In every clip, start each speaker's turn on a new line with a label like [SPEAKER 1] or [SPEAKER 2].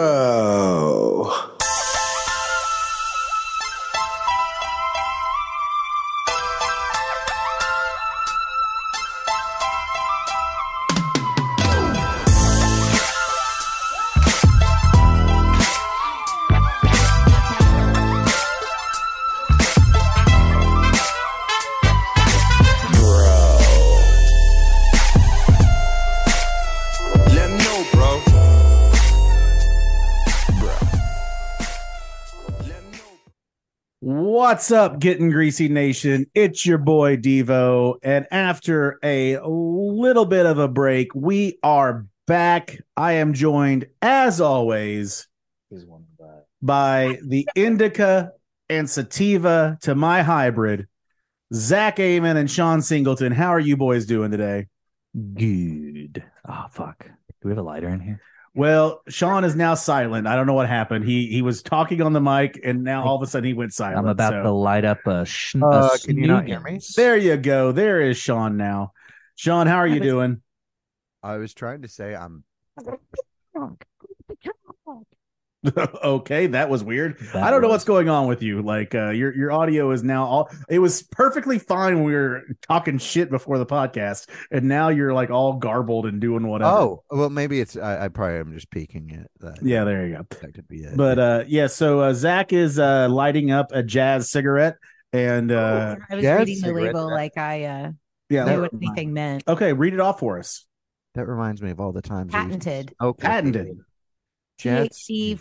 [SPEAKER 1] Bro.
[SPEAKER 2] Let 'em know, bro.
[SPEAKER 3] What's up, Getting Greasy Nation? It's your boy Devo. And after a little bit of a break, we are back. I am joined, as always, by the Indica and Sativa to my hybrid, Zach Amon and Sean Singleton. How are you boys doing today?
[SPEAKER 4] Good. Oh fuck. Do we have a lighter in here?
[SPEAKER 3] Well, Sean is now silent. I don't know what happened. He he was talking on the mic, and now all of a sudden he went silent.
[SPEAKER 4] I'm about
[SPEAKER 3] so-
[SPEAKER 4] to light up a. Sh- a
[SPEAKER 5] Uh, can you not hear
[SPEAKER 4] snoogans.
[SPEAKER 5] me?
[SPEAKER 3] There you go. There is Sean now. Sean, how are you doing?
[SPEAKER 5] I was trying to say I'm
[SPEAKER 3] okay, that was weird.
[SPEAKER 4] That
[SPEAKER 3] I don't know
[SPEAKER 4] was-
[SPEAKER 3] what's going on with you. Like uh, your your audio is now all. It was perfectly fine when we were talking shit before the podcast, and now you're like all garbled and doing whatever.
[SPEAKER 5] Oh, well maybe it's I, I probably am just peeking at that.
[SPEAKER 3] yeah, there you go.
[SPEAKER 5] That could be it.
[SPEAKER 3] But uh, yeah, so uh, Zach is uh, lighting up a jazz cigarette, and uh,
[SPEAKER 4] Oh.
[SPEAKER 6] I was
[SPEAKER 5] yeah,
[SPEAKER 6] reading the
[SPEAKER 5] cigarette
[SPEAKER 6] label
[SPEAKER 5] pack.
[SPEAKER 6] like I uh,
[SPEAKER 3] yeah,
[SPEAKER 6] knew
[SPEAKER 3] that-
[SPEAKER 6] what anything meant.
[SPEAKER 3] okay, read it off for us.
[SPEAKER 5] that reminds me of all the times I used to- Oh,
[SPEAKER 6] Patented.
[SPEAKER 5] Okay.
[SPEAKER 3] Patented.
[SPEAKER 5] Jets.
[SPEAKER 6] THC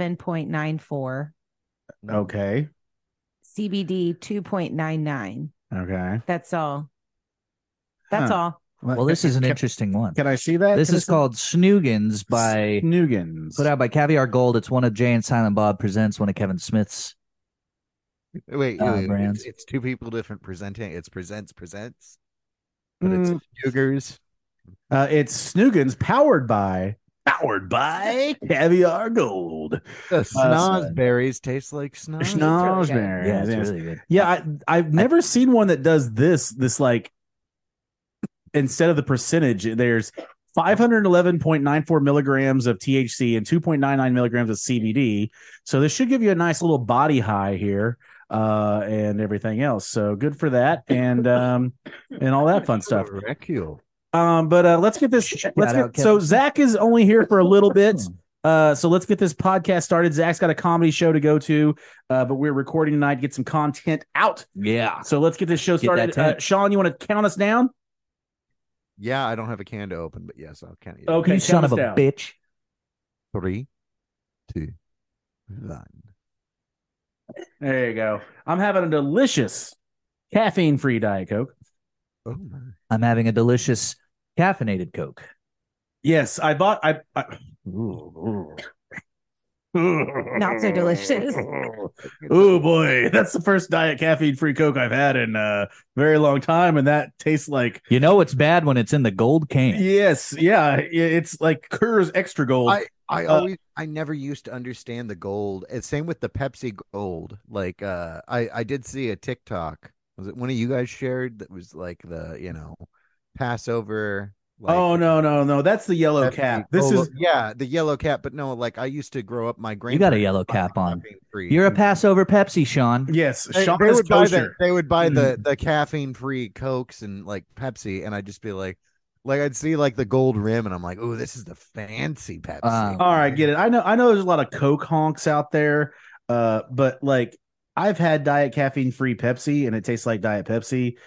[SPEAKER 6] 511.94,
[SPEAKER 3] Okay,
[SPEAKER 6] CBD 2.99.
[SPEAKER 3] okay.
[SPEAKER 6] That's all. That's
[SPEAKER 3] Huh.
[SPEAKER 6] all.
[SPEAKER 4] Well, this is an
[SPEAKER 3] Can-
[SPEAKER 4] interesting one.
[SPEAKER 3] Can I see that?
[SPEAKER 4] This
[SPEAKER 3] Can I
[SPEAKER 4] is
[SPEAKER 3] see-
[SPEAKER 4] called Snoogans by
[SPEAKER 3] Nugans.
[SPEAKER 4] put out by Caviar Gold. It's one of Jay and Silent Bob presents one of Kevin Smith's.
[SPEAKER 5] Wait, wait,
[SPEAKER 4] Uh,
[SPEAKER 5] wait, it's-
[SPEAKER 4] brands.
[SPEAKER 5] It's, two people different presenting. It's presents presents, but it's
[SPEAKER 3] Mm.
[SPEAKER 5] Cougars.
[SPEAKER 3] Uh, it's Snoogans powered by powered by Caviar Gold.
[SPEAKER 5] The
[SPEAKER 4] son.
[SPEAKER 5] Uh, snozberries taste like snoz.
[SPEAKER 6] really good.
[SPEAKER 3] Schnozberries,
[SPEAKER 4] Yeah, it's
[SPEAKER 3] yes.
[SPEAKER 4] really good.
[SPEAKER 3] yeah. I, I've never seen one that does this. This like instead of the percentage, there's 511.94 milligrams of THC and 2.99 milligrams of CBD. So this should give you a nice little body high here uh and everything else so good for that and um and all that fun stuff
[SPEAKER 5] Recule.
[SPEAKER 3] Um, but uh, let's get this. Let's
[SPEAKER 4] out,
[SPEAKER 3] get, so
[SPEAKER 4] Kevin.
[SPEAKER 3] Zach is only here for a little bit.
[SPEAKER 4] Hmm.
[SPEAKER 3] Uh, so let's get this podcast started. Zach's got a comedy show to go to, uh, but we're recording tonight. Get some content out.
[SPEAKER 4] Yeah.
[SPEAKER 3] So let's get this show
[SPEAKER 4] Get that
[SPEAKER 3] started. Uh,
[SPEAKER 4] tent.
[SPEAKER 3] Sean, you want to count us down?
[SPEAKER 5] Yeah, I don't have a can to open, but yes, I'll count you.
[SPEAKER 3] Okay,
[SPEAKER 4] you
[SPEAKER 3] count
[SPEAKER 4] son
[SPEAKER 3] us
[SPEAKER 4] of a
[SPEAKER 3] down.
[SPEAKER 4] bitch.
[SPEAKER 5] Three, two, one.
[SPEAKER 3] There you go. I'm having a delicious caffeine-free diet coke.
[SPEAKER 5] Oh my.
[SPEAKER 4] I'm having a delicious caffeinated Coke.
[SPEAKER 3] Yes, I bought. I, I
[SPEAKER 6] Not so delicious.
[SPEAKER 3] Oh boy, that's the first diet caffeine-free coke I've had in a very long time, and that tastes like
[SPEAKER 4] You know it's bad when it's in the gold can.
[SPEAKER 3] Yes, yeah, i- it's like Kerr's extra gold.
[SPEAKER 5] I
[SPEAKER 3] Uh,
[SPEAKER 5] always I never used to understand the gold. It's same with the Pepsi gold. Like uh I I did see a TikTok. Was it one of you guys shared that was like the, you know, Passover like
[SPEAKER 3] oh no, no, no, that's the yellow
[SPEAKER 5] Pepsi
[SPEAKER 3] cap. This
[SPEAKER 5] Gold-
[SPEAKER 3] is
[SPEAKER 5] yeah, the yellow cap, but no, like I used to grow up my grand.
[SPEAKER 4] got a yellow cap on. You're a Passover Pepsi, Sean.
[SPEAKER 3] yes,
[SPEAKER 5] they,
[SPEAKER 3] Sean
[SPEAKER 5] they
[SPEAKER 3] is
[SPEAKER 5] would buy the,
[SPEAKER 3] kosher.
[SPEAKER 5] they would buy the the caffeine free cokes and like Pepsi and I'd just be like like I'd see like the gold rim and I'm like, "Oh, this is the fancy Pepsi."
[SPEAKER 4] Uh,
[SPEAKER 3] All right, get it. I know, I know. There's a lot of Coke honks out there, uh, but like I've had diet caffeine free Pepsi, and it tastes like diet Pepsi.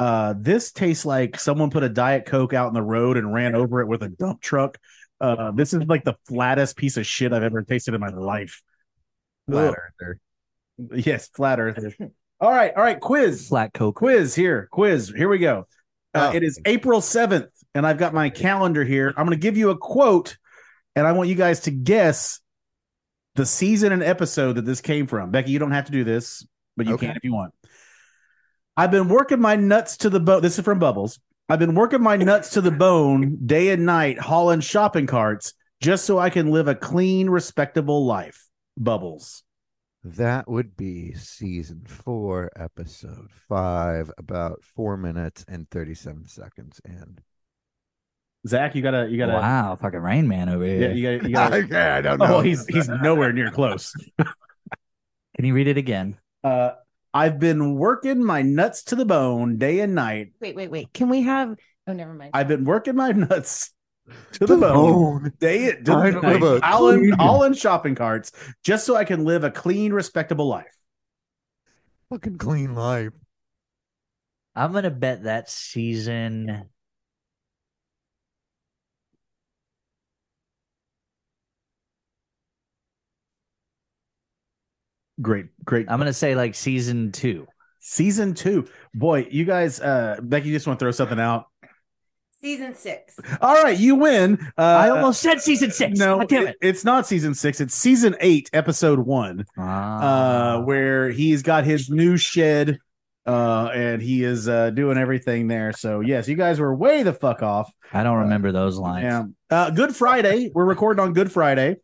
[SPEAKER 3] Uh, this tastes like someone put a diet Coke out in the road and ran over it with a dump truck. Uh, this is like the flattest piece of shit I've ever tasted in my life.
[SPEAKER 5] Flat
[SPEAKER 3] Ugh.
[SPEAKER 5] earther.
[SPEAKER 3] Yes, flat earth. All right, all right. Quiz.
[SPEAKER 4] Flat Coke.
[SPEAKER 3] quiz here quiz here we go uh,
[SPEAKER 5] Oh.
[SPEAKER 3] it is april 7th and i've got my calendar here i'm going to give you a quote and i want you guys to guess the season and episode that this came from becky you don't have to do this but you
[SPEAKER 5] Okay.
[SPEAKER 3] can if you want i've been working my nuts to the bone this is from bubbles i've been working my nuts to the bone day and night hauling shopping carts just so i can live a clean respectable life bubbles
[SPEAKER 5] That would be season four, episode five, about four minutes and 37 seconds in.
[SPEAKER 3] Zach, you gotta, you gotta,
[SPEAKER 4] wow, fucking Rain Man over
[SPEAKER 3] yeah,
[SPEAKER 4] here.
[SPEAKER 3] you gotta, you gotta.
[SPEAKER 5] okay, I don't know.
[SPEAKER 3] oh, he's he's nowhere near close.
[SPEAKER 4] Can you read it again?
[SPEAKER 3] Uh, I've been working my nuts to the bone day and night.
[SPEAKER 6] Wait, wait, wait. Can we have? Oh, never mind.
[SPEAKER 3] I've been working my nuts to the bone day and
[SPEAKER 5] Oh, I live a
[SPEAKER 3] night, all in,
[SPEAKER 5] clean-
[SPEAKER 3] all in shopping carts, just so I can live a clean, respectable life.
[SPEAKER 5] Fucking clean life.
[SPEAKER 4] I'm gonna bet that's season
[SPEAKER 3] Great, great.
[SPEAKER 4] I'm gonna say like season two.
[SPEAKER 3] Season two, boy, you guys. Uh, Becky just want to throw something out.
[SPEAKER 6] Season six.
[SPEAKER 3] All right, you win. Uh,
[SPEAKER 4] I almost said season six.
[SPEAKER 3] No,
[SPEAKER 4] God damn it.
[SPEAKER 3] it's not season six. It's season eight, episode one, uh,
[SPEAKER 4] Ah,
[SPEAKER 3] where he's got his new shed, uh, and he is uh, doing everything there. So yes, you guys were way the fuck off.
[SPEAKER 4] I don't remember those lines.
[SPEAKER 3] uh, Yeah. Uh, Good Friday. We're recording on Good Friday.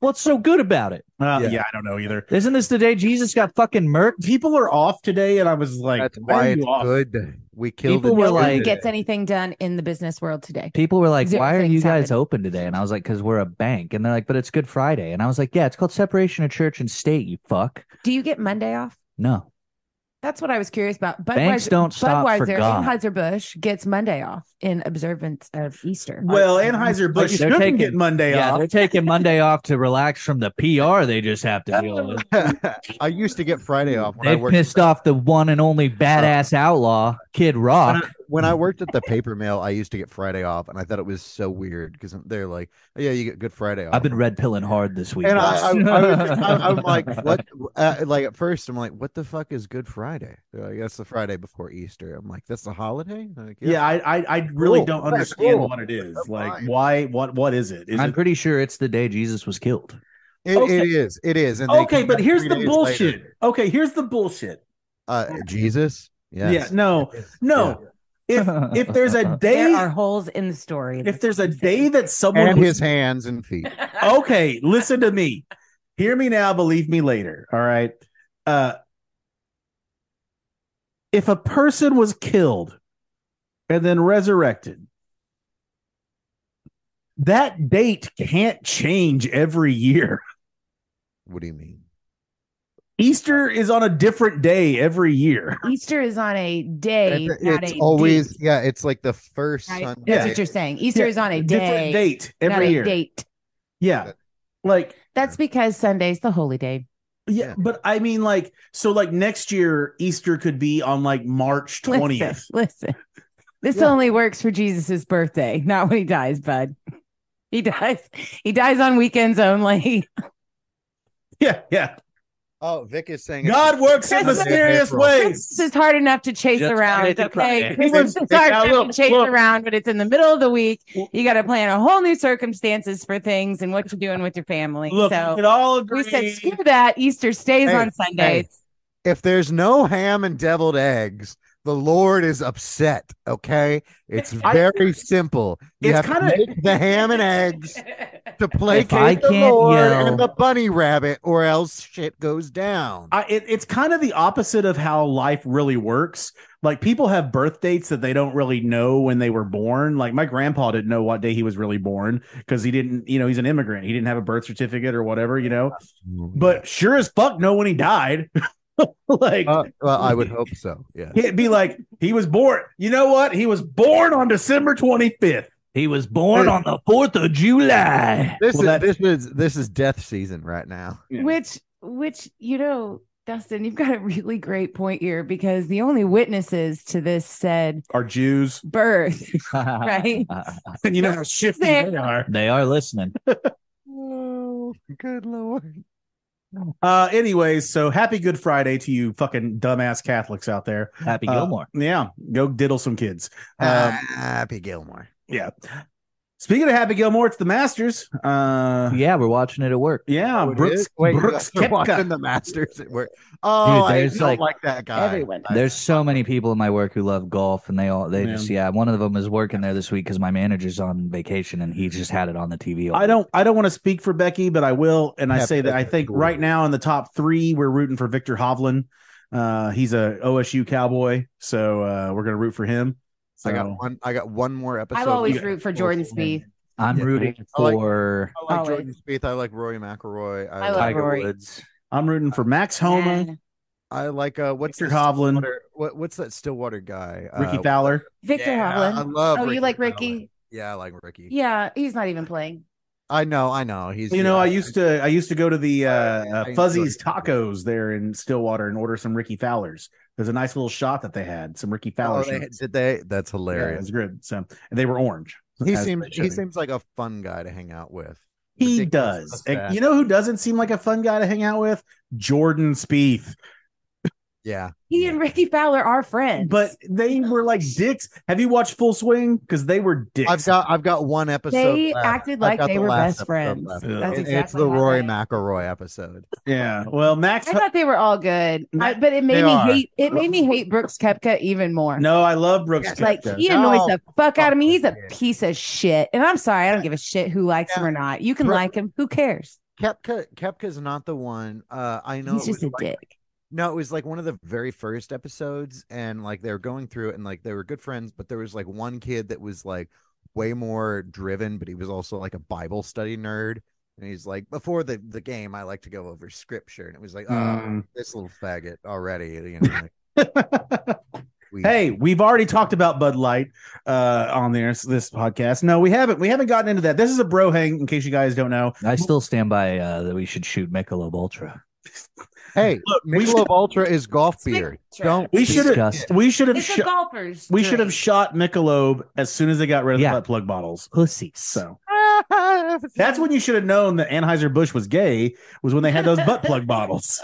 [SPEAKER 4] What's so good about it?
[SPEAKER 3] Uh, yeah.
[SPEAKER 5] Yeah.
[SPEAKER 3] I don't know either.
[SPEAKER 4] Isn't this the day Jesus got fucking murked?
[SPEAKER 3] People are off today, and I was like,
[SPEAKER 5] That's
[SPEAKER 3] why
[SPEAKER 5] why
[SPEAKER 3] are you
[SPEAKER 5] it's
[SPEAKER 3] off?
[SPEAKER 5] good. We killed
[SPEAKER 4] People
[SPEAKER 5] the
[SPEAKER 4] were
[SPEAKER 5] two
[SPEAKER 4] like-
[SPEAKER 5] today.
[SPEAKER 6] Gets anything done in the business world today?
[SPEAKER 4] People were like,
[SPEAKER 6] Zero
[SPEAKER 4] "Why are you
[SPEAKER 6] things
[SPEAKER 4] guys
[SPEAKER 6] happened.
[SPEAKER 4] open today?" And I was like, "Cause we're a bank." And they're like, "But it's Good Friday." And I was like, "Yeah, it's called separation of church and state. You fuck."
[SPEAKER 6] Do you get Monday off?
[SPEAKER 4] No,
[SPEAKER 6] That's what I was curious about. Budweiser,
[SPEAKER 4] banks don't stop for
[SPEAKER 6] Budweiser
[SPEAKER 4] God.
[SPEAKER 6] Anheuser Busch gets Monday off in observance of Easter.
[SPEAKER 3] Well, Anheuser Busch
[SPEAKER 4] They're
[SPEAKER 3] shouldn't
[SPEAKER 4] taking-
[SPEAKER 3] get Monday
[SPEAKER 4] yeah,
[SPEAKER 3] off.
[SPEAKER 4] they're taking Monday off to relax from the PR they just have to deal with.
[SPEAKER 5] I used to get Friday off when I
[SPEAKER 4] They
[SPEAKER 5] worked
[SPEAKER 4] pissed off the one and only badass outlaw, Kid Rock.
[SPEAKER 5] when I worked at the paper mill. I used to get Friday off, and I thought it was so weird because they're like, "Yeah, you get Good Friday off."
[SPEAKER 4] I've been red pilling hard this week.
[SPEAKER 5] and I, I, I,
[SPEAKER 4] guys.
[SPEAKER 5] was, I, am like, "What?" Uh, like at first, I'm like, "What the fuck is Good Friday?" They're like, "That's the Friday before Easter." I'm like, "That's the holiday?" They're like,
[SPEAKER 3] Yeah, I, I, I really
[SPEAKER 5] Cool.
[SPEAKER 3] don't
[SPEAKER 5] Yeah,
[SPEAKER 3] understand
[SPEAKER 5] cool.
[SPEAKER 3] what it is.
[SPEAKER 5] That's
[SPEAKER 3] like,
[SPEAKER 5] fine.
[SPEAKER 3] why? What? What is it? Is
[SPEAKER 4] I'm
[SPEAKER 3] it
[SPEAKER 4] pretty sure it's the day Jesus was killed.
[SPEAKER 5] It,
[SPEAKER 3] Okay.
[SPEAKER 5] it is. It is. And they
[SPEAKER 3] okay?
[SPEAKER 5] came
[SPEAKER 3] But
[SPEAKER 5] back
[SPEAKER 3] here's
[SPEAKER 5] three
[SPEAKER 3] the
[SPEAKER 5] days
[SPEAKER 3] bullshit.
[SPEAKER 5] later.
[SPEAKER 3] Okay, here's the bullshit.
[SPEAKER 5] Uh, Jesus. Yes.
[SPEAKER 3] Yeah, no, no. If if there's a day,
[SPEAKER 6] there are holes in the story.
[SPEAKER 3] if there's a day that someone
[SPEAKER 5] And
[SPEAKER 3] was-
[SPEAKER 5] his hands and feet.
[SPEAKER 3] okay, listen to me. Hear me now, believe me later. All right. Uh if a person was killed and then resurrected, that date can't change every year.
[SPEAKER 5] What do you mean?
[SPEAKER 3] Easter is on a different day every year.
[SPEAKER 6] Easter is on a day,
[SPEAKER 5] It-
[SPEAKER 6] not
[SPEAKER 5] it's
[SPEAKER 6] a
[SPEAKER 5] always
[SPEAKER 6] date,
[SPEAKER 5] yeah. It's like the first
[SPEAKER 6] right?
[SPEAKER 5] Sunday.
[SPEAKER 6] That's
[SPEAKER 3] Yeah.
[SPEAKER 6] what you're saying. Easter is on a
[SPEAKER 3] different
[SPEAKER 6] day,
[SPEAKER 3] date
[SPEAKER 6] not
[SPEAKER 3] every
[SPEAKER 6] a
[SPEAKER 3] year.
[SPEAKER 6] date.
[SPEAKER 3] Yeah. Like
[SPEAKER 6] That's because Sunday's the holy day.
[SPEAKER 3] yeah,
[SPEAKER 5] Yeah.
[SPEAKER 3] but I mean like so like next year Easter could be on like March 20th.
[SPEAKER 6] Listen, listen. this
[SPEAKER 5] Yeah.
[SPEAKER 6] only works for Jesus's birthday, not when he dies, bud. He dies. He dies on weekends only.
[SPEAKER 3] Yeah, yeah.
[SPEAKER 5] Oh, Vic is saying it's
[SPEAKER 3] God works in
[SPEAKER 6] Christmas-
[SPEAKER 3] mysterious
[SPEAKER 5] April.
[SPEAKER 3] ways.
[SPEAKER 6] Christmas is hard enough to chase
[SPEAKER 4] Just
[SPEAKER 6] around.
[SPEAKER 4] Monday through
[SPEAKER 6] Okay,
[SPEAKER 4] Friday.
[SPEAKER 6] Christmas is
[SPEAKER 3] Now
[SPEAKER 6] hard enough
[SPEAKER 3] look,
[SPEAKER 6] to chase
[SPEAKER 3] look.
[SPEAKER 6] around, but it's in the middle of the week.
[SPEAKER 3] Well-
[SPEAKER 6] You got to plan a whole new circumstances for things and what you're doing with your family.
[SPEAKER 3] Look, we
[SPEAKER 6] so
[SPEAKER 3] can all agree.
[SPEAKER 6] we said screw that. Easter stays
[SPEAKER 5] Hey,
[SPEAKER 6] on Sundays.
[SPEAKER 5] If there's no ham and deviled eggs, the Lord is upset. Okay, it's
[SPEAKER 3] I-
[SPEAKER 5] very simple. You
[SPEAKER 3] It's
[SPEAKER 5] have to
[SPEAKER 3] kinda-
[SPEAKER 5] make the ham and eggs to
[SPEAKER 4] I
[SPEAKER 5] placate the
[SPEAKER 4] can't
[SPEAKER 5] Lord
[SPEAKER 4] yell-
[SPEAKER 5] and the bunny rabbit, or else shit goes down.
[SPEAKER 3] I, it, it's kind of the opposite of how life really works. Like people have birth dates that they don't really know when they were born. Like my grandpa didn't know what day he was really born because he didn't, you know, he's an immigrant. He didn't have a birth certificate or whatever, you know. But sure as fuck know when he died. like
[SPEAKER 5] Uh, well, I would hope so. Yeah.
[SPEAKER 3] it'd be like he was born. You know what? He was born on December twenty fifth.
[SPEAKER 4] He was born on the 4th of July.
[SPEAKER 5] This
[SPEAKER 3] Well,
[SPEAKER 5] is this is this is death season right now.
[SPEAKER 6] Which, which you know, Dustin, you've got a really great point here because the only witnesses to this said
[SPEAKER 3] Are Jews?
[SPEAKER 6] birth, right?
[SPEAKER 3] And you know how shifty they are.
[SPEAKER 4] They are listening.
[SPEAKER 5] Oh, good lord!
[SPEAKER 3] Uh, anyways, so happy Good Friday to you fucking dumbass Catholics out there.
[SPEAKER 4] Happy
[SPEAKER 3] Uh,
[SPEAKER 4] Gilmore.
[SPEAKER 3] Yeah, go diddle some kids.
[SPEAKER 5] Uh,
[SPEAKER 3] Um,
[SPEAKER 5] Happy Gilmore.
[SPEAKER 3] yeah. Speaking of Happy Gilmore, it's the Masters. Uh, yeah,
[SPEAKER 4] Yeah, we're watching it at work.
[SPEAKER 5] Oh, it
[SPEAKER 3] Brooks,
[SPEAKER 5] is? Wait, you
[SPEAKER 3] Brooks
[SPEAKER 5] guys are watching
[SPEAKER 3] Koepka.
[SPEAKER 5] the Masters at work. Oh, I
[SPEAKER 4] there's
[SPEAKER 5] don't
[SPEAKER 4] like-
[SPEAKER 5] like, that guy.
[SPEAKER 6] Everyone.
[SPEAKER 5] I-
[SPEAKER 4] There's so many people in my work who love golf, and they all they just yeah. One of them is working there this week because my manager's on vacation, and he just had it on the TV. all
[SPEAKER 3] I don't. I don't want to speak for Becky, but I will, and I
[SPEAKER 5] Happy
[SPEAKER 3] say that I
[SPEAKER 5] Becky.
[SPEAKER 3] think right now in the top three, we're rooting for Victor Hovland. Uh, he's a OSU Cowboy, so uh, we're gonna root for him.
[SPEAKER 5] I got
[SPEAKER 3] So-
[SPEAKER 5] one. I got one more episode.
[SPEAKER 6] I've always
[SPEAKER 5] left.
[SPEAKER 6] root for Jordan Spieth.
[SPEAKER 4] I'm
[SPEAKER 5] Yeah.
[SPEAKER 4] rooting
[SPEAKER 5] I like-
[SPEAKER 4] for
[SPEAKER 5] I like
[SPEAKER 6] Always.
[SPEAKER 5] Jordan Spieth. I like Rory McIlroy. I,
[SPEAKER 6] I love
[SPEAKER 5] like.
[SPEAKER 4] Tiger
[SPEAKER 6] Rory.
[SPEAKER 4] Woods.
[SPEAKER 3] I'm rooting for Max Homa,
[SPEAKER 6] Man.
[SPEAKER 5] I like. Uh, what's
[SPEAKER 3] Victor
[SPEAKER 5] the
[SPEAKER 3] Hovland,
[SPEAKER 5] Stillwater- What, what's that Stillwater guy?
[SPEAKER 3] Ricky
[SPEAKER 5] uh,
[SPEAKER 3] Fowler.
[SPEAKER 6] Victor
[SPEAKER 5] yeah, I
[SPEAKER 6] Hovland.
[SPEAKER 5] love.
[SPEAKER 6] Oh, you like
[SPEAKER 5] Fowler.
[SPEAKER 6] Ricky?
[SPEAKER 5] Yeah, I like Ricky.
[SPEAKER 6] Yeah, he's not even playing.
[SPEAKER 5] I know. I know. He's.
[SPEAKER 3] You know,
[SPEAKER 5] yeah.
[SPEAKER 3] I used to I used to go to the uh,
[SPEAKER 5] I
[SPEAKER 3] uh,
[SPEAKER 5] enjoy
[SPEAKER 3] Fuzzy's
[SPEAKER 5] Ricky Fowler.
[SPEAKER 3] Tacos there in Stillwater and order some Ricky Fowlers. There's a nice little shot that they had, some Ricky Fowler.
[SPEAKER 5] Oh, they,
[SPEAKER 3] shots.
[SPEAKER 5] did they? That's
[SPEAKER 3] Yeah, it
[SPEAKER 5] hilarious.
[SPEAKER 3] was good. So and they were orange.
[SPEAKER 5] He
[SPEAKER 3] as they
[SPEAKER 5] seems.
[SPEAKER 3] should be.
[SPEAKER 5] He seems like a fun guy to hang out with.
[SPEAKER 3] He
[SPEAKER 5] Ridiculous
[SPEAKER 3] does.
[SPEAKER 5] mustache.
[SPEAKER 3] And you know who doesn't seem like a fun guy to hang out with? Jordan Spieth.
[SPEAKER 5] Yeah.
[SPEAKER 6] He and Ricky Fowler are friends.
[SPEAKER 3] But they were like dicks. Have you watched Full Swing? Because they were dicks.
[SPEAKER 5] I've got. I've got one episode.
[SPEAKER 6] They
[SPEAKER 5] left.
[SPEAKER 6] acted
[SPEAKER 5] I've
[SPEAKER 6] like
[SPEAKER 5] got
[SPEAKER 6] they
[SPEAKER 5] the
[SPEAKER 6] were
[SPEAKER 5] last
[SPEAKER 6] best
[SPEAKER 5] episode
[SPEAKER 6] friends.
[SPEAKER 5] left.
[SPEAKER 3] Yeah.
[SPEAKER 6] That's
[SPEAKER 5] It-
[SPEAKER 6] exactly
[SPEAKER 5] it's the
[SPEAKER 6] how
[SPEAKER 5] Rory
[SPEAKER 6] I-
[SPEAKER 5] McIlroy episode.
[SPEAKER 3] yeah. Well, Max.
[SPEAKER 6] I thought they were all good, I- but it made
[SPEAKER 5] They
[SPEAKER 6] me
[SPEAKER 5] are.
[SPEAKER 6] hate. It made me hate Brooks Kepka even more.
[SPEAKER 3] no, I love Brooks.
[SPEAKER 5] Yeah,
[SPEAKER 6] like
[SPEAKER 3] Koepka.
[SPEAKER 6] he annoys
[SPEAKER 5] No. Oh,
[SPEAKER 6] the fuck out of me. He's a
[SPEAKER 5] Yeah.
[SPEAKER 6] piece of shit, and I'm sorry. I don't give a shit who likes him
[SPEAKER 5] Yeah.
[SPEAKER 6] or not. You can
[SPEAKER 5] Bro-
[SPEAKER 6] like him. Who cares?
[SPEAKER 5] Kepka. Kepka's not the one. Uh, I know.
[SPEAKER 6] He's
[SPEAKER 5] it was
[SPEAKER 6] just a
[SPEAKER 5] like-
[SPEAKER 6] dick.
[SPEAKER 5] No, it was like one of the very first episodes, and like they were going through it, and like they were good friends, but there was like one kid that was like way more driven, but he was also like a Bible study nerd. And he's like, before the, the game, I like to go over scripture, and it was like, oh,
[SPEAKER 3] Mm.
[SPEAKER 5] this little faggot already. You know, like, we-
[SPEAKER 3] hey, we've already talked about Bud Light uh, on there this podcast. No, we haven't. We haven't gotten into that. This is a bro hang. In case you guys don't know,
[SPEAKER 4] I still stand by uh, that we should shoot Michelob Ultra.
[SPEAKER 5] hey,
[SPEAKER 3] look, we
[SPEAKER 5] Michelob
[SPEAKER 3] should
[SPEAKER 5] Ultra is golf beer. Don't
[SPEAKER 3] we should have
[SPEAKER 4] Disgust.
[SPEAKER 3] we should have
[SPEAKER 6] It's
[SPEAKER 3] sho-
[SPEAKER 6] a golfer's.
[SPEAKER 3] we should have
[SPEAKER 6] drink.
[SPEAKER 3] shot Michelob as soon as they got rid of
[SPEAKER 4] Yeah.
[SPEAKER 3] the butt plug bottles.
[SPEAKER 4] Pussies.
[SPEAKER 3] So that's when you should have known that Anheuser Busch was gay. Was when they had those butt plug bottles.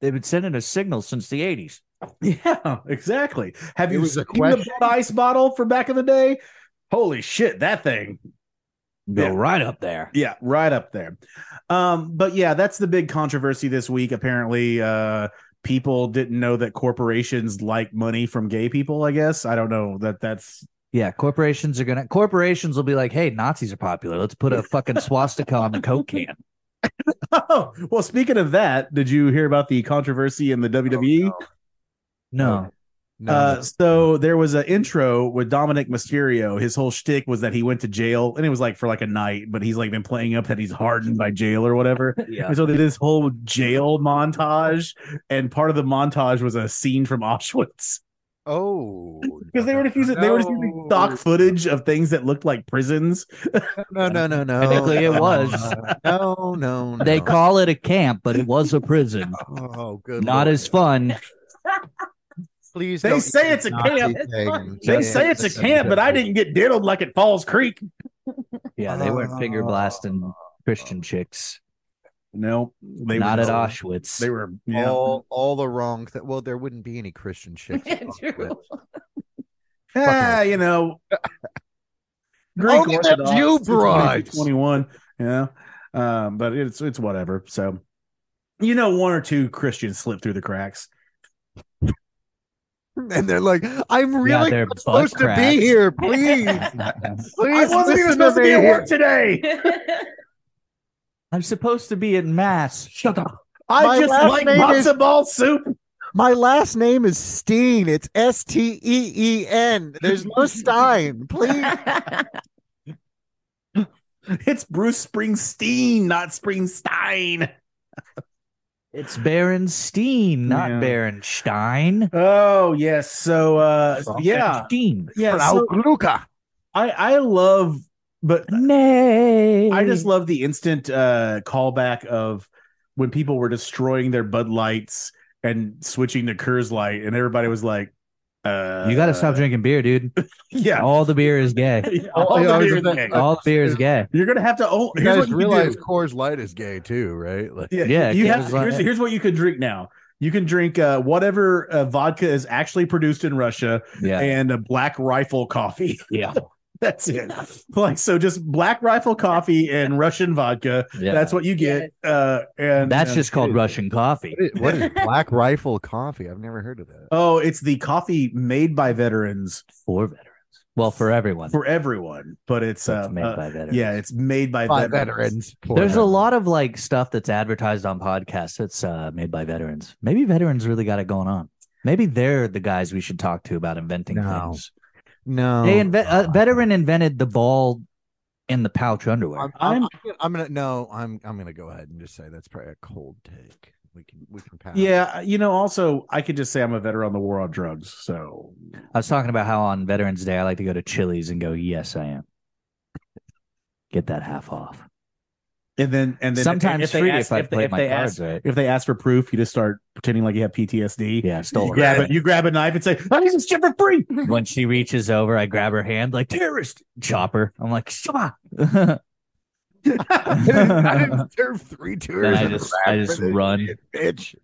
[SPEAKER 4] They've been sending a signal since the 80s.
[SPEAKER 3] Yeah, exactly. Have
[SPEAKER 5] It
[SPEAKER 3] you
[SPEAKER 5] was a
[SPEAKER 3] seen the
[SPEAKER 5] question.
[SPEAKER 3] Bud ice bottle from back in the day? Holy shit, that thing.
[SPEAKER 4] Go
[SPEAKER 3] Yeah.
[SPEAKER 4] right up there.
[SPEAKER 3] Yeah, right up there. Um, but yeah, that's the big controversy this week. Apparently, uh, people didn't know that corporations like money from gay people. I guess I don't know that that's
[SPEAKER 4] Yeah, corporations are gonna. Corporations will be like, "Hey, Nazis are popular. Let's put a fucking swastika on the Coke can."
[SPEAKER 3] Oh, well, speaking of that, did you hear about the controversy in the WWE?
[SPEAKER 4] No,
[SPEAKER 5] Oh, No,
[SPEAKER 3] uh, so there was an intro with Dominic Mysterio. His whole shtick was that he went to jail, and it was like for like a night, but he's like been playing up that he's hardened by jail or whatever.
[SPEAKER 4] yeah,
[SPEAKER 3] And so they did this whole jail montage, and part of the montage was a scene from Auschwitz
[SPEAKER 5] oh,
[SPEAKER 3] because they were just using they were just using stock footage of things that looked like prisons.
[SPEAKER 5] No, no, no, no.
[SPEAKER 4] Technically, it was.
[SPEAKER 5] No, no, no.
[SPEAKER 4] they call it a camp, but it was a prison.
[SPEAKER 5] Oh, good.
[SPEAKER 4] Not
[SPEAKER 5] Lord.
[SPEAKER 4] as fun.
[SPEAKER 5] Please.
[SPEAKER 3] They
[SPEAKER 5] don't
[SPEAKER 3] say it's
[SPEAKER 5] use
[SPEAKER 3] a
[SPEAKER 5] Nazi
[SPEAKER 3] camp.
[SPEAKER 5] things.
[SPEAKER 3] They
[SPEAKER 5] Yeah.
[SPEAKER 3] say it's a camp, but I didn't get diddled like at Falls Creek.
[SPEAKER 4] Yeah, they weren't finger
[SPEAKER 5] Oh.
[SPEAKER 4] blasting Christian chicks.
[SPEAKER 3] No, they
[SPEAKER 4] Not
[SPEAKER 3] were,
[SPEAKER 4] at Auschwitz.
[SPEAKER 3] They were yeah.
[SPEAKER 5] All, all the wrong. Th- well, there wouldn't be any Christian shit.
[SPEAKER 6] True.
[SPEAKER 3] Ah, you know, Greek
[SPEAKER 5] Only the
[SPEAKER 3] Orthodox,
[SPEAKER 5] Jew
[SPEAKER 3] it's 22,
[SPEAKER 5] brides.
[SPEAKER 3] Twenty-one, you know, um, but it's it's whatever. So, you know, one or two Christians slip through the cracks.
[SPEAKER 5] and they're like, "I'm really
[SPEAKER 4] they're
[SPEAKER 5] not supposed
[SPEAKER 4] butt
[SPEAKER 5] to
[SPEAKER 4] cracks.
[SPEAKER 5] be here. Please, please
[SPEAKER 3] I wasn't even
[SPEAKER 5] listen
[SPEAKER 3] supposed to be
[SPEAKER 5] me.
[SPEAKER 3] at work today.
[SPEAKER 4] I'm supposed to be in mass. Shut up.
[SPEAKER 5] I
[SPEAKER 3] I just
[SPEAKER 5] last
[SPEAKER 3] like
[SPEAKER 5] name
[SPEAKER 3] matzo
[SPEAKER 5] is-
[SPEAKER 3] ball soup.
[SPEAKER 5] My last name is Steen. It's S T E E N. There's no Stein. Please."
[SPEAKER 3] It's Bruce Springsteen, not Springsteen.
[SPEAKER 4] It's Baron Steen, not
[SPEAKER 3] Yeah.
[SPEAKER 4] Baron Stein.
[SPEAKER 3] Oh yes, so uh, yeah,
[SPEAKER 4] Steen.
[SPEAKER 3] yeah. So
[SPEAKER 5] Luca.
[SPEAKER 3] I I love, but
[SPEAKER 4] Nay.
[SPEAKER 3] I just love the instant uh, callback of when people were destroying their Bud Lights and switching to Coors Light, and everybody was like, uh,
[SPEAKER 4] You got to stop drinking beer, dude.
[SPEAKER 3] Yeah.
[SPEAKER 4] All the beer is gay.
[SPEAKER 3] All
[SPEAKER 5] Oh,
[SPEAKER 3] the
[SPEAKER 5] yeah,
[SPEAKER 3] beer
[SPEAKER 5] I was
[SPEAKER 3] thing.
[SPEAKER 4] All the beer is gay.
[SPEAKER 3] You're going to have to. Oh,
[SPEAKER 5] You
[SPEAKER 3] here's what
[SPEAKER 5] guys
[SPEAKER 3] you
[SPEAKER 5] realize
[SPEAKER 3] can
[SPEAKER 5] Coors Light is gay too, right? Like,
[SPEAKER 3] do. Yeah.
[SPEAKER 4] Yeah,
[SPEAKER 3] you have
[SPEAKER 4] Coors
[SPEAKER 3] to,
[SPEAKER 4] Light.
[SPEAKER 3] here's, here's what you can drink now. You can drink uh, whatever uh, vodka is actually produced in Russia
[SPEAKER 4] Yeah.
[SPEAKER 3] and a black rifle coffee.
[SPEAKER 4] Yeah.
[SPEAKER 3] That's it. Like, so just black rifle coffee and Russian vodka.
[SPEAKER 4] yeah.
[SPEAKER 3] That's what you get. Uh, and
[SPEAKER 4] That's
[SPEAKER 3] uh,
[SPEAKER 4] just called
[SPEAKER 5] it is.
[SPEAKER 4] Russian coffee.
[SPEAKER 5] what is, what is Black Rifle Coffee? I've never heard of that.
[SPEAKER 3] Oh, it's the coffee made by veterans
[SPEAKER 4] For veterans. Well, for everyone.
[SPEAKER 3] for everyone, but it's
[SPEAKER 4] That's
[SPEAKER 3] uh,
[SPEAKER 4] made
[SPEAKER 3] uh,
[SPEAKER 4] by veterans.
[SPEAKER 3] yeah, it's made by,
[SPEAKER 5] By
[SPEAKER 3] veterans.
[SPEAKER 5] veterans. for
[SPEAKER 4] There's a
[SPEAKER 5] them.
[SPEAKER 4] lot of like stuff that's advertised on podcasts that's uh, made by veterans. Maybe veterans really got it going on. Maybe they're the guys we should talk to about inventing
[SPEAKER 5] No. Oh,
[SPEAKER 4] things.
[SPEAKER 5] No,
[SPEAKER 4] they invent a veteran invented the ball in the pouch underwear.
[SPEAKER 5] I'm, I'm, I'm gonna- I'm gonna no. I'm I'm gonna go ahead and just say that's probably a cold take. We can we can pass.
[SPEAKER 3] Yeah, you know. Also, I could just say I'm a veteran on the war on drugs. So
[SPEAKER 4] I was talking about how on Veterans Day I like to go to Chili's and go, "Yes, I am." Get that half off.
[SPEAKER 3] and then and then if they-
[SPEAKER 4] Sometimes
[SPEAKER 3] if they
[SPEAKER 4] free
[SPEAKER 3] ask-
[SPEAKER 4] if I
[SPEAKER 3] if they-
[SPEAKER 4] played
[SPEAKER 3] if
[SPEAKER 4] my
[SPEAKER 3] they
[SPEAKER 4] cards
[SPEAKER 3] ask
[SPEAKER 4] right.
[SPEAKER 3] if they ask for proof, you just start pretending like you have PTSD.
[SPEAKER 4] Yeah, I
[SPEAKER 3] You
[SPEAKER 4] stole her.
[SPEAKER 3] grab it. You grab a knife and say, "I need this shit for free."
[SPEAKER 4] when she reaches over, I grab her hand like terrorist chopper. I'm like, "Shaba!" then
[SPEAKER 5] I didn't, I didn't serve three tours.
[SPEAKER 4] I
[SPEAKER 5] in a
[SPEAKER 4] just,
[SPEAKER 5] row
[SPEAKER 4] I
[SPEAKER 5] for
[SPEAKER 4] just
[SPEAKER 5] this
[SPEAKER 4] run.
[SPEAKER 5] shit, bitch.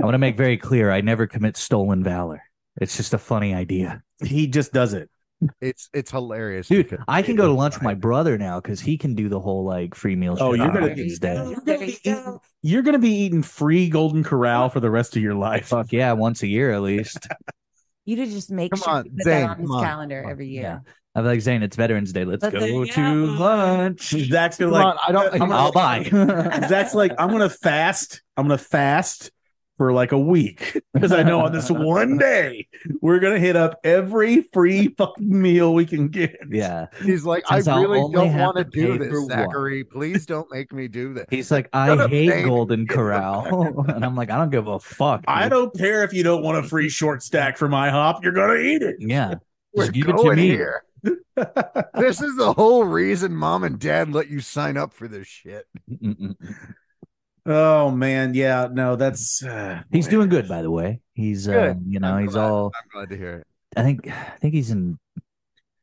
[SPEAKER 4] I want to make very clear: I never commit stolen valor. It's just a funny idea,
[SPEAKER 3] He just does it.
[SPEAKER 5] It's it's hilarious,
[SPEAKER 4] dude.
[SPEAKER 5] because
[SPEAKER 4] I can go to lunch with my
[SPEAKER 5] Fine.
[SPEAKER 4] brother now because he can do the whole like free meal.
[SPEAKER 3] Oh,
[SPEAKER 4] shit
[SPEAKER 3] you're
[SPEAKER 4] on
[SPEAKER 3] gonna
[SPEAKER 4] Veterans
[SPEAKER 3] be,
[SPEAKER 4] Day.
[SPEAKER 3] you're gonna be eating, you're gonna be eating free Golden Corral for the rest of your life.
[SPEAKER 4] Fuck yeah, once a year at least.
[SPEAKER 6] You to just make
[SPEAKER 5] Come
[SPEAKER 6] sure
[SPEAKER 5] on,
[SPEAKER 6] you put
[SPEAKER 5] Zane,
[SPEAKER 6] that on
[SPEAKER 5] come
[SPEAKER 6] his
[SPEAKER 5] on,
[SPEAKER 6] calendar
[SPEAKER 5] come on.
[SPEAKER 6] every
[SPEAKER 4] Yeah.
[SPEAKER 6] year.
[SPEAKER 4] I'm like Zane, it's Veterans Day. Let's
[SPEAKER 6] Let's
[SPEAKER 4] go
[SPEAKER 6] say,
[SPEAKER 4] to
[SPEAKER 6] yeah.
[SPEAKER 4] lunch.
[SPEAKER 3] Zach's gonna
[SPEAKER 5] Come
[SPEAKER 3] like.
[SPEAKER 5] on, I don't.
[SPEAKER 3] I'm
[SPEAKER 4] I'll buy.
[SPEAKER 3] Zach's like, I'm gonna fast. I'm gonna fast for like a week because I know on this one day we're gonna hit up every free fucking meal we can get.
[SPEAKER 4] yeah.
[SPEAKER 5] He's like, I
[SPEAKER 4] Since I'll
[SPEAKER 5] really
[SPEAKER 4] only
[SPEAKER 5] don't
[SPEAKER 4] have
[SPEAKER 5] want to
[SPEAKER 4] to
[SPEAKER 5] do
[SPEAKER 4] pay for
[SPEAKER 5] this,
[SPEAKER 4] one."
[SPEAKER 5] Zachary. Please don't make me do this.
[SPEAKER 4] He's like,
[SPEAKER 5] Shut
[SPEAKER 4] I
[SPEAKER 5] up,
[SPEAKER 4] hate
[SPEAKER 5] Zane.
[SPEAKER 4] Golden
[SPEAKER 5] Get the
[SPEAKER 4] Corral.
[SPEAKER 5] fuck out.
[SPEAKER 4] and I'm like, I don't give a fuck.
[SPEAKER 3] I
[SPEAKER 4] dude.
[SPEAKER 3] don't care if you don't want a free short stack from IHOP. You're gonna eat it.
[SPEAKER 4] Yeah.
[SPEAKER 5] We're
[SPEAKER 4] Just give it to
[SPEAKER 5] going
[SPEAKER 4] me.
[SPEAKER 5] here. this is the whole reason mom and dad let you sign up for this shit.
[SPEAKER 4] Mm-mm.
[SPEAKER 3] Oh man, yeah, no, that's uh,
[SPEAKER 4] He's doing good, by the way. He's,
[SPEAKER 5] Good.
[SPEAKER 4] um, you know,
[SPEAKER 5] I'm
[SPEAKER 4] he's
[SPEAKER 5] glad.
[SPEAKER 4] all.
[SPEAKER 5] I'm glad to hear it.
[SPEAKER 4] I think, I think he's in,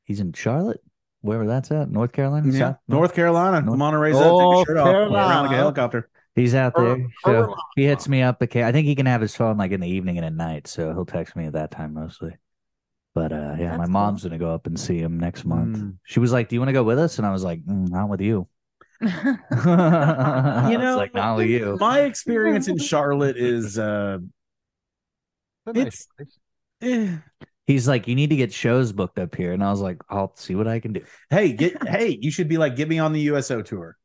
[SPEAKER 4] he's in Charlotte, wherever that's at, North Carolina.
[SPEAKER 3] yeah.
[SPEAKER 4] South-
[SPEAKER 3] North Carolina.
[SPEAKER 4] North-
[SPEAKER 3] Monterey's up, take your
[SPEAKER 5] North
[SPEAKER 3] shirt off, fly around like a
[SPEAKER 5] Carolina.
[SPEAKER 3] helicopter.
[SPEAKER 4] He's out
[SPEAKER 5] Or-
[SPEAKER 4] there. So
[SPEAKER 5] or-
[SPEAKER 4] he hits me up. Okay, I think he can have his phone like in the evening and at night, so he'll text me at that time mostly. But uh, yeah,
[SPEAKER 6] That's
[SPEAKER 4] my
[SPEAKER 6] cool.
[SPEAKER 4] mom's gonna go up and see him next month.
[SPEAKER 3] Mm.
[SPEAKER 4] She was like, "Do you want to go with us?" And I was like, mm, "Not with you." you
[SPEAKER 3] know,
[SPEAKER 4] like not with you.
[SPEAKER 3] My experience in Charlotte is uh,
[SPEAKER 5] It's a nice
[SPEAKER 3] It's-
[SPEAKER 5] place.
[SPEAKER 3] eh.
[SPEAKER 4] He's like, "You need to get shows booked up here," and I was like, "I'll see what I can do."
[SPEAKER 3] hey, get hey, you should be like, get me on the USO tour.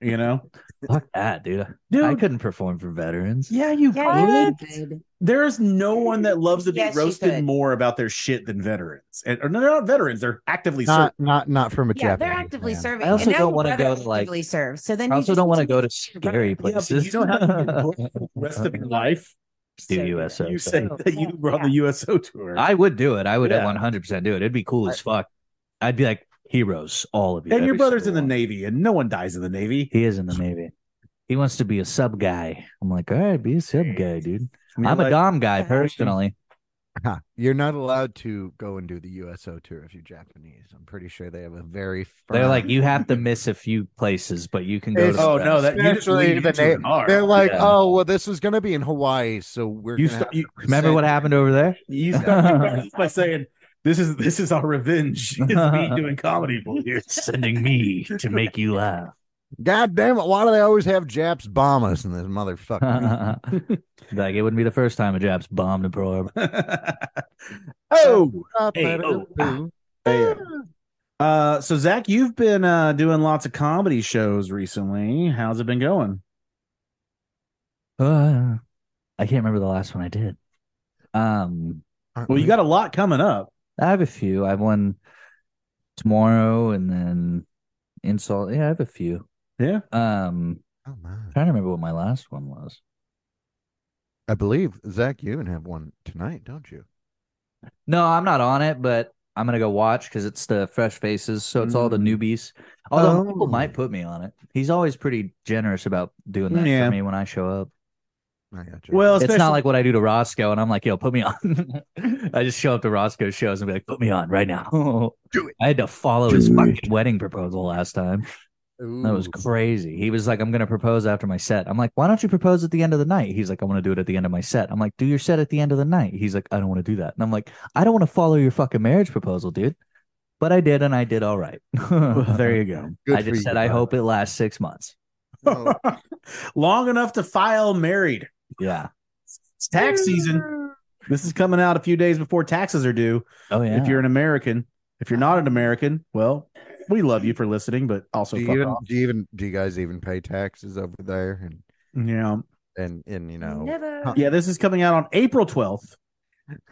[SPEAKER 3] You know,
[SPEAKER 4] Fuck that, dude. I couldn't perform for veterans.
[SPEAKER 3] Yeah, you
[SPEAKER 6] yeah,
[SPEAKER 3] could.
[SPEAKER 6] you did.
[SPEAKER 3] There is no one that loves to be
[SPEAKER 6] Yes, you
[SPEAKER 3] roasted
[SPEAKER 6] could.
[SPEAKER 3] more about their shit than veterans. And, or no, they're not veterans. They're actively serving.
[SPEAKER 5] not not not from a
[SPEAKER 6] yeah they're
[SPEAKER 5] Japanese
[SPEAKER 6] actively
[SPEAKER 5] man.
[SPEAKER 6] serving.
[SPEAKER 4] I also
[SPEAKER 6] And now
[SPEAKER 4] don't
[SPEAKER 6] your
[SPEAKER 4] wanna
[SPEAKER 6] brother
[SPEAKER 4] go to, like-
[SPEAKER 6] actively serves. So then
[SPEAKER 4] I
[SPEAKER 6] you
[SPEAKER 4] also
[SPEAKER 6] just
[SPEAKER 4] don't want to
[SPEAKER 6] need
[SPEAKER 4] go to scary
[SPEAKER 3] Yeah, but
[SPEAKER 4] places.
[SPEAKER 3] you don't have to get booked for the rest of your life.
[SPEAKER 4] do
[SPEAKER 6] So-
[SPEAKER 4] USO.
[SPEAKER 3] You say
[SPEAKER 6] so-
[SPEAKER 3] that you were on the USO tour.
[SPEAKER 4] I would do it. I would
[SPEAKER 3] Yeah.
[SPEAKER 4] 100% do it. It'd be cool as fuck. I'd be like heroes, all of you.
[SPEAKER 3] and your
[SPEAKER 4] every
[SPEAKER 3] brother's in
[SPEAKER 4] single
[SPEAKER 3] the
[SPEAKER 4] one.
[SPEAKER 3] Navy, and no one dies in the Navy.
[SPEAKER 4] He is in the Navy. He wants to be a sub guy. I'm like, all right, be a sub guy, dude.
[SPEAKER 3] And you're
[SPEAKER 4] I'm a
[SPEAKER 3] like,
[SPEAKER 4] dom guy
[SPEAKER 6] Yeah.
[SPEAKER 4] personally.
[SPEAKER 5] Huh. Uh-huh. You're not allowed to go and do the USO tour if you're Japanese. I'm pretty sure they have a very. Firm...
[SPEAKER 4] They're like, you have to miss a few places, but you can go.
[SPEAKER 5] It's-
[SPEAKER 4] To
[SPEAKER 3] Oh no, that you just
[SPEAKER 5] Especially
[SPEAKER 3] lead
[SPEAKER 5] the
[SPEAKER 3] into an
[SPEAKER 5] Navy.
[SPEAKER 3] R.
[SPEAKER 5] They're like,
[SPEAKER 4] Yeah.
[SPEAKER 5] oh well, this was gonna be in Hawaii, so we're.
[SPEAKER 3] you,
[SPEAKER 5] gonna
[SPEAKER 3] st-
[SPEAKER 5] have
[SPEAKER 3] you
[SPEAKER 5] to
[SPEAKER 4] Remember what
[SPEAKER 5] present-
[SPEAKER 4] happened over there?
[SPEAKER 3] you start by saying this is this is our revenge. It's me doing comedy for you.
[SPEAKER 4] Sending me to make you laugh.
[SPEAKER 5] God damn it! Why do they always have Japs bomb us in this motherfucker?
[SPEAKER 4] like it wouldn't be the first time a Japs bombed a Pearl Harbor.
[SPEAKER 3] oh.
[SPEAKER 4] Hey, oh, ah.
[SPEAKER 3] Yeah. Uh, so Zach, you've been uh, doing lots of comedy shows recently. How's it been going?
[SPEAKER 4] Uh, I can't remember the last one I did. Um,
[SPEAKER 3] Well, you got a lot coming up.
[SPEAKER 4] I have a few. I have one tomorrow, and then insult. Yeah, I have a few.
[SPEAKER 3] Yeah.
[SPEAKER 4] Um,
[SPEAKER 5] Oh, my.
[SPEAKER 4] trying to remember what my last one was.
[SPEAKER 5] I believe Zach, you even have one tonight, don't you?
[SPEAKER 4] No, I'm not on it, but I'm gonna go watch because it's the fresh faces, so it's all the
[SPEAKER 3] Mm.
[SPEAKER 4] newbies. Although people
[SPEAKER 5] Oh.
[SPEAKER 4] might put me on it. He's always pretty generous about doing that
[SPEAKER 3] Yeah.
[SPEAKER 4] for me when I show up.
[SPEAKER 5] I got you.
[SPEAKER 3] Well,
[SPEAKER 4] It's
[SPEAKER 3] especially-
[SPEAKER 4] not like what I do to Roscoe, and I'm like, "Yo, put me on." I just show up to Roscoe shows and be like, "Put me on right now."
[SPEAKER 5] Do it.
[SPEAKER 4] I had to follow his
[SPEAKER 3] Do
[SPEAKER 4] fucking wedding proposal last time. That was
[SPEAKER 5] Ooh.
[SPEAKER 4] crazy. He was like, I'm going to propose after my set. I'm like, why don't you propose at the end of the night? He's like, I want to do it at the end of my set. I'm like, do your set at the end of the night. He's like, I don't want to do that. And I'm like, I don't want to follow your fucking marriage proposal, dude. But I did, and I did all right.
[SPEAKER 3] there you go.
[SPEAKER 5] Good
[SPEAKER 4] I
[SPEAKER 5] for
[SPEAKER 4] just said,
[SPEAKER 5] you,
[SPEAKER 4] I
[SPEAKER 5] bud.
[SPEAKER 4] hope it lasts six months.
[SPEAKER 5] Oh,
[SPEAKER 3] Long enough to file married.
[SPEAKER 4] Yeah.
[SPEAKER 3] It's tax season. This is coming out a few days before taxes are due.
[SPEAKER 4] Oh, yeah.
[SPEAKER 3] If you're an American, if you're not an American, well, we love you for listening, but also
[SPEAKER 5] do you
[SPEAKER 3] fuck
[SPEAKER 5] even
[SPEAKER 3] off.
[SPEAKER 5] do you even do you guys even pay taxes over there and
[SPEAKER 3] Yeah,
[SPEAKER 5] and and you know
[SPEAKER 6] Never.
[SPEAKER 5] Huh.
[SPEAKER 3] yeah. This is coming out on April 12th.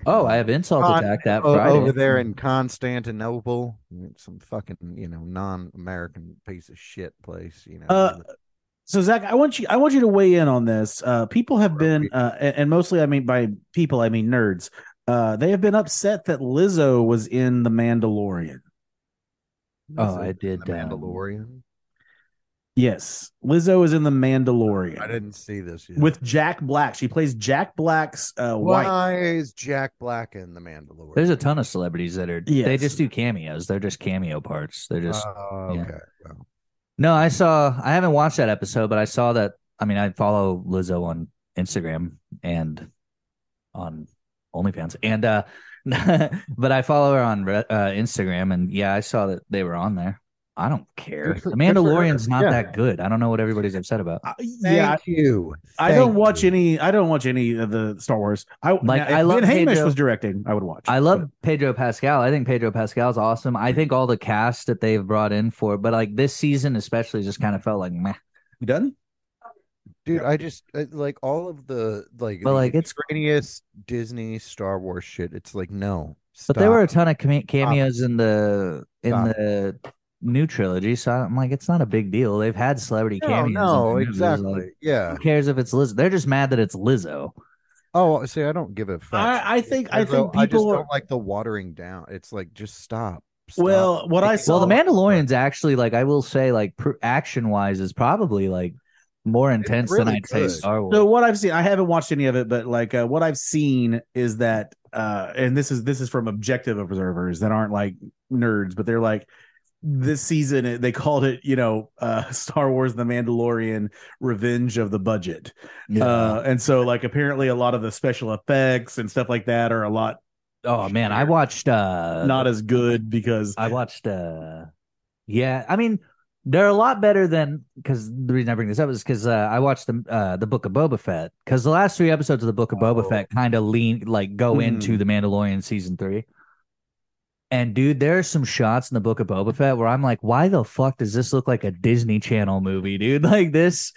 [SPEAKER 4] Oh, I have insult
[SPEAKER 5] Uh,
[SPEAKER 4] attack that
[SPEAKER 5] O-
[SPEAKER 4] Friday.
[SPEAKER 5] over
[SPEAKER 3] Hmm.
[SPEAKER 5] there in Constantinople, some fucking you know non-American piece of shit place. You know,
[SPEAKER 3] Uh, So Zach, I want you I want you to weigh in on this. Uh, people have been, uh, and and mostly I mean by people I mean nerds. Uh, they have been upset that Lizzo was in The Mandalorian.
[SPEAKER 4] oh,
[SPEAKER 5] Is
[SPEAKER 4] I
[SPEAKER 5] it
[SPEAKER 4] did,
[SPEAKER 5] The
[SPEAKER 4] um,
[SPEAKER 5] Mandalorian.
[SPEAKER 3] Yes, Lizzo is in The Mandalorian
[SPEAKER 5] I didn't see this yet.
[SPEAKER 3] with Jack Black. She plays Jack Black's uh,
[SPEAKER 5] why
[SPEAKER 3] wife.
[SPEAKER 5] is Jack Black in the Mandalorian?
[SPEAKER 4] There's a ton of celebrities that are. They
[SPEAKER 3] Yes.
[SPEAKER 4] just do cameos. They're just cameo parts. They're just.
[SPEAKER 5] Oh,
[SPEAKER 4] yeah.
[SPEAKER 5] okay. Well,
[SPEAKER 4] no, I saw. I haven't watched that episode, but I saw that. I mean, I follow Lizzo on Instagram and on OnlyFans, and uh, but I follow her on Re- uh, Instagram, and yeah, I saw that they were on there. I don't care.
[SPEAKER 5] Good for-
[SPEAKER 4] the
[SPEAKER 5] good for her.
[SPEAKER 4] Mandalorian's not
[SPEAKER 5] Yeah.
[SPEAKER 4] that good. I don't know what everybody's upset about.
[SPEAKER 3] I-
[SPEAKER 5] thank
[SPEAKER 3] yeah,
[SPEAKER 5] you.
[SPEAKER 3] I, I don't
[SPEAKER 5] Thank
[SPEAKER 3] watch
[SPEAKER 5] you.
[SPEAKER 3] any. I don't watch any of the Star Wars. I
[SPEAKER 4] Like,
[SPEAKER 3] now,
[SPEAKER 4] I
[SPEAKER 3] if
[SPEAKER 4] love
[SPEAKER 3] Ben Hamish
[SPEAKER 4] Pedro-
[SPEAKER 3] was directing. I would watch.
[SPEAKER 4] I
[SPEAKER 3] But
[SPEAKER 4] love Pedro Pascal. I think Pedro Pascal's awesome. I think all the cast that they've brought in for, but like this season especially, just kind of felt like meh.
[SPEAKER 3] you done.
[SPEAKER 5] dude. I just I- like all of the like,
[SPEAKER 4] But,
[SPEAKER 5] the
[SPEAKER 4] like, it's-
[SPEAKER 5] extraneous Disney Star Wars shit. It's like no,
[SPEAKER 4] But there were a
[SPEAKER 5] stop.
[SPEAKER 4] ton of came- cameos in the in
[SPEAKER 5] Stop.
[SPEAKER 4] the new trilogy, so I'm like, it's not a big deal. They've had celebrity
[SPEAKER 5] no,
[SPEAKER 4] cameos.
[SPEAKER 5] Oh, no,
[SPEAKER 4] in their movies,
[SPEAKER 5] exactly,
[SPEAKER 4] like,
[SPEAKER 5] yeah.
[SPEAKER 4] who cares if it's Lizzo? They're just mad that it's Lizzo.
[SPEAKER 5] Oh, see, I don't give a fuck.
[SPEAKER 3] I- I think- I think
[SPEAKER 5] don't- I just
[SPEAKER 3] people-
[SPEAKER 5] don't like the watering down. It's like just stop. stop.
[SPEAKER 3] Well, what I saw.
[SPEAKER 4] Well, The Mandalorian's actually like I will say, like pr- action wise, is probably like more intense than
[SPEAKER 5] really
[SPEAKER 4] I'd say
[SPEAKER 5] good.
[SPEAKER 4] Star Wars.
[SPEAKER 3] So what I've seen, I haven't watched any of it, but like uh, what I've seen is that, uh, and this is this is from objective observers that aren't like nerds, but they're like this season it- they called it, you know, uh, Star Wars: The Mandalorian, Revenge of the Budget,
[SPEAKER 4] Yeah.
[SPEAKER 3] uh, and so like apparently a lot of the special effects and stuff like that are a lot
[SPEAKER 4] oh man, I watched uh
[SPEAKER 3] not as good because
[SPEAKER 4] I watched uh yeah, I mean they're a lot better than because the reason I bring this up is because uh, I watched the uh, the Book of Boba Fett because the last three episodes of the Book of Boba
[SPEAKER 5] Oh.
[SPEAKER 4] Fett kind of lean like go
[SPEAKER 3] Hmm.
[SPEAKER 4] into the Mandalorian season three, and dude, there are some shots in the Book of Boba Fett where I'm like, why the fuck does this look like a Disney Channel movie, dude? Like this,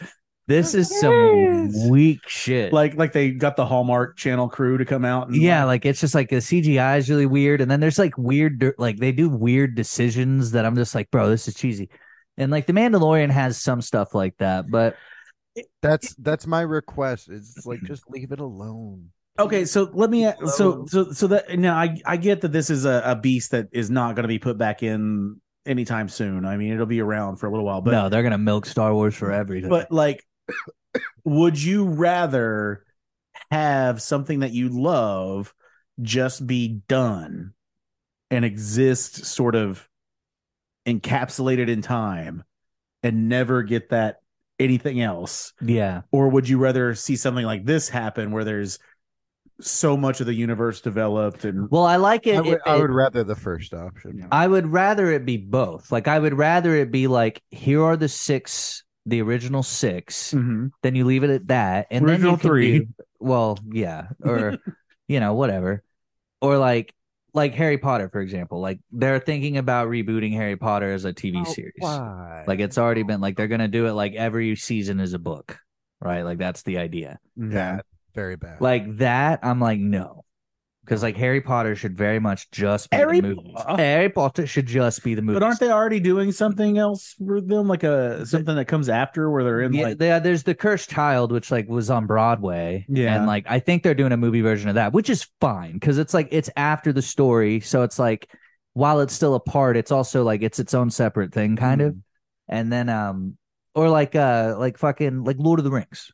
[SPEAKER 4] this is
[SPEAKER 6] Yes.
[SPEAKER 4] some weak shit.
[SPEAKER 3] like like they got the Hallmark Channel crew to come out. And,
[SPEAKER 4] Yeah, like it's just like the CGI is really weird, and then there's like weird, dir- like they do weird decisions that I'm just like, bro, this is cheesy. And like the Mandalorian has some stuff like that, but
[SPEAKER 5] that's that's my request. It's like
[SPEAKER 4] Mm-hmm.
[SPEAKER 5] just leave it alone.
[SPEAKER 3] Okay, so let me uh,
[SPEAKER 5] Hello.
[SPEAKER 3] so so so that now I I get that this is a, a beast that is not going to be put back in anytime soon. I mean, it'll be around for a little while, but
[SPEAKER 4] no, they're gonna milk Star Wars for everything.
[SPEAKER 3] but like, would you rather have something that you love just be done and exist sort of encapsulated in time and never get that anything else
[SPEAKER 4] yeah,
[SPEAKER 3] or would you rather see something like this happen where there's so much of the universe developed and
[SPEAKER 4] well, I like it.
[SPEAKER 5] I would,
[SPEAKER 4] if
[SPEAKER 5] I
[SPEAKER 4] it-
[SPEAKER 5] would rather the first option.
[SPEAKER 3] Yeah.
[SPEAKER 4] I would rather it be both. Like I would rather it be like here are the six, the original 6 Then you leave it at that, and then
[SPEAKER 3] Original
[SPEAKER 4] you can
[SPEAKER 3] three.
[SPEAKER 4] do- well, yeah, or you know whatever, or like like Harry Potter for example. Like they're thinking about rebooting Harry Potter as a TV
[SPEAKER 5] Oh,
[SPEAKER 4] series.
[SPEAKER 5] Why?
[SPEAKER 4] Like it's already been like they're gonna do it like every season is a book, right? Like that's the idea.
[SPEAKER 3] Mm-hmm.
[SPEAKER 5] bad, very bad.
[SPEAKER 4] Like that, I'm like no. Because like Harry Potter should very much just be
[SPEAKER 3] Harry
[SPEAKER 4] the movies.
[SPEAKER 3] Potter.
[SPEAKER 4] Harry Potter should just be the movies.
[SPEAKER 3] but aren't they already doing something else for them like a something that comes after where they're in
[SPEAKER 4] yeah,
[SPEAKER 3] like
[SPEAKER 4] there- there's the cursed child which like was on broadway
[SPEAKER 3] Yeah.
[SPEAKER 4] and like i think they're doing a movie version of that which is fine because it's like it's after the story so it's like while it's still a part it's also like it's its own separate thing kind
[SPEAKER 3] Mm.
[SPEAKER 4] of and then um or like uh like fucking like lord of the rings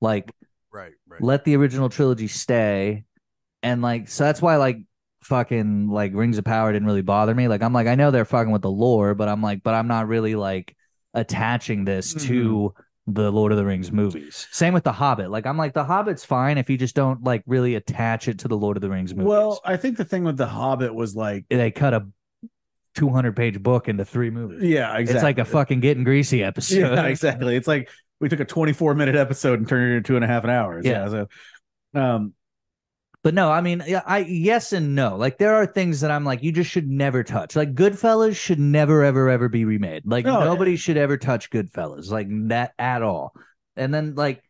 [SPEAKER 4] like
[SPEAKER 5] right, right.
[SPEAKER 4] let the original trilogy stay and like so that's why like fucking like rings of power didn't really bother me like i'm like i know they're fucking with the lore but i'm like but i'm not really like attaching this to
[SPEAKER 3] Mm-hmm.
[SPEAKER 4] the lord of the rings movies same with the hobbit like i'm like the hobbit's fine if you just don't like really attach it to the lord of the rings movies
[SPEAKER 3] well i think the thing with the hobbit was like
[SPEAKER 4] they cut a 200 page book into three movies
[SPEAKER 3] yeah exactly
[SPEAKER 4] it's like a fucking getting greasy episode
[SPEAKER 3] yeah exactly it's like we took a 24 minute episode and turned it into two and a half an hours
[SPEAKER 4] Yeah.
[SPEAKER 3] so um
[SPEAKER 4] But no, I mean, yeah, I yes and no. Like there are things that I'm like, you just should never touch. Like Goodfellas should never, ever, ever be remade. Like
[SPEAKER 3] No,
[SPEAKER 4] nobody should ever touch Goodfellas like that at all. And then like,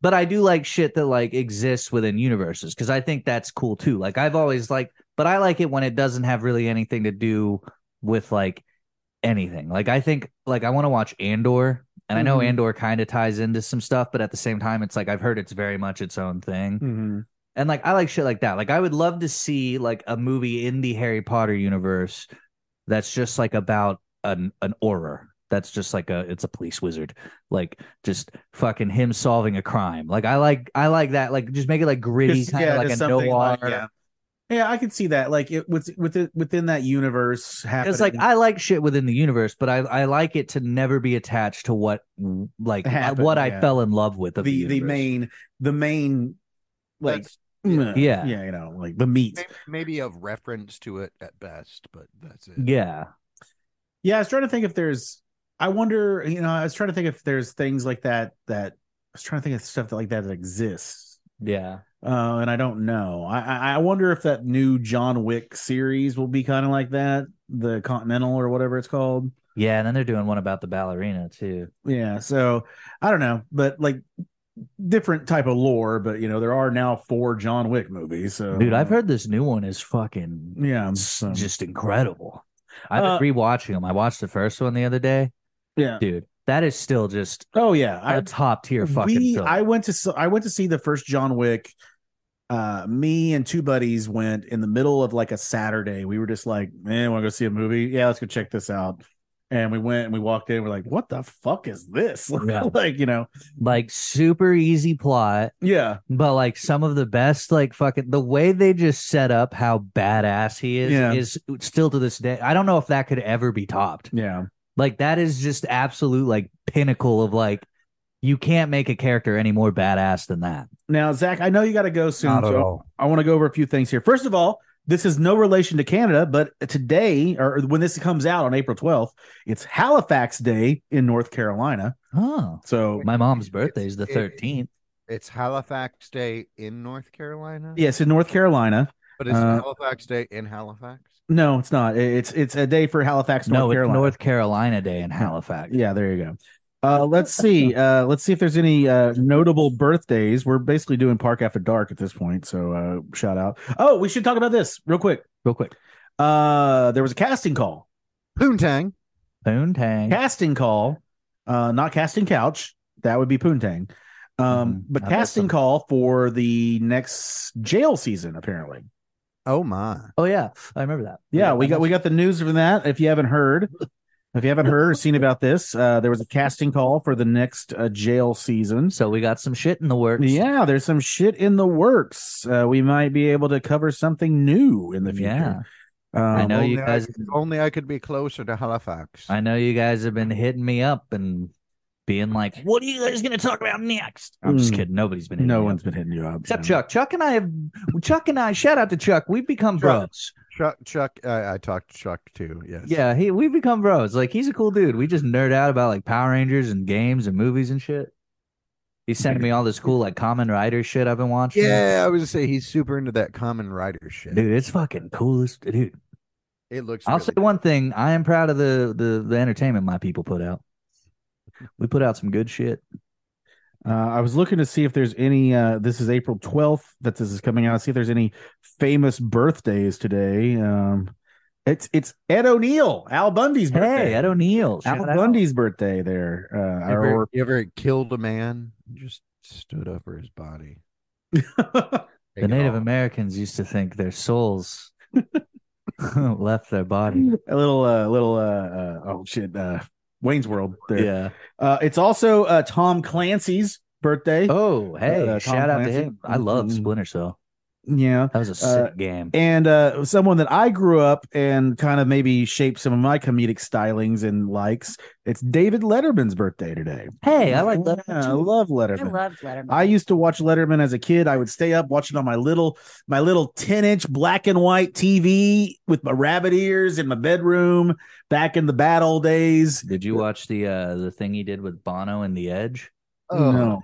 [SPEAKER 4] but I do like shit that like exists within universes because I think that's cool too. Like I've always liked, but I like it when it doesn't have really anything to do with like anything. Like I think like I want to watch Andor, and I know
[SPEAKER 6] Mhm.
[SPEAKER 4] Andor kind of ties into some stuff, but at the same time, it's like I've heard it's very much its own thing.
[SPEAKER 3] Mhm.
[SPEAKER 4] And like I like shit like that. Like I would love to see like a movie in the Harry Potter universe that's just like about an an auror. That's just like a it's a police wizard. Like just fucking him solving a crime. Like I like I like that. Like just make it like gritty,
[SPEAKER 3] Just,
[SPEAKER 4] kind of
[SPEAKER 3] yeah,
[SPEAKER 4] like
[SPEAKER 3] just
[SPEAKER 4] a
[SPEAKER 3] something
[SPEAKER 4] noir.
[SPEAKER 3] like- yeah. yeah, I could see that. Like it with within within that universe happening.
[SPEAKER 4] It's like I like shit within the universe, but I, I like it to never be attached to what like
[SPEAKER 3] Happened,
[SPEAKER 4] what I
[SPEAKER 3] yeah.
[SPEAKER 4] fell in love with
[SPEAKER 3] the
[SPEAKER 4] of
[SPEAKER 3] the,
[SPEAKER 4] the universe.
[SPEAKER 3] main the main like
[SPEAKER 5] That's-
[SPEAKER 3] mm,
[SPEAKER 4] Yeah.
[SPEAKER 3] yeah you know like the meat.
[SPEAKER 5] May- maybe a reference to it at best, but that's it.
[SPEAKER 4] yeah
[SPEAKER 3] Yeah, I was trying to think if there's. I wonder. You know, I was trying to think if there's things like that that I was trying to think of stuff that like that that exists.
[SPEAKER 4] yeah
[SPEAKER 3] Uh, and I don't know. I- I I wonder if that new John Wick series will be kind of like that, the Continental or whatever it's called.
[SPEAKER 4] yeah. And then they're doing one about the ballerina too.
[SPEAKER 3] Yeah. So I don't know, but like different type of lore. But you know, there are now four John Wick movies. So
[SPEAKER 4] Dude, I've heard this new one is fucking
[SPEAKER 3] Yeah.
[SPEAKER 4] s-
[SPEAKER 3] So,
[SPEAKER 4] just incredible. I've
[SPEAKER 3] um, Uh,
[SPEAKER 4] been rewatching them. I watched the first one the other day.
[SPEAKER 3] yeah.
[SPEAKER 4] Dude, that is still just
[SPEAKER 3] Oh yeah.
[SPEAKER 4] a
[SPEAKER 3] I,
[SPEAKER 4] top tier fucking
[SPEAKER 3] we,
[SPEAKER 4] film.
[SPEAKER 3] I went to s- I went to see the first John Wick. Uh, me and two buddies went in the middle of like a Saturday. We were just like, man, want to go see a movie? Yeah, let's go check this out. And we went and we walked in. We're like, what the fuck is this?
[SPEAKER 4] Yeah.
[SPEAKER 3] like, you know,
[SPEAKER 4] like super easy plot,
[SPEAKER 3] yeah,
[SPEAKER 4] but like some of the best like fucking the way they just set up how badass he is
[SPEAKER 3] Yeah.
[SPEAKER 4] is still to this day. I don't know if that could ever be topped.
[SPEAKER 3] yeah,
[SPEAKER 4] Like that is just absolute like pinnacle of like you can't make a character any more badass than that.
[SPEAKER 3] Now, Zach, I know you got to go soon. so
[SPEAKER 4] all.
[SPEAKER 3] I want to go over a few things here. First of all, this is no relation to Canada, but today, or when this comes out on April 12th, it's Halifax Day in North Carolina.
[SPEAKER 4] Oh.
[SPEAKER 3] So,
[SPEAKER 4] My mom's birthday is the
[SPEAKER 5] It-
[SPEAKER 4] 13th.
[SPEAKER 5] It's Halifax Day in North Carolina.
[SPEAKER 3] yes, in North Carolina.
[SPEAKER 5] but it's
[SPEAKER 3] uh,
[SPEAKER 5] Halifax Day in Halifax.
[SPEAKER 3] No, it's not. It's it's a day for Halifax, North
[SPEAKER 4] no,
[SPEAKER 3] Carolina.
[SPEAKER 4] it's North Carolina Day in Halifax.
[SPEAKER 3] Yeah, there you go. Uh, let's see. Uh, let's see if there's any uh, notable birthdays. We're basically doing Park After Dark at this point. So, uh, shout out. Oh, we should talk about this real quick.
[SPEAKER 4] Real quick.
[SPEAKER 3] Uh, there was a casting call
[SPEAKER 5] Poontang.
[SPEAKER 4] Poontang.
[SPEAKER 3] casting call, uh, not casting couch. That would be Poontang. Um,
[SPEAKER 4] Mhm.
[SPEAKER 3] but
[SPEAKER 4] I bet
[SPEAKER 3] casting
[SPEAKER 4] some-
[SPEAKER 3] call for the next jail season, apparently.
[SPEAKER 5] Oh my.
[SPEAKER 4] oh yeah. I remember that.
[SPEAKER 3] Yeah, we got we got the news from that. If you haven't heard, if you haven't heard or seen about this, uh, there was a casting call for the next uh, jail season.
[SPEAKER 4] so we got some shit in the works.
[SPEAKER 3] Yeah, there's some shit in the works. Uh, we might be able to cover something new in the
[SPEAKER 4] Yeah.
[SPEAKER 3] future. Um,
[SPEAKER 4] I know
[SPEAKER 5] Only
[SPEAKER 4] you guys
[SPEAKER 5] If only I could be closer to Halifax.
[SPEAKER 4] I know you guys have been hitting me up and being like, "What are you guys going to talk about next?" I'm just
[SPEAKER 3] Mm.
[SPEAKER 4] kidding. Nobody's been. Hitting
[SPEAKER 3] No
[SPEAKER 4] me
[SPEAKER 3] one's
[SPEAKER 4] up.
[SPEAKER 3] been hitting you up
[SPEAKER 4] except
[SPEAKER 3] so.
[SPEAKER 4] Chuck. Chuck and I have. Chuck and I. Shout out to Chuck. We've become
[SPEAKER 5] Chuck.
[SPEAKER 4] bros.
[SPEAKER 5] Chuck, Chuck, I, I talked to Chuck too. Yes.
[SPEAKER 4] Yeah, he. We've become bros. Like he's a cool dude. We just nerd out about like Power Rangers and games and movies and shit. He sent me all this cool like Common Rider shit I've been watching.
[SPEAKER 5] Yeah, I was gonna say he's super into that common rider shit.
[SPEAKER 4] dude, it's fucking coolest, dude.
[SPEAKER 5] It looks.
[SPEAKER 4] I'll
[SPEAKER 5] really
[SPEAKER 4] say one thing. I am proud of the, the the entertainment my people put out. We put out some good shit.
[SPEAKER 3] Uh, I was looking to see if there's any. Uh, this is April 12th that this is coming out. See if there's any famous birthdays today. Um, it's it's Ed O'Neill, Al Bundy's birthday.
[SPEAKER 4] Hey, Ed O'Neill.
[SPEAKER 3] Al
[SPEAKER 4] shout out.
[SPEAKER 3] Bundy's birthday there. Uh,
[SPEAKER 5] You ever,
[SPEAKER 3] or,
[SPEAKER 5] you ever killed a man? and Just stood over his body. Take
[SPEAKER 4] The
[SPEAKER 5] it
[SPEAKER 4] Native
[SPEAKER 5] all.
[SPEAKER 4] Americans used to think their souls left their body.
[SPEAKER 3] a little uh, little uh, uh, oh shit, uh, Wayne's World. There.
[SPEAKER 4] Yeah.
[SPEAKER 3] Uh, it's also uh, Tom Clancy's birthday.
[SPEAKER 4] Oh, hey,
[SPEAKER 3] Uh, Tom
[SPEAKER 4] shout out to
[SPEAKER 3] Clancy.
[SPEAKER 4] him. I love
[SPEAKER 3] Mhm.
[SPEAKER 4] Splinter Cell.
[SPEAKER 3] Yeah.
[SPEAKER 4] That was a sick
[SPEAKER 3] Uh,
[SPEAKER 4] game.
[SPEAKER 3] and uh, someone that I grew up and kind of maybe shaped some of my comedic stylings and likes. It's David Letterman's birthday today.
[SPEAKER 4] Hey, I like
[SPEAKER 3] Yeah,
[SPEAKER 4] Letterman
[SPEAKER 3] I
[SPEAKER 4] too.
[SPEAKER 3] love
[SPEAKER 6] I
[SPEAKER 3] Letterman. I,
[SPEAKER 6] loved Letterman.
[SPEAKER 3] used to watch Letterman as a kid. I would stay up watching on my little my little ten inch black and white TV with my rabbit ears in my bedroom back in the bad old days.
[SPEAKER 4] Did you watch the uh the thing he did with Bono and The Edge?
[SPEAKER 5] Oh,
[SPEAKER 3] No,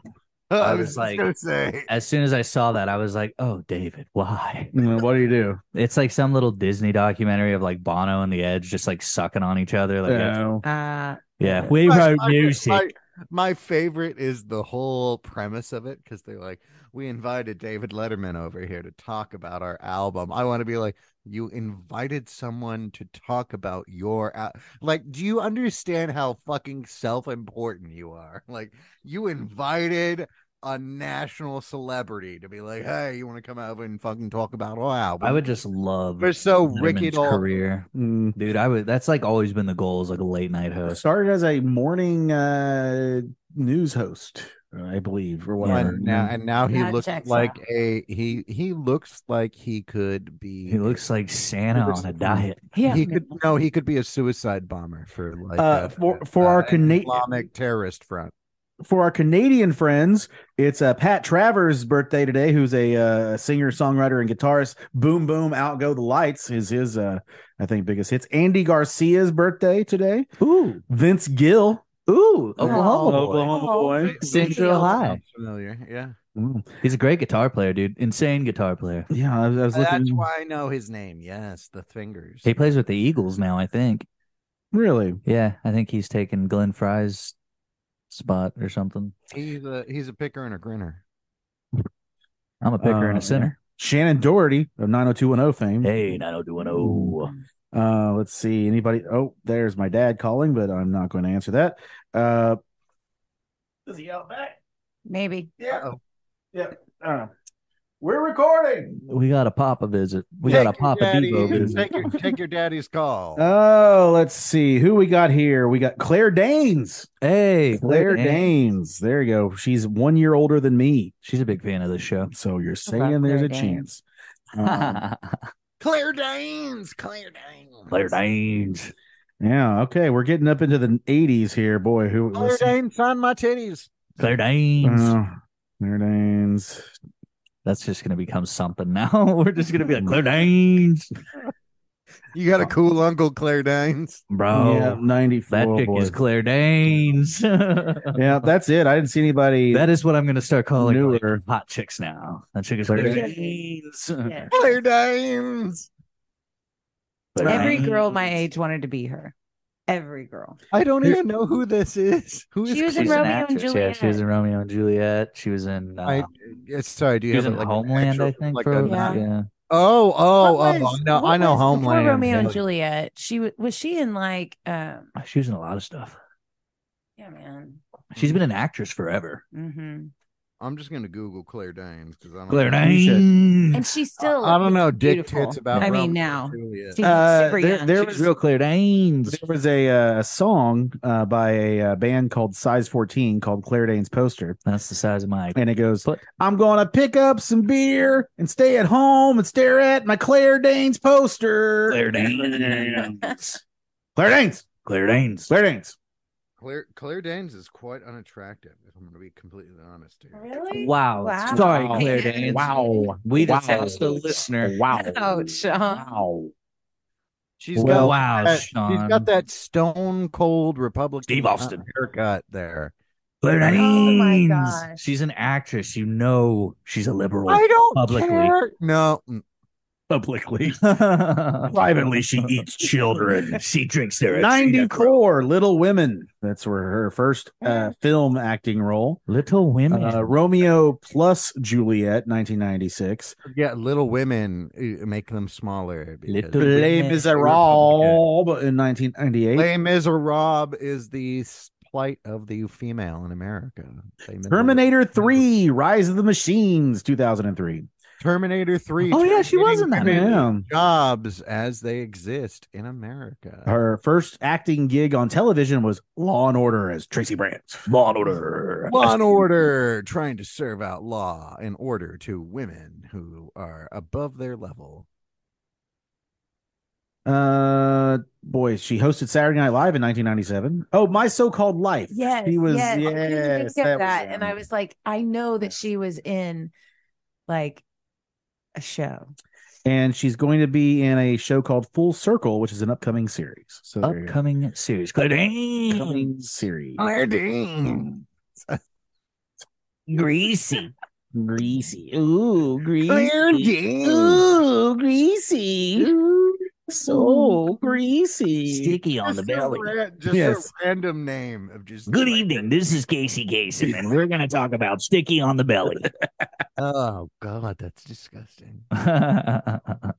[SPEAKER 4] I
[SPEAKER 5] I was
[SPEAKER 4] was
[SPEAKER 5] just
[SPEAKER 4] like-
[SPEAKER 5] gonna say.
[SPEAKER 4] As soon as I saw that, I was like, "Oh, David, why?"
[SPEAKER 3] Well, what do you do?
[SPEAKER 4] It's like some little Disney documentary of like Bono and The Edge just like sucking on each other. Like,
[SPEAKER 3] No.
[SPEAKER 6] uh,
[SPEAKER 4] yeah, we wrote
[SPEAKER 5] I- I-
[SPEAKER 4] music.
[SPEAKER 5] I, My favorite is the whole premise of it because they're like, we invited David Letterman over here to talk about our album. I want to be like, you invited someone to talk about your al-. like. Do you understand how fucking self-important you are? Like, you invited a national celebrity to be like, hey, you want to come over and fucking talk about our album?
[SPEAKER 4] I would just love
[SPEAKER 5] We're so
[SPEAKER 4] Letterman's
[SPEAKER 5] Ricky Doll.
[SPEAKER 4] career,
[SPEAKER 3] Mm.
[SPEAKER 4] dude. I would. That's like always been the goal is like a late night host.
[SPEAKER 3] Started as a morning uh, news host, I believe, or
[SPEAKER 4] Yeah.
[SPEAKER 3] whatever.
[SPEAKER 5] And now, and now he
[SPEAKER 6] That
[SPEAKER 5] looks
[SPEAKER 6] checks
[SPEAKER 5] like
[SPEAKER 6] out.
[SPEAKER 5] a he. He looks like he could be.
[SPEAKER 4] He looks like Santa on a diet.
[SPEAKER 6] Yeah.
[SPEAKER 5] He could no. He could be a suicide bomber for like
[SPEAKER 3] Uh,
[SPEAKER 5] a-
[SPEAKER 3] for- for our
[SPEAKER 5] an
[SPEAKER 3] Cana-
[SPEAKER 5] Islamic terrorist front.
[SPEAKER 3] for our Canadian friends, it's uh, Pat Travers' birthday today, who's a uh, singer, songwriter, and guitarist. Boom, boom, out go the lights is his, uh, I think, biggest hits. Andy Garcia's birthday today.
[SPEAKER 4] Ooh,
[SPEAKER 3] Vince Gill,
[SPEAKER 4] ooh, Oklahoma.
[SPEAKER 6] Oh,
[SPEAKER 4] boy.
[SPEAKER 3] Oklahoma
[SPEAKER 6] Oh,
[SPEAKER 3] boy.
[SPEAKER 4] Central High.
[SPEAKER 5] Sounds Familiar, yeah.
[SPEAKER 3] Mm.
[SPEAKER 4] He's a great guitar player, dude. Insane guitar player.
[SPEAKER 3] Yeah, I was, I was looking.
[SPEAKER 5] That's why I know his name. Yes, the fingers.
[SPEAKER 4] He plays with the Eagles now, I think.
[SPEAKER 3] Really,
[SPEAKER 4] Yeah, I think he's taking Glenn Fry's spot or something.
[SPEAKER 5] He's a he's a picker and a grinner.
[SPEAKER 4] I'm a picker and
[SPEAKER 3] Uh,
[SPEAKER 4] a center.
[SPEAKER 3] Shannon Doherty of 90210 fame.
[SPEAKER 4] Hey, 90210.
[SPEAKER 3] Uh, let's see. Anybody? Oh, there's my dad calling, but I'm not going to answer that. Uh, is he out back?
[SPEAKER 6] Maybe.
[SPEAKER 3] Yeah.
[SPEAKER 5] Uh-oh.
[SPEAKER 3] Yeah. I don't know. We're recording.
[SPEAKER 4] We got a Papa visit. We got a
[SPEAKER 5] Take your
[SPEAKER 4] Papa Devo
[SPEAKER 5] daddy-
[SPEAKER 4] visit.
[SPEAKER 5] Take your, take your daddy's call.
[SPEAKER 3] Oh, let's see who we got here. We got Claire Danes.
[SPEAKER 4] Hey,
[SPEAKER 3] Claire
[SPEAKER 4] Aunt.
[SPEAKER 3] Danes. There you go. She's one year older than me.
[SPEAKER 4] She's a big fan of this show.
[SPEAKER 3] So you're
[SPEAKER 6] about
[SPEAKER 3] saying there's
[SPEAKER 6] Claire
[SPEAKER 3] a
[SPEAKER 6] Danes?
[SPEAKER 3] chance. Um,
[SPEAKER 4] Claire
[SPEAKER 5] Claire Danes. Claire Danes.
[SPEAKER 4] Danes.
[SPEAKER 3] yeah. Okay. We're getting up into the 80s here. Boy, who
[SPEAKER 5] Claire
[SPEAKER 3] listen.
[SPEAKER 5] Danes on my titties.
[SPEAKER 4] Claire Danes.
[SPEAKER 3] Oh, Claire Danes.
[SPEAKER 4] That's just going to become something now. We're just going to be like, Claire Danes.
[SPEAKER 5] You got a cool uncle, Claire Danes.
[SPEAKER 4] Bro,
[SPEAKER 3] yeah. 94.
[SPEAKER 4] Oh, that chick
[SPEAKER 3] boy.
[SPEAKER 4] is Claire Danes. that
[SPEAKER 3] yeah. That's it. I didn't see anybody.
[SPEAKER 4] is what I'm going to start calling
[SPEAKER 3] Knew
[SPEAKER 4] like,
[SPEAKER 3] her.
[SPEAKER 4] hot chicks now. That chick is
[SPEAKER 3] Claire
[SPEAKER 4] Claire,
[SPEAKER 6] Danes.
[SPEAKER 4] Danes.
[SPEAKER 6] Yeah.
[SPEAKER 5] Claire Danes.
[SPEAKER 4] Claire
[SPEAKER 6] Every
[SPEAKER 4] Danes.
[SPEAKER 6] girl my age wanted to be her. Every girl.
[SPEAKER 5] I don't
[SPEAKER 3] Who's-
[SPEAKER 5] even know who this is. Who is
[SPEAKER 6] She was
[SPEAKER 4] She's
[SPEAKER 6] in
[SPEAKER 4] an
[SPEAKER 6] Romeo and
[SPEAKER 4] actress. Yeah, she was
[SPEAKER 6] Juliet.
[SPEAKER 4] in Romeo and Juliet. She was in. Uh,
[SPEAKER 5] I, it's, sorry, do you
[SPEAKER 4] she was
[SPEAKER 5] have
[SPEAKER 4] in
[SPEAKER 5] like an
[SPEAKER 4] Homeland, I
[SPEAKER 5] actual-
[SPEAKER 4] think.
[SPEAKER 5] like
[SPEAKER 4] for a,
[SPEAKER 5] a-
[SPEAKER 6] Yeah.
[SPEAKER 4] yeah.
[SPEAKER 5] Oh, oh,
[SPEAKER 6] What
[SPEAKER 5] oh!
[SPEAKER 6] was-
[SPEAKER 5] No,
[SPEAKER 6] what
[SPEAKER 5] I know
[SPEAKER 6] was before
[SPEAKER 5] Homeland.
[SPEAKER 6] Romeo and Juliet. She wa- was she in like um
[SPEAKER 4] She was in a lot of stuff.
[SPEAKER 6] yeah man.
[SPEAKER 4] She's been an actress forever.
[SPEAKER 3] Mm-hmm.
[SPEAKER 6] hmm
[SPEAKER 5] I'm just gonna Google Claire Danes because I'm
[SPEAKER 4] Claire
[SPEAKER 3] You should-
[SPEAKER 4] Danes.
[SPEAKER 6] And she's still
[SPEAKER 5] I don't know dick
[SPEAKER 6] beautiful.
[SPEAKER 5] tits about.
[SPEAKER 6] I mean,
[SPEAKER 5] Romeo and
[SPEAKER 6] now.
[SPEAKER 5] Juliet.
[SPEAKER 6] See,
[SPEAKER 3] Uh,
[SPEAKER 6] super
[SPEAKER 3] there-
[SPEAKER 6] young.
[SPEAKER 3] there
[SPEAKER 4] She's
[SPEAKER 3] was-
[SPEAKER 4] real Claire Danes.
[SPEAKER 3] There was a uh, song uh, by a uh, band called Size 14 called Claire Danes Poster.
[SPEAKER 4] That's the size of my.
[SPEAKER 3] And it goes,
[SPEAKER 4] What?
[SPEAKER 3] I'm going to pick up some beer and stay at home and stare at my Claire Danes poster.
[SPEAKER 4] Claire Danes.
[SPEAKER 3] Claire Danes.
[SPEAKER 4] Claire Danes.
[SPEAKER 3] Claire Danes.
[SPEAKER 5] Claire Claire Danes is quite unattractive. If I'm gonna be completely honest here.
[SPEAKER 6] really?
[SPEAKER 4] Wow.
[SPEAKER 6] Wow.
[SPEAKER 4] Sorry,
[SPEAKER 3] Wow.
[SPEAKER 4] Claire Danes.
[SPEAKER 3] Wow.
[SPEAKER 4] We
[SPEAKER 3] Wow.
[SPEAKER 4] just asked a listener.
[SPEAKER 3] Wow.
[SPEAKER 6] Ouch. uh-huh. huh?
[SPEAKER 3] Wow.
[SPEAKER 5] She's
[SPEAKER 3] Well,
[SPEAKER 5] got
[SPEAKER 4] wow,
[SPEAKER 5] that,
[SPEAKER 4] Sean.
[SPEAKER 5] she's got that stone cold Republican
[SPEAKER 4] um,
[SPEAKER 5] uh,
[SPEAKER 4] Steve Austin.
[SPEAKER 5] haircut there.
[SPEAKER 4] Claire Danes.
[SPEAKER 6] Oh my gosh.
[SPEAKER 4] She's an actress. You know she's a liberal.
[SPEAKER 5] I don't
[SPEAKER 4] Publicly.
[SPEAKER 5] care. No, mm,
[SPEAKER 4] Publicly.
[SPEAKER 3] eats children.
[SPEAKER 4] She drinks their
[SPEAKER 3] 90 Core, Little Women. That's where her first uh, film acting role.
[SPEAKER 4] Little Women.
[SPEAKER 3] Uh, Romeo plus Juliet, 1996.
[SPEAKER 5] forget Little Women. uh, Make them smaller. because-
[SPEAKER 4] Little-
[SPEAKER 3] Les
[SPEAKER 4] Women.
[SPEAKER 3] Miserables in 1998.
[SPEAKER 5] Les Miserables is the s- plight of the female in America. Les Miserables.
[SPEAKER 3] Terminator 3, Rise of the Machines, 2003.
[SPEAKER 5] Terminator Three.
[SPEAKER 4] Oh, yeah, she was
[SPEAKER 5] terminating
[SPEAKER 4] in that
[SPEAKER 5] women's
[SPEAKER 3] Yeah.
[SPEAKER 5] Jobs as they exist in America.
[SPEAKER 3] Her first acting gig on television was Law and Order as Tracy Brandt.
[SPEAKER 4] Law and Order.
[SPEAKER 5] Law and order, trying to serve out law and order to women who are above their level.
[SPEAKER 3] Uh, boy, she hosted Saturday Night Live in 1997. Oh, My So-Called Life.
[SPEAKER 6] Yes.
[SPEAKER 3] She was,
[SPEAKER 6] yes. Oh, I couldn't
[SPEAKER 3] yes,
[SPEAKER 6] think of that.
[SPEAKER 3] was
[SPEAKER 6] and
[SPEAKER 3] her.
[SPEAKER 6] I was like, I know that she was in like a show.
[SPEAKER 3] and she's going to be in a show called Full Circle, which is an upcoming series. So there you go.
[SPEAKER 4] Upcoming series. Claire Danes.
[SPEAKER 3] upcoming series.
[SPEAKER 4] Mm-hmm.
[SPEAKER 5] Claire
[SPEAKER 4] Greasy.
[SPEAKER 3] Greasy. Ooh, greasy.
[SPEAKER 5] Danes.
[SPEAKER 3] greasy. so greasy.
[SPEAKER 4] Sticky on the
[SPEAKER 5] Just a
[SPEAKER 4] belly.
[SPEAKER 5] ra- just
[SPEAKER 3] Yes.
[SPEAKER 5] a random name of just
[SPEAKER 4] Good evening. This is Casey Kasem, and we're going to talk about sticky on the belly.
[SPEAKER 5] Oh God, that's disgusting.
[SPEAKER 4] it's not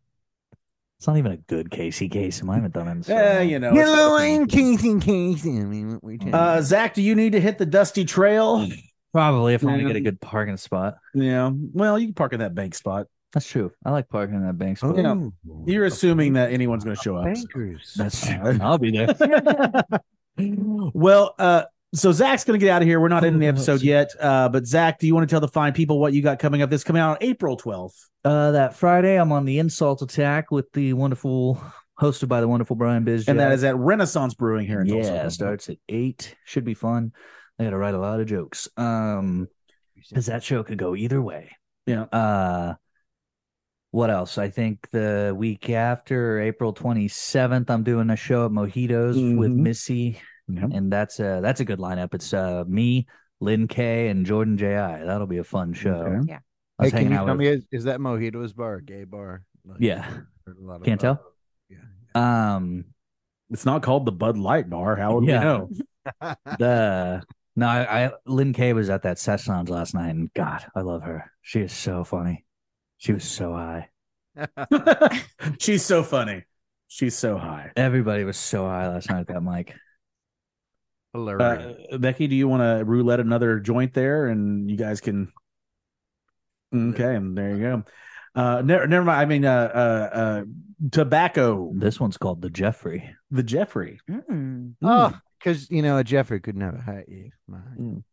[SPEAKER 4] even a good Casey Kasem. I haven't done it. in so
[SPEAKER 3] Yeah,
[SPEAKER 4] long.
[SPEAKER 3] you know. it's-
[SPEAKER 5] Hello, I'm Casey Casey. I mean, what we do.
[SPEAKER 3] Uh, Zach, do you need to hit the dusty trail?
[SPEAKER 4] Mm. Probably if I want to get a
[SPEAKER 3] Yeah.
[SPEAKER 4] good parking spot.
[SPEAKER 3] Yeah. Well, you can park in that bank spot.
[SPEAKER 4] That's true. I like parking in that bank spot.
[SPEAKER 3] yeah.
[SPEAKER 5] Oh,
[SPEAKER 3] You're assuming that anyone's going to show up.
[SPEAKER 5] bankers.
[SPEAKER 4] That's true. I'll be there.
[SPEAKER 3] well, uh, so Zach's going to get out of here. We're not
[SPEAKER 4] Mm,
[SPEAKER 3] in the episode yet. Uh, but Zach, do you want to tell the fine people what you got coming up? This coming out on April 12th.
[SPEAKER 4] Uh, that Friday, I'm on the insult attack with the wonderful, hosted by the wonderful Brian Bizjack.
[SPEAKER 3] And that is at Renaissance Brewing here in
[SPEAKER 4] yeah,
[SPEAKER 3] Tulsa.
[SPEAKER 4] starts at eight. Should be fun. I got to write a lot of jokes. Um, because that show could go either way.
[SPEAKER 3] Yeah.
[SPEAKER 4] Uh, what else? I think the week after April 27th, I'm doing a show at Mojitos with
[SPEAKER 3] Mhm.
[SPEAKER 4] Missy,
[SPEAKER 3] Yeah.
[SPEAKER 4] and that's a that's a good lineup. It's uh me, Lynn K, and Jordan Ji. That'll be a fun show.
[SPEAKER 3] Okay.
[SPEAKER 6] Yeah.
[SPEAKER 4] I was
[SPEAKER 5] hey, can
[SPEAKER 4] hanging
[SPEAKER 5] you
[SPEAKER 4] out
[SPEAKER 5] tell
[SPEAKER 4] with-
[SPEAKER 5] me is, is that Mojito's bar, a gay bar? Like,
[SPEAKER 4] Yeah.
[SPEAKER 5] heard a lot
[SPEAKER 4] Can't
[SPEAKER 5] about-
[SPEAKER 4] tell?
[SPEAKER 5] Yeah.
[SPEAKER 4] Um,
[SPEAKER 3] It's not called the Bud Light Bar. How would
[SPEAKER 4] Yeah.
[SPEAKER 3] we know?
[SPEAKER 4] the no, I, I Lynn K was at that Sessions last night, and God, I love her. She is so funny. She was so high.
[SPEAKER 3] She's so funny. She's so high.
[SPEAKER 4] Everybody was so high last night at that mic.
[SPEAKER 5] Hilarious.
[SPEAKER 3] Uh, Becky, do you want to roulette another joint there, and you guys can? Okay, and there you go. Uh, never, never mind. I mean, uh, uh, uh, tobacco.
[SPEAKER 4] This one's called the Jeffrey.
[SPEAKER 3] The Jeffrey.
[SPEAKER 4] Uh,
[SPEAKER 6] Mm.
[SPEAKER 4] hmm.
[SPEAKER 5] oh, because you know a Jeffrey could never hurt you. Mine.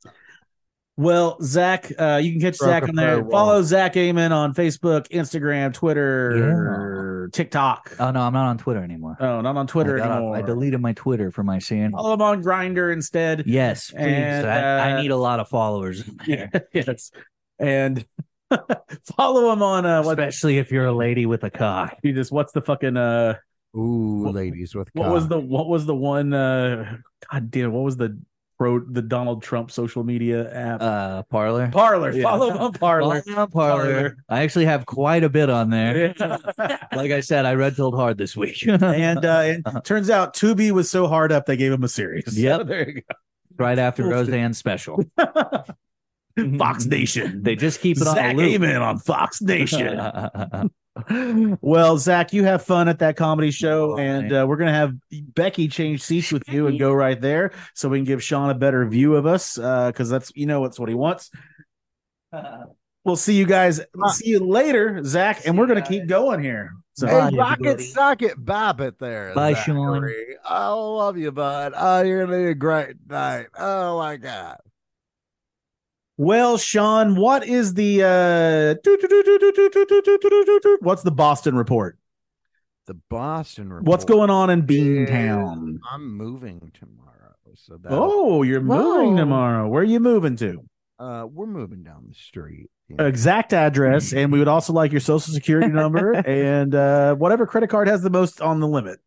[SPEAKER 3] Well, Zach, uh, you can catch
[SPEAKER 5] Broke
[SPEAKER 3] Zach
[SPEAKER 5] a
[SPEAKER 3] on there.
[SPEAKER 5] fur wall.
[SPEAKER 3] Follow Zach Amon on Facebook, Instagram, Twitter, TikTok.
[SPEAKER 5] Uh,
[SPEAKER 4] Oh no, I'm not on Twitter anymore.
[SPEAKER 3] oh, not on Twitter
[SPEAKER 4] I, got off-
[SPEAKER 3] anymore.
[SPEAKER 4] I deleted my Twitter for my CNN.
[SPEAKER 3] Follow him on Grinder instead.
[SPEAKER 4] Yes, please.
[SPEAKER 3] And, uh,
[SPEAKER 4] I, I need a lot of followers,
[SPEAKER 3] yes, and follow him on uh, what
[SPEAKER 4] especially if you're a lady with a cock.
[SPEAKER 3] this? What's the fucking uh?
[SPEAKER 5] Ooh,
[SPEAKER 3] What-
[SPEAKER 5] ladies with
[SPEAKER 3] What
[SPEAKER 5] cock.
[SPEAKER 4] Uh.
[SPEAKER 3] was the what was the one uh god damn what was the pro the Donald Trump social media app?
[SPEAKER 4] Uh, Parlor.
[SPEAKER 3] Parlor.
[SPEAKER 4] yeah.
[SPEAKER 3] Follow him on Parlor.
[SPEAKER 4] Follow me on Parler.
[SPEAKER 3] Parler.
[SPEAKER 4] I actually have quite a bit on there.
[SPEAKER 3] Yeah.
[SPEAKER 4] Like I said, I red pilled hard this week.
[SPEAKER 3] and uh and
[SPEAKER 4] Uh-huh.
[SPEAKER 3] turns out Tubi was so hard up they gave him a series.
[SPEAKER 4] Yep.
[SPEAKER 3] there you
[SPEAKER 4] right after
[SPEAKER 3] Bullshit.
[SPEAKER 4] Roseanne's special,
[SPEAKER 3] go. Fox Nation.
[SPEAKER 4] They just keep it
[SPEAKER 3] Zach
[SPEAKER 4] on a loop.
[SPEAKER 3] Heyman on Fox Nation. well, Zach, you have fun at that comedy show,
[SPEAKER 4] All
[SPEAKER 3] and uh, we're gonna have Becky change seats with you and go right there, so we can give Sean a better view of us, because that's you know that's what he wants. We'll see you guys. See you later, Zach, and we're gonna keep going here. So,
[SPEAKER 4] Bye,
[SPEAKER 5] Hey, rocket
[SPEAKER 4] everybody.
[SPEAKER 5] socket bop it there.
[SPEAKER 4] Bye,
[SPEAKER 5] Zachary. I love you, bud. Oh, you're gonna be a great night. Oh my god.
[SPEAKER 3] well, Sean, what is the uh, what's the Boston report?
[SPEAKER 5] The Boston report.
[SPEAKER 3] What's going on in
[SPEAKER 5] is
[SPEAKER 3] Beantown?
[SPEAKER 5] I'm moving tomorrow. So that
[SPEAKER 3] Oh, you're moving
[SPEAKER 6] Whoa.
[SPEAKER 3] tomorrow. Where are you moving to?
[SPEAKER 5] uh we're moving down the street. you know.
[SPEAKER 3] exact address, and we would also like your social security number and uh, whatever credit card has the most on the limit.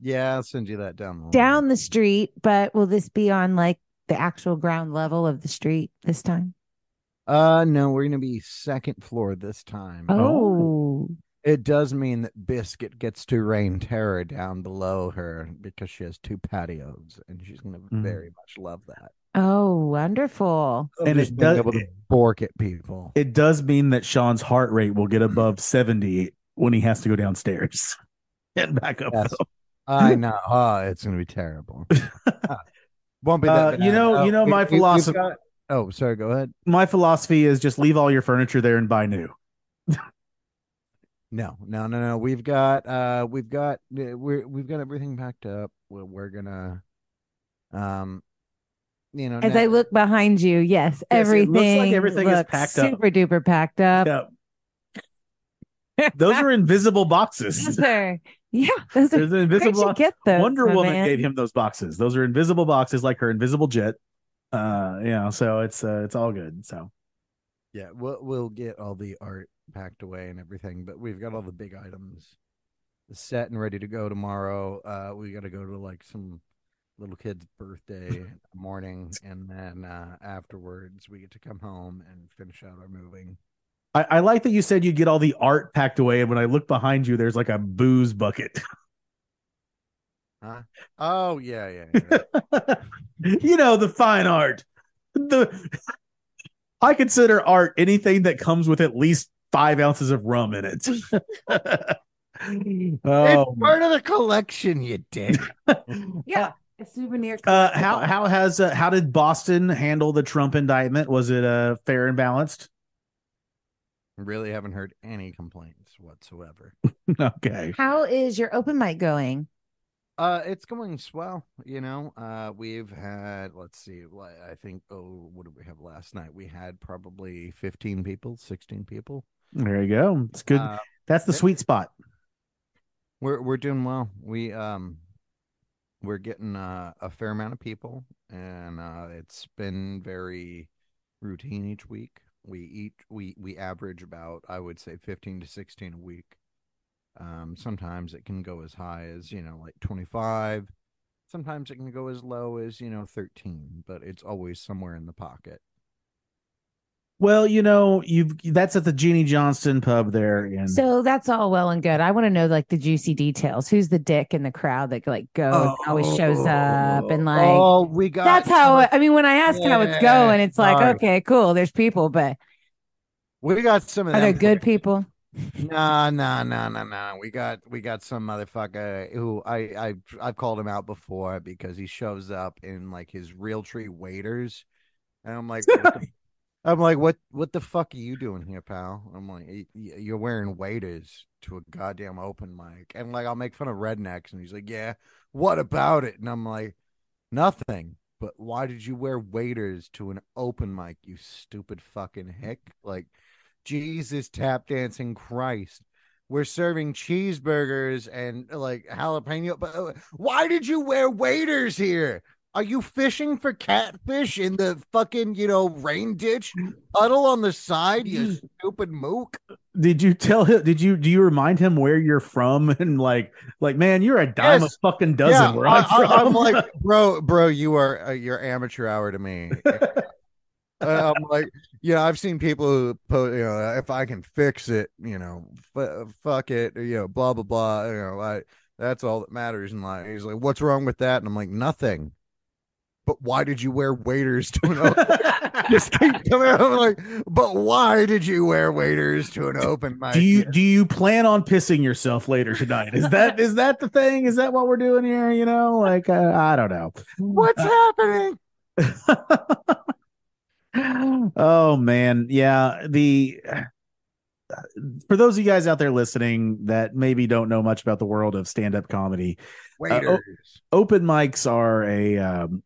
[SPEAKER 5] Yeah, I'll send you that down the line.
[SPEAKER 6] Down the street, but will this be on like the actual ground level of the street this time?
[SPEAKER 5] Uh no, we're gonna be second floor this time.
[SPEAKER 6] Oh,
[SPEAKER 5] It does mean that Biscuit gets to rain terror down below her because she has two patios, and she's gonna
[SPEAKER 3] Mhm.
[SPEAKER 5] very much love that.
[SPEAKER 6] oh, wonderful.
[SPEAKER 5] Of
[SPEAKER 3] And
[SPEAKER 5] just
[SPEAKER 3] it
[SPEAKER 5] being
[SPEAKER 3] does-
[SPEAKER 5] able to bork at people.
[SPEAKER 3] It does mean that Sean's heart rate will get above 70 when he has to go downstairs and back up.
[SPEAKER 5] Yes.
[SPEAKER 3] though.
[SPEAKER 5] I know. Oh, it's gonna be terrible. Won't be that
[SPEAKER 3] Uh,
[SPEAKER 5] bad.
[SPEAKER 3] you know-
[SPEAKER 5] Oh,
[SPEAKER 3] you know my
[SPEAKER 5] we've
[SPEAKER 3] philosoph-
[SPEAKER 5] got- oh, sorry. Go ahead.
[SPEAKER 3] My philosophy is just leave all your furniture there and buy new.
[SPEAKER 5] No, no, no, no. We've got uh we've got uh, we're we've got everything packed up. We're, we're gonna um you know
[SPEAKER 6] As
[SPEAKER 5] now-
[SPEAKER 6] I look behind you, yes,
[SPEAKER 3] Yes, it looks
[SPEAKER 6] everything
[SPEAKER 3] like everything is
[SPEAKER 6] looks
[SPEAKER 3] packed up.
[SPEAKER 6] super duper packed up.
[SPEAKER 3] Yeah. Those are invisible boxes.
[SPEAKER 6] Those are- yeah, those are
[SPEAKER 3] There's an invisible
[SPEAKER 6] Where'd you get those,
[SPEAKER 3] Wonder
[SPEAKER 6] my
[SPEAKER 3] Woman
[SPEAKER 6] man?
[SPEAKER 3] gave him those boxes. Those are invisible boxes like her invisible jet. Uh, you know, so it's uh, it's all good. So
[SPEAKER 5] Yeah, we'll we'll get all the art packed away and everything, but we've got all the big items set and ready to go tomorrow. Uh we gotta go to like some little kid's birthday morning and then uh afterwards we get to come home and finish out our moving.
[SPEAKER 3] I, I like that you said you'd get all the art packed away, and when I look behind you, there's like a booze bucket.
[SPEAKER 5] Oh yeah, yeah. you're right.
[SPEAKER 3] you know the fine art the i consider art anything that comes with at least five ounces of rum in it oh
[SPEAKER 5] It's part of the collection, you dick.
[SPEAKER 6] Yeah. A souvenir.
[SPEAKER 3] uh
[SPEAKER 6] collectible.
[SPEAKER 3] how how has uh, how did boston handle the trump indictment was it uh fair and balanced
[SPEAKER 5] really haven't heard any complaints whatsoever.
[SPEAKER 3] okay
[SPEAKER 6] How is your open mic going?
[SPEAKER 5] Uh, it's going swell. You know, uh, we've had let's see, li- I think oh, what did we have last night? We had probably fifteen people, sixteen people.
[SPEAKER 3] there you go it's good
[SPEAKER 5] Uh,
[SPEAKER 3] that's the
[SPEAKER 5] it-
[SPEAKER 3] sweet spot
[SPEAKER 5] we're we're doing well. We um, we're getting uh, a fair amount of people, and uh, it's been very routine each week. We eat we we average about I would say fifteen to sixteen a week. Um, sometimes it can go as high as you know like twenty five. Sometimes it can go as low as you know thirteen, but it's always somewhere in the pocket.
[SPEAKER 3] well you know you've that's at the jeannie johnston pub there in
[SPEAKER 6] So that's all well and good. I want to know like the juicy details. Who's the dick in the crowd that like goes and Oh, always shows up and like
[SPEAKER 5] oh we got
[SPEAKER 6] that's how I mean when I ask how it's
[SPEAKER 5] Yeah.
[SPEAKER 6] going, it's like,
[SPEAKER 5] Sorry.
[SPEAKER 6] okay, cool, there's people, but
[SPEAKER 5] we got some of
[SPEAKER 6] are there
[SPEAKER 5] them
[SPEAKER 6] good people?
[SPEAKER 5] Nah, nah, nah, nah, nah. We got we got some motherfucker who I I I've called him out before because he shows up in like his Realtree waiters, and I'm like, what the- I'm like, what what the fuck are you doing here, pal? I'm like, "Y- y- you're wearing waiters to a goddamn open mic, and like I'll make fun of rednecks, and he's like, yeah, what about it? And I'm like, nothing. But why did you wear waiters to an open mic, you stupid fucking hick? Like. Jesus tap dancing Christ. We're serving cheeseburgers and like jalapeno. But uh, why did you wear waders here? Are you fishing for catfish in the fucking, you know, rain ditch puddle on the side, you stupid mook?
[SPEAKER 3] did you tell him did you do you remind him where you're from and like like man you're a dime
[SPEAKER 5] Yes.
[SPEAKER 3] a fucking dozen where
[SPEAKER 5] I,
[SPEAKER 3] I'm from.
[SPEAKER 5] am like, bro, bro, you are uh, your amateur hour to me. Uh, I'm like, yeah, I've seen people who post, you know, if I can fix it, you know, f- uh, fuck it, you know, blah blah blah, you know, I that's all that matters in life. He's like, what's wrong with that? And I'm like, nothing. But why did you wear waiters to an open? Just keep coming out. I'm like, but why did you wear waiters to an open mic?
[SPEAKER 3] do you do you plan on pissing yourself later tonight is that is that the thing is that what we're doing here you know like uh, i don't know
[SPEAKER 5] What's
[SPEAKER 3] uh,
[SPEAKER 5] happening?
[SPEAKER 3] oh man yeah the for those of you guys out there listening that maybe don't know much about the world of stand-up comedy
[SPEAKER 5] Waiters.
[SPEAKER 3] open mics are a um,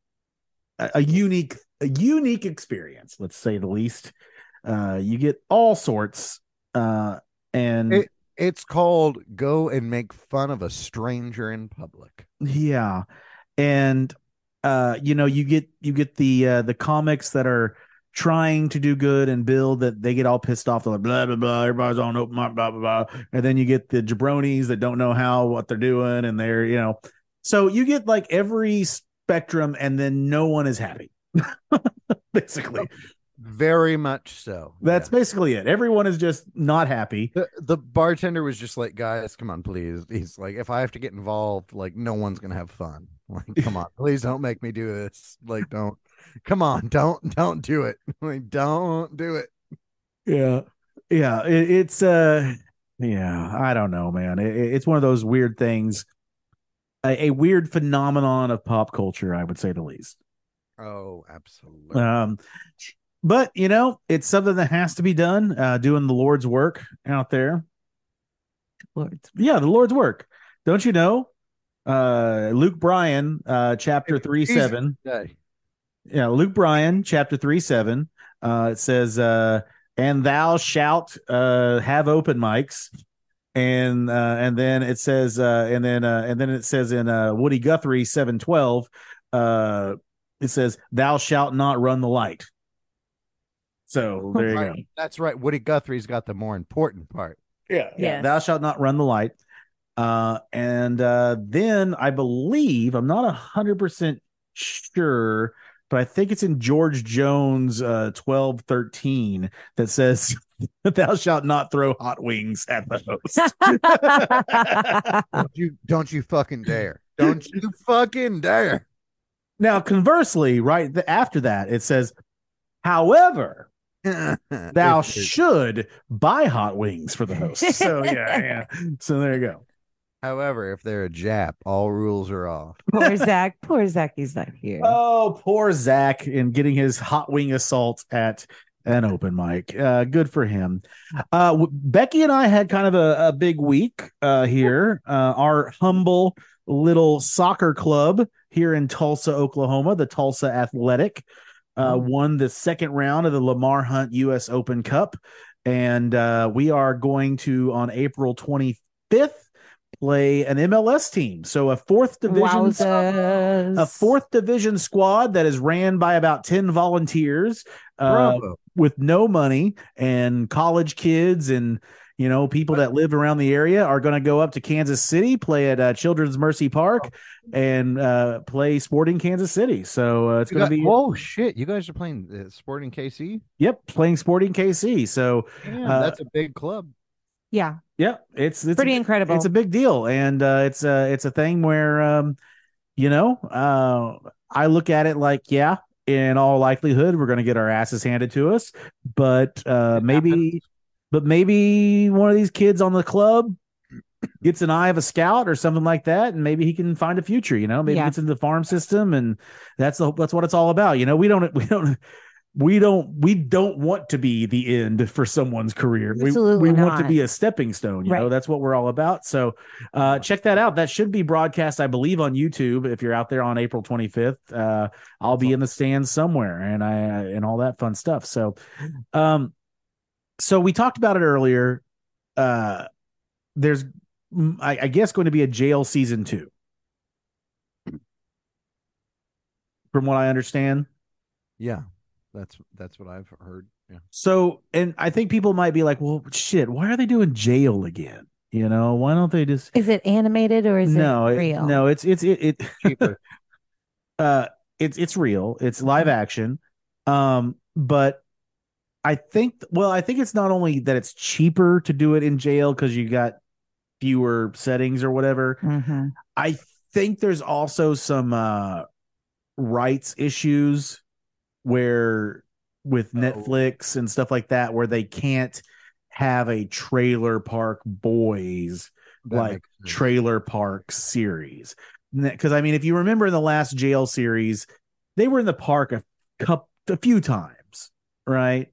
[SPEAKER 3] a a unique a unique experience let's say the least uh you get all sorts uh and
[SPEAKER 5] It- It's called go and make fun of a stranger in public.
[SPEAKER 3] yeah and uh you know you get you get the uh the comics that are trying to do good and build that they get all pissed off they're like blah blah blah everybody's on open mic blah blah blah and then you get the jabronis that don't know how what they're doing and they're you know so you get like every spectrum and then no one is happy basically
[SPEAKER 5] Very much so.
[SPEAKER 3] that's
[SPEAKER 5] yeah.
[SPEAKER 3] basically it everyone is just not happy
[SPEAKER 5] The, the bartender was just like, guys, come on, please. He's like, if I have to get involved, like, no one's gonna have fun. Like, come on, please don't make me do this. Like, don't, come on, don't, don't do it. Like, don't do it.
[SPEAKER 3] yeah yeah it, it's uh yeah i don't know man It- it- it's one of those weird things a, a weird phenomenon of pop culture i would say the least
[SPEAKER 5] Oh, absolutely.
[SPEAKER 3] um but you know it's something that has to be done uh doing the lord's work out there
[SPEAKER 6] Lords.
[SPEAKER 3] yeah the lord's work don't you know uh luke bryan uh chapter 3 7
[SPEAKER 5] Hey,
[SPEAKER 3] yeah luke bryan chapter 3 7 uh it says uh and thou shalt uh have open mics and uh and then it says uh and then uh and then it says in uh woody guthrie 712 uh it says thou shalt not run the light so there you go
[SPEAKER 6] Right.
[SPEAKER 5] That's right. Woody Guthrie's got the more important part.
[SPEAKER 3] yeah,
[SPEAKER 6] Yes.
[SPEAKER 3] Thou shalt not run the light. Uh, and uh, then I believe I'm not a hundred percent sure, but I think it's in George Jones uh, twelve thirteen that says, "Thou shalt not throw hot wings at the host."
[SPEAKER 5] Don't you don't you fucking dare. Don't you fucking dare.
[SPEAKER 3] Now, conversely, right th- after that, it says, however, thou
[SPEAKER 5] If it-
[SPEAKER 3] should buy hot wings for the host. So, yeah, yeah. So, there you go.
[SPEAKER 5] However, if they're a Jap, all rules are off.
[SPEAKER 6] Poor Zach. Poor Zach. He's not here.
[SPEAKER 3] Oh, poor Zach in getting his hot wing assault at an open mic. Uh, good for him. Uh, w- Becky and I had kind of a, a big week uh, here. Uh, our humble little soccer club here in Tulsa, Oklahoma, the Tulsa Athletic, uh, won the second round of the Lamar Hunt U.S. Open Cup. And uh, we are going to, on April 25th, play an MLS team. So a fourth division
[SPEAKER 6] Wowzers.
[SPEAKER 3] a fourth division squad that is ran by about 10 volunteers uh,
[SPEAKER 5] Bravo.
[SPEAKER 3] with no money and college kids and you know people that live around the area are going to go up to kansas city play at uh, children's mercy park and uh, play sporting kansas city so uh, it's
[SPEAKER 5] You
[SPEAKER 3] going to
[SPEAKER 5] got-
[SPEAKER 3] be
[SPEAKER 5] oh shit! You guys are playing uh, Sporting KC.
[SPEAKER 3] yep playing sporting kc so
[SPEAKER 5] Damn,
[SPEAKER 3] Uh,
[SPEAKER 5] that's a big club.
[SPEAKER 6] yeah.
[SPEAKER 3] yep it's it's
[SPEAKER 6] pretty incredible.
[SPEAKER 3] It's a big deal, and uh, it's a it's a thing where um, you know uh, I look at it like, yeah, in all likelihood, we're going to get our asses handed to us, but uh,
[SPEAKER 5] It
[SPEAKER 3] maybe,
[SPEAKER 5] happens.
[SPEAKER 3] but maybe one of these kids on the club gets an eye of a scout or something like that, and maybe he can find a future. You know, maybe
[SPEAKER 6] Yeah.
[SPEAKER 3] gets into the farm system, and that's the that's what it's all about. You know, we don't we don't. We don't we don't want to be the end for someone's career. We-
[SPEAKER 6] Absolutely
[SPEAKER 3] we want to
[SPEAKER 6] not.
[SPEAKER 3] be a stepping stone. You know,
[SPEAKER 6] Right.
[SPEAKER 3] that's what we're all about. So uh, check that out. That should be broadcast, I believe, on YouTube. If you're out there on April 25th, uh, I'll be in the stands somewhere, and I and all that fun stuff. So, um, so we talked about it earlier. Uh, there's, mm, I, I guess, going to be a jail season two, from what I understand.
[SPEAKER 5] Yeah, that's that's what I've heard. Yeah,
[SPEAKER 3] So, and I think people might be like, "Well, shit, why are they doing jail again? You know, why don't they just
[SPEAKER 6] Is it animated or is
[SPEAKER 3] no,
[SPEAKER 6] it
[SPEAKER 3] it-
[SPEAKER 6] real?
[SPEAKER 3] no, it's it's it, it
[SPEAKER 5] cheaper.
[SPEAKER 3] uh it's it's real. It's live
[SPEAKER 6] Mm-hmm.
[SPEAKER 3] action. Um, but I think well, I think it's not only that it's cheaper to do it in jail because you got fewer settings or whatever.
[SPEAKER 6] Mhm.
[SPEAKER 3] I think there's also some uh rights issues where with
[SPEAKER 5] Oh.
[SPEAKER 3] Netflix and stuff like that where they can't have a trailer park boys
[SPEAKER 5] That
[SPEAKER 3] Like,
[SPEAKER 5] makes sense.
[SPEAKER 3] trailer park series. Because I mean, if you remember in the last jail series, they were in the park a cup a few times, right?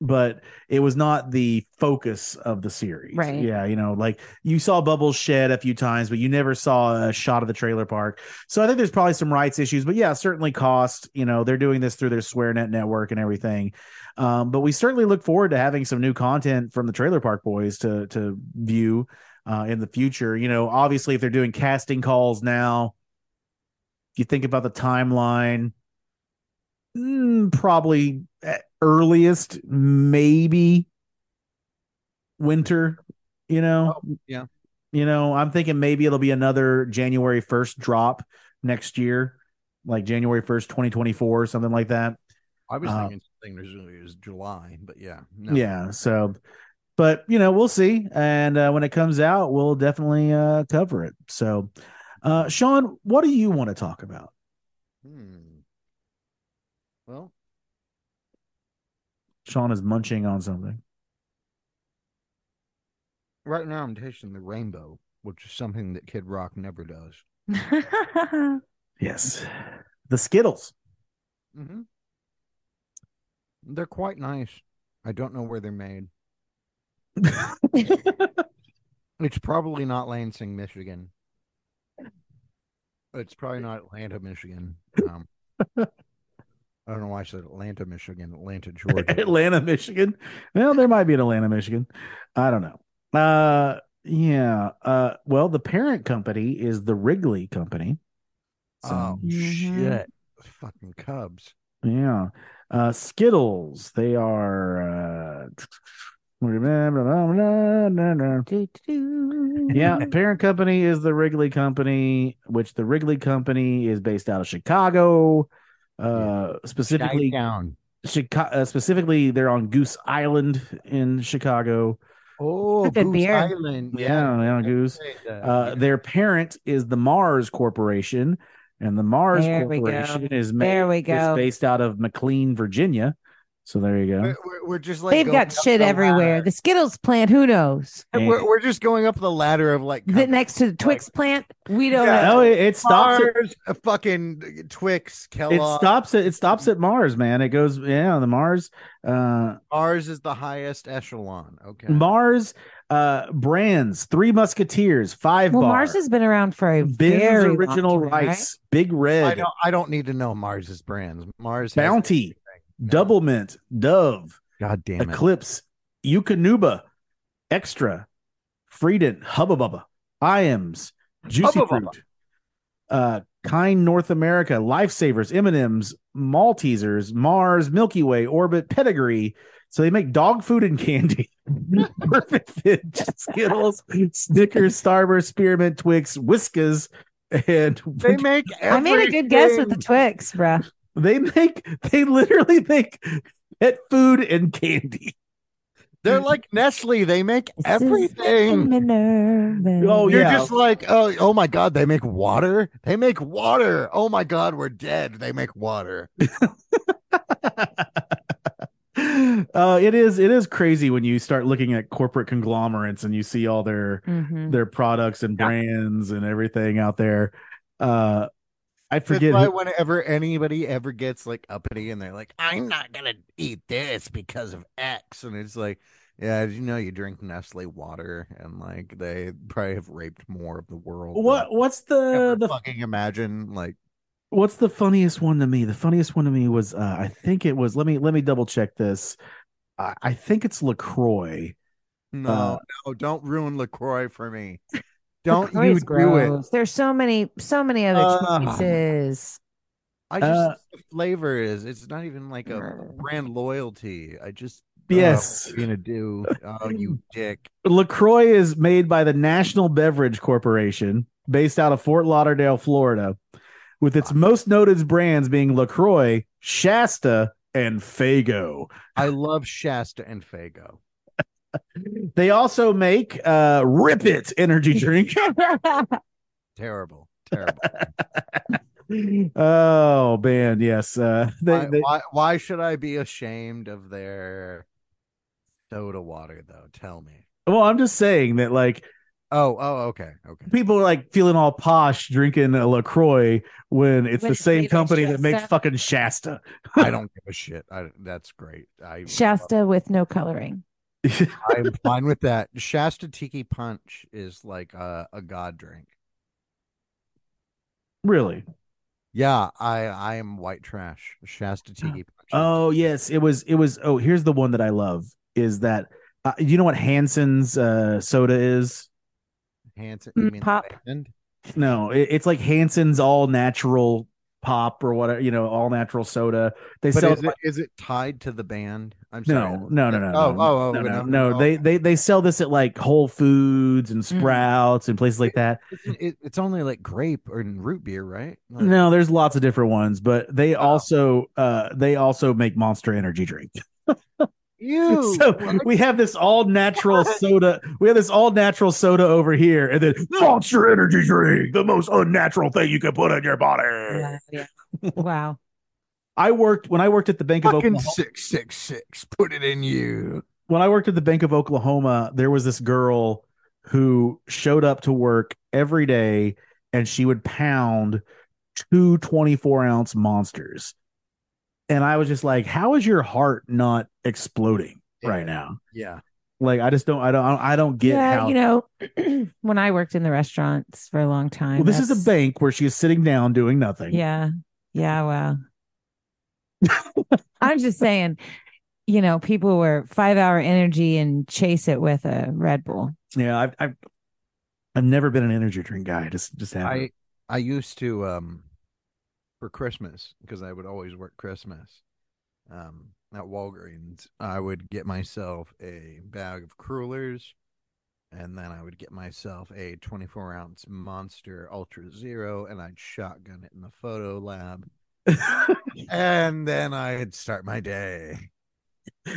[SPEAKER 3] But it was not the focus of the series.
[SPEAKER 6] Right.
[SPEAKER 3] Yeah, you know, like you saw Bubbles shed a few times, but you never saw a shot of the trailer park. So I think there's probably some rights issues, but yeah, certainly cost. You know, they're doing this through their SwearNet network and everything. Um, but we certainly look forward to having some new content from the Trailer Park Boys to to view uh, in the future. You know, obviously, if they're doing casting calls now, if you think about the timeline, mm, probably at earliest, maybe winter. You know,
[SPEAKER 5] Oh, yeah.
[SPEAKER 3] You know, I'm thinking maybe it'll be another January 1st drop next year, like January 1st, 2024, something like that.
[SPEAKER 5] I was
[SPEAKER 3] uh,
[SPEAKER 5] thinking something originally was July, but yeah, no.
[SPEAKER 3] Yeah. So, but you know, we'll see. And uh, when it comes out, we'll definitely uh, cover it. So, uh, Sean, what do you want to talk about?
[SPEAKER 5] Hmm. Well,
[SPEAKER 3] Sean is munching on something.
[SPEAKER 5] right now I'm tasting the rainbow, which is something that Kid Rock never does.
[SPEAKER 3] Yes. The Skittles.
[SPEAKER 5] Mm-hmm. They're quite nice. I don't know where they're made. It's probably not Lansing, Michigan. It's probably not Atlanta, Michigan. Um, I don't know why I said Atlanta, Michigan, Atlanta, Georgia.
[SPEAKER 3] Atlanta, Michigan. Well, there might be an Atlanta, Michigan. I don't know. Uh, yeah. Uh, well, the parent company is the Wrigley Company. So-
[SPEAKER 5] Oh
[SPEAKER 6] Mhm.
[SPEAKER 5] shit! Fucking Cubs.
[SPEAKER 3] Yeah. Uh Skittles, they are uh yeah, parent company is the Wrigley Company, which the Wrigley Company is based out of Chicago. Uh specifically
[SPEAKER 5] down.
[SPEAKER 3] Chicago uh, specifically they're on Goose Island in Chicago.
[SPEAKER 5] Oh,
[SPEAKER 6] The
[SPEAKER 5] Goose
[SPEAKER 6] beer.
[SPEAKER 5] Island.
[SPEAKER 3] Yeah, yeah, Goose. Uh,
[SPEAKER 5] Uh,
[SPEAKER 3] their parent is the Mars Corporation, and the Mars
[SPEAKER 6] There we go.
[SPEAKER 3] Corporation is made,
[SPEAKER 6] There we
[SPEAKER 3] is
[SPEAKER 6] go.
[SPEAKER 3] based out of McLean, Virginia. So there you go.
[SPEAKER 5] we're, we're, we're just like
[SPEAKER 6] Uh, They've
[SPEAKER 5] going
[SPEAKER 6] got
[SPEAKER 5] up
[SPEAKER 6] shit
[SPEAKER 5] the
[SPEAKER 6] everywhere.
[SPEAKER 5] ladder.
[SPEAKER 6] The Skittles plant, who knows?
[SPEAKER 5] We're, we're just going up the ladder of like
[SPEAKER 6] Is it next to the Twix plant? We don't
[SPEAKER 5] Yeah.
[SPEAKER 6] know.
[SPEAKER 3] No, oh, it, it stops. At,
[SPEAKER 5] Mars, uh, fucking Twix,
[SPEAKER 3] it
[SPEAKER 5] Kellogg.
[SPEAKER 3] stops at it stops at Mars, man. It goes yeah, the Mars. Uh,
[SPEAKER 5] Ours is the highest echelon. Okay.
[SPEAKER 3] Mars uh brands, Three Musketeers, Five
[SPEAKER 6] Well,
[SPEAKER 3] Bar,
[SPEAKER 6] Mars has been around for a
[SPEAKER 3] Ben's
[SPEAKER 6] very long
[SPEAKER 3] original
[SPEAKER 6] time, right?
[SPEAKER 3] rice, Big
[SPEAKER 5] I
[SPEAKER 3] Red,
[SPEAKER 5] don't. I don't need to know Mars's brands. Mars has
[SPEAKER 3] Bounty,
[SPEAKER 5] everything. No.
[SPEAKER 3] Double Mint, Dove,
[SPEAKER 5] God damn it.
[SPEAKER 3] Eclipse, Yukonuba, Extra, Freedon, Hubba Bubba, Iams, Juicy
[SPEAKER 5] Hubba
[SPEAKER 3] Fruit,
[SPEAKER 5] Bubba.
[SPEAKER 3] uh, Kind North America, Lifesavers, M&M's, Maltesers, Mars, Milky Way, Orbit, Pedigree. So they make dog food and candy. Perfect fit, Skittles, Snickers, Starburst, Spearmint, Twix, Whiskas, and
[SPEAKER 5] They make.
[SPEAKER 6] I made a good guess with the Twix, bruh.
[SPEAKER 3] they make they literally make pet food and candy.
[SPEAKER 5] They're like Nestle. They make
[SPEAKER 6] This is
[SPEAKER 5] everything.
[SPEAKER 6] Minerva.
[SPEAKER 3] Oh,
[SPEAKER 5] You're
[SPEAKER 3] yeah.
[SPEAKER 5] just like, oh, oh my god, they make water. They make water. Oh my god, we're dead. They make water.
[SPEAKER 3] uh, it is it is crazy when you start looking at corporate conglomerates and you see all their
[SPEAKER 6] Mhm.
[SPEAKER 3] their products and
[SPEAKER 5] Yeah.
[SPEAKER 3] brands and everything out there. Uh, I
[SPEAKER 5] That's
[SPEAKER 3] forget.
[SPEAKER 5] why
[SPEAKER 3] who-
[SPEAKER 5] whenever anybody ever gets like uppity and they're like, I'm not gonna eat this because of X, and it's like, yeah, did you know you drink Nestle water and like they probably have raped more of the world. than
[SPEAKER 3] what what's
[SPEAKER 5] you ever
[SPEAKER 3] the the
[SPEAKER 5] fucking imagine like
[SPEAKER 3] what's the funniest one to me? The funniest one to me was uh, I think it was. Let me let me double check this. I, I think it's Lacroix.
[SPEAKER 5] Oh, no,
[SPEAKER 3] Uh,
[SPEAKER 5] no, don't ruin Lacroix for me. Don't
[SPEAKER 6] Lacroix
[SPEAKER 5] you
[SPEAKER 6] is
[SPEAKER 5] do it.
[SPEAKER 6] gross. There's so many, so many
[SPEAKER 5] Ugh.
[SPEAKER 3] Uh-huh.
[SPEAKER 6] other choices.
[SPEAKER 5] I just
[SPEAKER 3] Uh,
[SPEAKER 5] the flavor is it's not even like a
[SPEAKER 6] Mm.
[SPEAKER 5] brand loyalty. I just oh,
[SPEAKER 3] Yes.
[SPEAKER 5] what are you gonna do oh you dick.
[SPEAKER 3] LaCroix is made by the National Beverage Corporation based out of Fort Lauderdale, Florida, with its most noted brands being LaCroix, Shasta, and Fago.
[SPEAKER 5] I love Shasta and Fago.
[SPEAKER 3] They also make uh, Rip It energy drink.
[SPEAKER 5] Terrible, terrible.
[SPEAKER 3] oh, man. Yes. Uh, they,
[SPEAKER 5] why,
[SPEAKER 3] they,
[SPEAKER 5] why, why should I be ashamed of their soda water though? Tell me.
[SPEAKER 3] well, I'm just saying that, like,
[SPEAKER 5] Oh, oh, okay, okay.
[SPEAKER 3] people are like feeling all posh drinking a LaCroix when it's
[SPEAKER 6] When
[SPEAKER 3] the
[SPEAKER 6] it's
[SPEAKER 3] same
[SPEAKER 6] made by
[SPEAKER 3] company that makes
[SPEAKER 6] Shasta.
[SPEAKER 3] fucking Shasta.
[SPEAKER 5] I don't give a shit. I, that's great. I
[SPEAKER 6] Shasta with no coloring.
[SPEAKER 5] I'm fine with that. Shasta Tiki Punch is like a, a god drink.
[SPEAKER 3] Really?
[SPEAKER 5] Yeah, I I am white trash. Shasta Tiki. Punch.
[SPEAKER 3] Oh yes, it was. It was. Oh, here's the one that I love is that uh, you know what Hanson's uh, soda is?
[SPEAKER 5] Hanson.
[SPEAKER 6] Mm,
[SPEAKER 5] You mean the
[SPEAKER 6] pop.
[SPEAKER 5] band?
[SPEAKER 3] No, it, it's like Hanson's all natural pop or whatever. You know, all natural soda. They
[SPEAKER 5] But
[SPEAKER 3] sell.
[SPEAKER 5] is it, is it tied to the band? I'm sorry.
[SPEAKER 3] no, no, no, no,
[SPEAKER 5] Oh,
[SPEAKER 3] no,
[SPEAKER 5] oh, oh,
[SPEAKER 3] no, no,
[SPEAKER 5] no, Hmm.
[SPEAKER 3] no.
[SPEAKER 5] oh.
[SPEAKER 3] They they they sell this at like Whole Foods and Sprouts and places like that.
[SPEAKER 5] Isn't it, it's only like grape or root beer, right? Like,
[SPEAKER 3] No, there's lots of different ones, but they also uh they also make Monster Energy drink.
[SPEAKER 5] Ew.
[SPEAKER 3] so
[SPEAKER 5] what?
[SPEAKER 3] we have this all natural soda. We have this all natural soda over here, and then Monster Energy drink, the most unnatural thing you can put in your body.
[SPEAKER 6] Wow.
[SPEAKER 3] I worked when I worked at the Bank of
[SPEAKER 5] fucking
[SPEAKER 3] Oklahoma.
[SPEAKER 5] six six six. Put it in you.
[SPEAKER 3] When I worked at the Bank of Oklahoma, there was this girl who showed up to work every day, and she would pound two 24 ounce monsters. And I was just like, "How is your heart not exploding right now?"
[SPEAKER 5] Yeah.
[SPEAKER 3] Like, I just don't, I don't, I don't get
[SPEAKER 6] yeah,
[SPEAKER 3] how
[SPEAKER 6] you know, when I worked in the restaurants for a long time.
[SPEAKER 3] Well, this is a
[SPEAKER 6] that's-
[SPEAKER 3] bank where she is sitting down doing nothing.
[SPEAKER 6] Yeah. Yeah. Wow. I'm just saying, you know, people were five hour energy and chase it with a Red Bull.
[SPEAKER 3] yeah. I've, I've I've never been an energy drink guy. I Just just haven't.
[SPEAKER 5] I I used to um for Christmas because I would always work Christmas. Um, at Walgreens, I would get myself a bag of Crullers, and then I would get myself a 24 ounce Monster Ultra Zero, and I'd shotgun it in the photo lab, and then I'd start my day.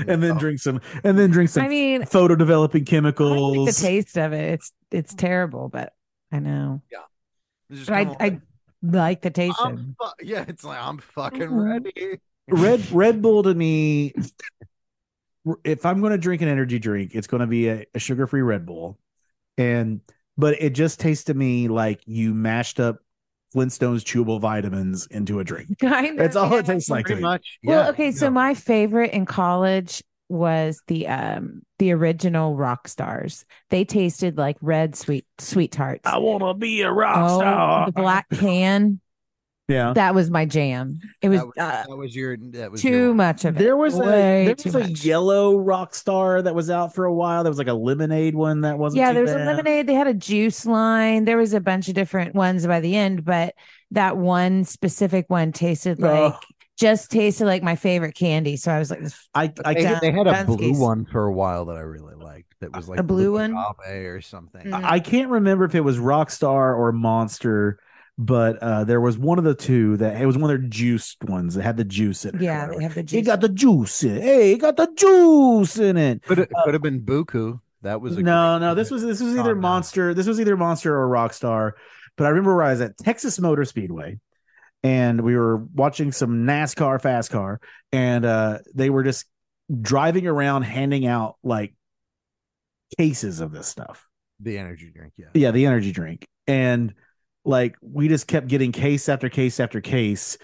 [SPEAKER 3] and then drink some and then drink some
[SPEAKER 6] I mean,
[SPEAKER 3] photo developing
[SPEAKER 6] I don't like the
[SPEAKER 3] chemicals.
[SPEAKER 6] taste of it. It's it's terrible, but I know.
[SPEAKER 5] Just
[SPEAKER 6] But I
[SPEAKER 5] kinda
[SPEAKER 6] I like the taste
[SPEAKER 5] I'm
[SPEAKER 6] of it.
[SPEAKER 5] fu- yeah, it's like I'm fucking
[SPEAKER 6] Mhm.
[SPEAKER 5] ready.
[SPEAKER 3] Red Red Bull to me, if I'm going to drink an energy drink, it's going to be a, a sugar free Red Bull, and but it just tastes to me like you mashed up Flintstones chewable vitamins into a drink.
[SPEAKER 6] Kind
[SPEAKER 3] That's
[SPEAKER 6] of,
[SPEAKER 3] all it
[SPEAKER 6] yeah.
[SPEAKER 3] tastes like to
[SPEAKER 5] Pretty
[SPEAKER 3] me.
[SPEAKER 5] much.
[SPEAKER 6] Well,
[SPEAKER 5] yeah,
[SPEAKER 6] okay, so
[SPEAKER 5] no.
[SPEAKER 6] my favorite in college was the um the original rock stars. They tasted like red sweet sweet tarts.
[SPEAKER 5] Oh,
[SPEAKER 3] want to be a rock
[SPEAKER 6] Oh, the black can.
[SPEAKER 3] Yeah.
[SPEAKER 6] That was my jam. It was
[SPEAKER 5] that was,
[SPEAKER 6] uh,
[SPEAKER 5] that was your that was your
[SPEAKER 6] too
[SPEAKER 5] one.
[SPEAKER 6] much of it.
[SPEAKER 3] There was a
[SPEAKER 6] Way
[SPEAKER 3] there
[SPEAKER 6] too
[SPEAKER 3] was a
[SPEAKER 6] much.
[SPEAKER 3] yellow rock star that was out for a while. There was like a lemonade one that wasn't.
[SPEAKER 6] yeah,
[SPEAKER 3] too
[SPEAKER 6] there was
[SPEAKER 3] bad.
[SPEAKER 6] a lemonade. They had a juice line. There was a bunch of different ones by the end, but that one specific one tasted like
[SPEAKER 3] Oh.
[SPEAKER 6] just tasted like my favorite candy. So I was like, this-
[SPEAKER 3] I, I
[SPEAKER 5] They,
[SPEAKER 3] can't.
[SPEAKER 5] had- they had a blue
[SPEAKER 6] Dansky's.
[SPEAKER 5] one for a while that I really liked. That was like
[SPEAKER 6] A blue one?
[SPEAKER 5] agave or something.
[SPEAKER 6] Mm.
[SPEAKER 3] I can't remember if it was Rockstar or Monster, but uh, there was one of the two that it was one of their juiced ones that had the juice in it. or
[SPEAKER 6] yeah,
[SPEAKER 3] whatever.
[SPEAKER 6] they have the
[SPEAKER 3] it
[SPEAKER 6] juice.
[SPEAKER 3] got the juice in it. Hey, it got the juice in it.
[SPEAKER 5] Could it could have been Buku. That was a
[SPEAKER 3] No,
[SPEAKER 5] great-
[SPEAKER 3] no, this was this was
[SPEAKER 5] Oh,
[SPEAKER 3] either
[SPEAKER 5] Uh, no.
[SPEAKER 3] Monster, this was either Monster or Rockstar. But I remember where I was at Texas Motor Speedway, and we were watching some NASCAR fast car, and uh, they were just driving around handing out like cases of this stuff.
[SPEAKER 5] the energy drink. Yeah,
[SPEAKER 3] yeah the energy drink and like we just kept getting case after case after case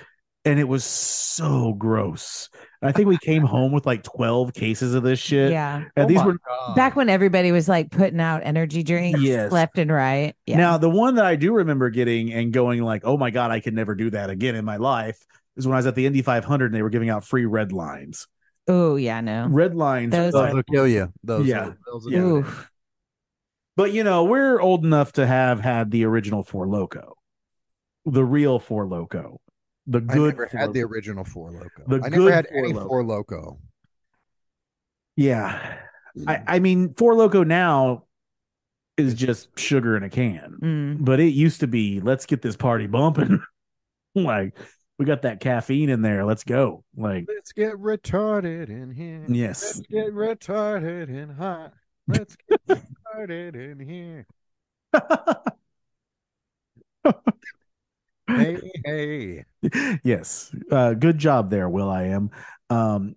[SPEAKER 3] and it was so gross i think we came home with like 12 cases of this shit
[SPEAKER 6] yeah.
[SPEAKER 3] and
[SPEAKER 5] Oh
[SPEAKER 3] these
[SPEAKER 5] my
[SPEAKER 3] were
[SPEAKER 5] God.
[SPEAKER 6] Back when everybody was like putting out energy drinks
[SPEAKER 3] Yes.
[SPEAKER 6] left and right. Yeah.
[SPEAKER 3] now the one that i do remember getting and going like oh my god i could never do that again in my life is when i was at the indy 500 and they were giving out free red lines
[SPEAKER 6] oh, yeah, no.
[SPEAKER 3] red lines
[SPEAKER 6] Those
[SPEAKER 3] uh,
[SPEAKER 5] those will kill you. Those,
[SPEAKER 3] Yeah.
[SPEAKER 5] will- those will
[SPEAKER 3] Yeah.
[SPEAKER 5] do it.
[SPEAKER 6] Oof.
[SPEAKER 3] but you know we're old enough to have had the original four loco the real four loco the
[SPEAKER 5] I
[SPEAKER 3] good
[SPEAKER 5] never
[SPEAKER 3] Four
[SPEAKER 5] had the
[SPEAKER 3] Loko.
[SPEAKER 5] original four loco.
[SPEAKER 3] The
[SPEAKER 5] I
[SPEAKER 3] good
[SPEAKER 5] never had
[SPEAKER 3] Four
[SPEAKER 5] any
[SPEAKER 3] Loko.
[SPEAKER 5] four loco.
[SPEAKER 3] yeah I, I mean, Four Loco now is just sugar in a can,
[SPEAKER 6] Mm.
[SPEAKER 3] but it used to be let's get this party bumping. like we got that caffeine in there. Let's go. Like
[SPEAKER 5] Let's get retarded in here.
[SPEAKER 6] Mm.
[SPEAKER 3] yes,
[SPEAKER 5] Let's get retarded in hot. Let's get retarded in here. Hey, hey.
[SPEAKER 3] yes. Uh, good job there, Will. I am. Um,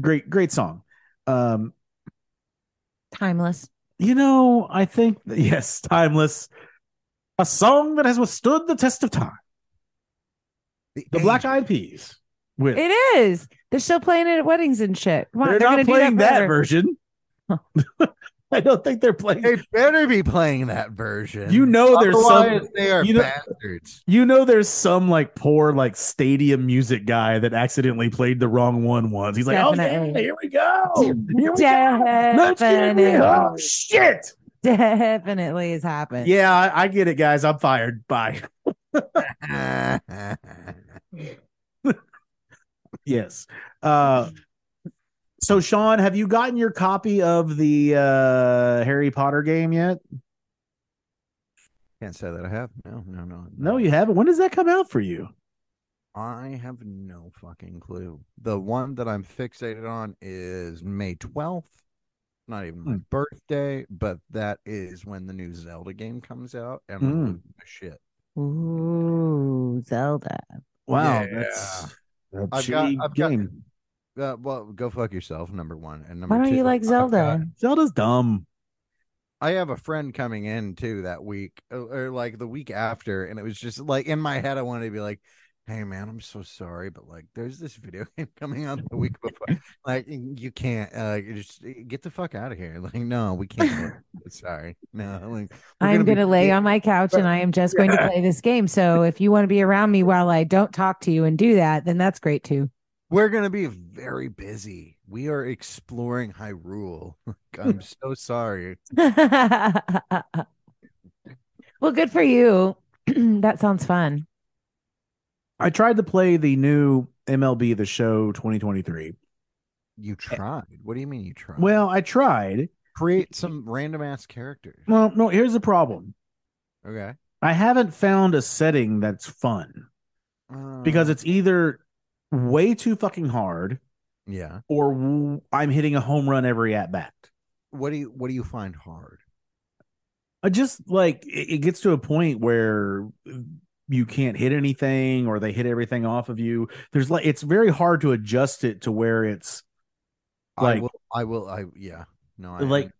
[SPEAKER 3] great, great song. Um,
[SPEAKER 6] Timeless.
[SPEAKER 3] you know, I think yes, timeless. A song that has withstood the test of time. The Black
[SPEAKER 5] age-
[SPEAKER 3] Eyed Peas. With
[SPEAKER 6] It is. They're still playing it at weddings and shit. Come on,
[SPEAKER 3] they're,
[SPEAKER 6] they're,
[SPEAKER 3] not
[SPEAKER 6] gonna
[SPEAKER 3] playing
[SPEAKER 6] do that,
[SPEAKER 3] that,
[SPEAKER 6] forever.
[SPEAKER 3] version. I don't think they're playing.
[SPEAKER 5] They better be playing that version.
[SPEAKER 3] You know, there's
[SPEAKER 5] Otherwise,
[SPEAKER 3] some.
[SPEAKER 5] they are
[SPEAKER 3] you know-
[SPEAKER 5] bastards.
[SPEAKER 3] You know, there's some like poor like stadium music guy that accidentally played the wrong one once. He's like, "Oh yeah,
[SPEAKER 6] Definitely.
[SPEAKER 3] here we go, here we go, let's get
[SPEAKER 6] Definitely,
[SPEAKER 3] it, oh shit."
[SPEAKER 6] definitely has happened.
[SPEAKER 3] Yeah, I, I get it, guys. I'm fired. Bye. Yes. Uh, so, Sean, have you gotten your copy of the uh, Harry Potter game yet?
[SPEAKER 5] Can't say that I have. No, no, no.
[SPEAKER 3] No, you haven't. When does that come out for you?
[SPEAKER 5] I have no fucking clue. The one that I'm fixated on is May 12th. Not even my
[SPEAKER 3] Hmm.
[SPEAKER 5] birthday, but that is when the new Zelda game comes out, and I'm
[SPEAKER 3] Hmm.
[SPEAKER 5] losing my shit.
[SPEAKER 6] Ooh, Zelda.
[SPEAKER 3] Wow,
[SPEAKER 5] Yeah.
[SPEAKER 3] that's a
[SPEAKER 5] I've got-
[SPEAKER 3] shitty
[SPEAKER 5] I've got-
[SPEAKER 3] game.
[SPEAKER 5] Uh, well, go fuck yourself. Number one and number
[SPEAKER 6] Why don't
[SPEAKER 5] two,
[SPEAKER 6] you like
[SPEAKER 5] I've got-
[SPEAKER 6] Zelda?
[SPEAKER 3] Zelda's dumb.
[SPEAKER 5] I have a friend coming in too that week, or, or like the week after, and it was just like in my head, I wanted to be like, "Hey, man, I'm so sorry, but like, there's this video game coming out the week before. Like, you can't. Uh, you just get the fuck out of here. Like, no, we can't. do it. sorry, no. Like, we're
[SPEAKER 6] I'm
[SPEAKER 5] be-
[SPEAKER 6] going to lay on my couch and I am just going to play this game. So if you want to be around me while I don't talk to you and do that, then that's great too.
[SPEAKER 5] We're gonna be very busy. We are exploring Hyrule. Like, I'm so sorry.
[SPEAKER 6] well, good for you. that sounds fun.
[SPEAKER 3] I tried to play the new MLB The Show 2023.
[SPEAKER 5] You tried. What do you mean you tried?
[SPEAKER 3] Eh Well, I tried.
[SPEAKER 5] create some random ass characters.
[SPEAKER 3] Well, no, here's the problem.
[SPEAKER 5] Okay.
[SPEAKER 3] I haven't found a setting that's fun because
[SPEAKER 5] Uh,
[SPEAKER 3] it's either way too fucking hard
[SPEAKER 5] Yeah.
[SPEAKER 3] or w- I'm hitting a home run every at bat.
[SPEAKER 5] What do you What do you find hard?
[SPEAKER 3] I just like it, it gets to a point where you can't hit anything or they hit everything off of you. There's like it's very hard to adjust it to where it's
[SPEAKER 5] I
[SPEAKER 3] Like-
[SPEAKER 5] will. I will. I yeah. No. I
[SPEAKER 3] like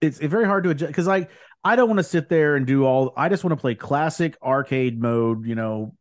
[SPEAKER 3] it's, it's very hard to adjust because like I don't want to sit there and do all. I just want to play classic arcade mode. You know,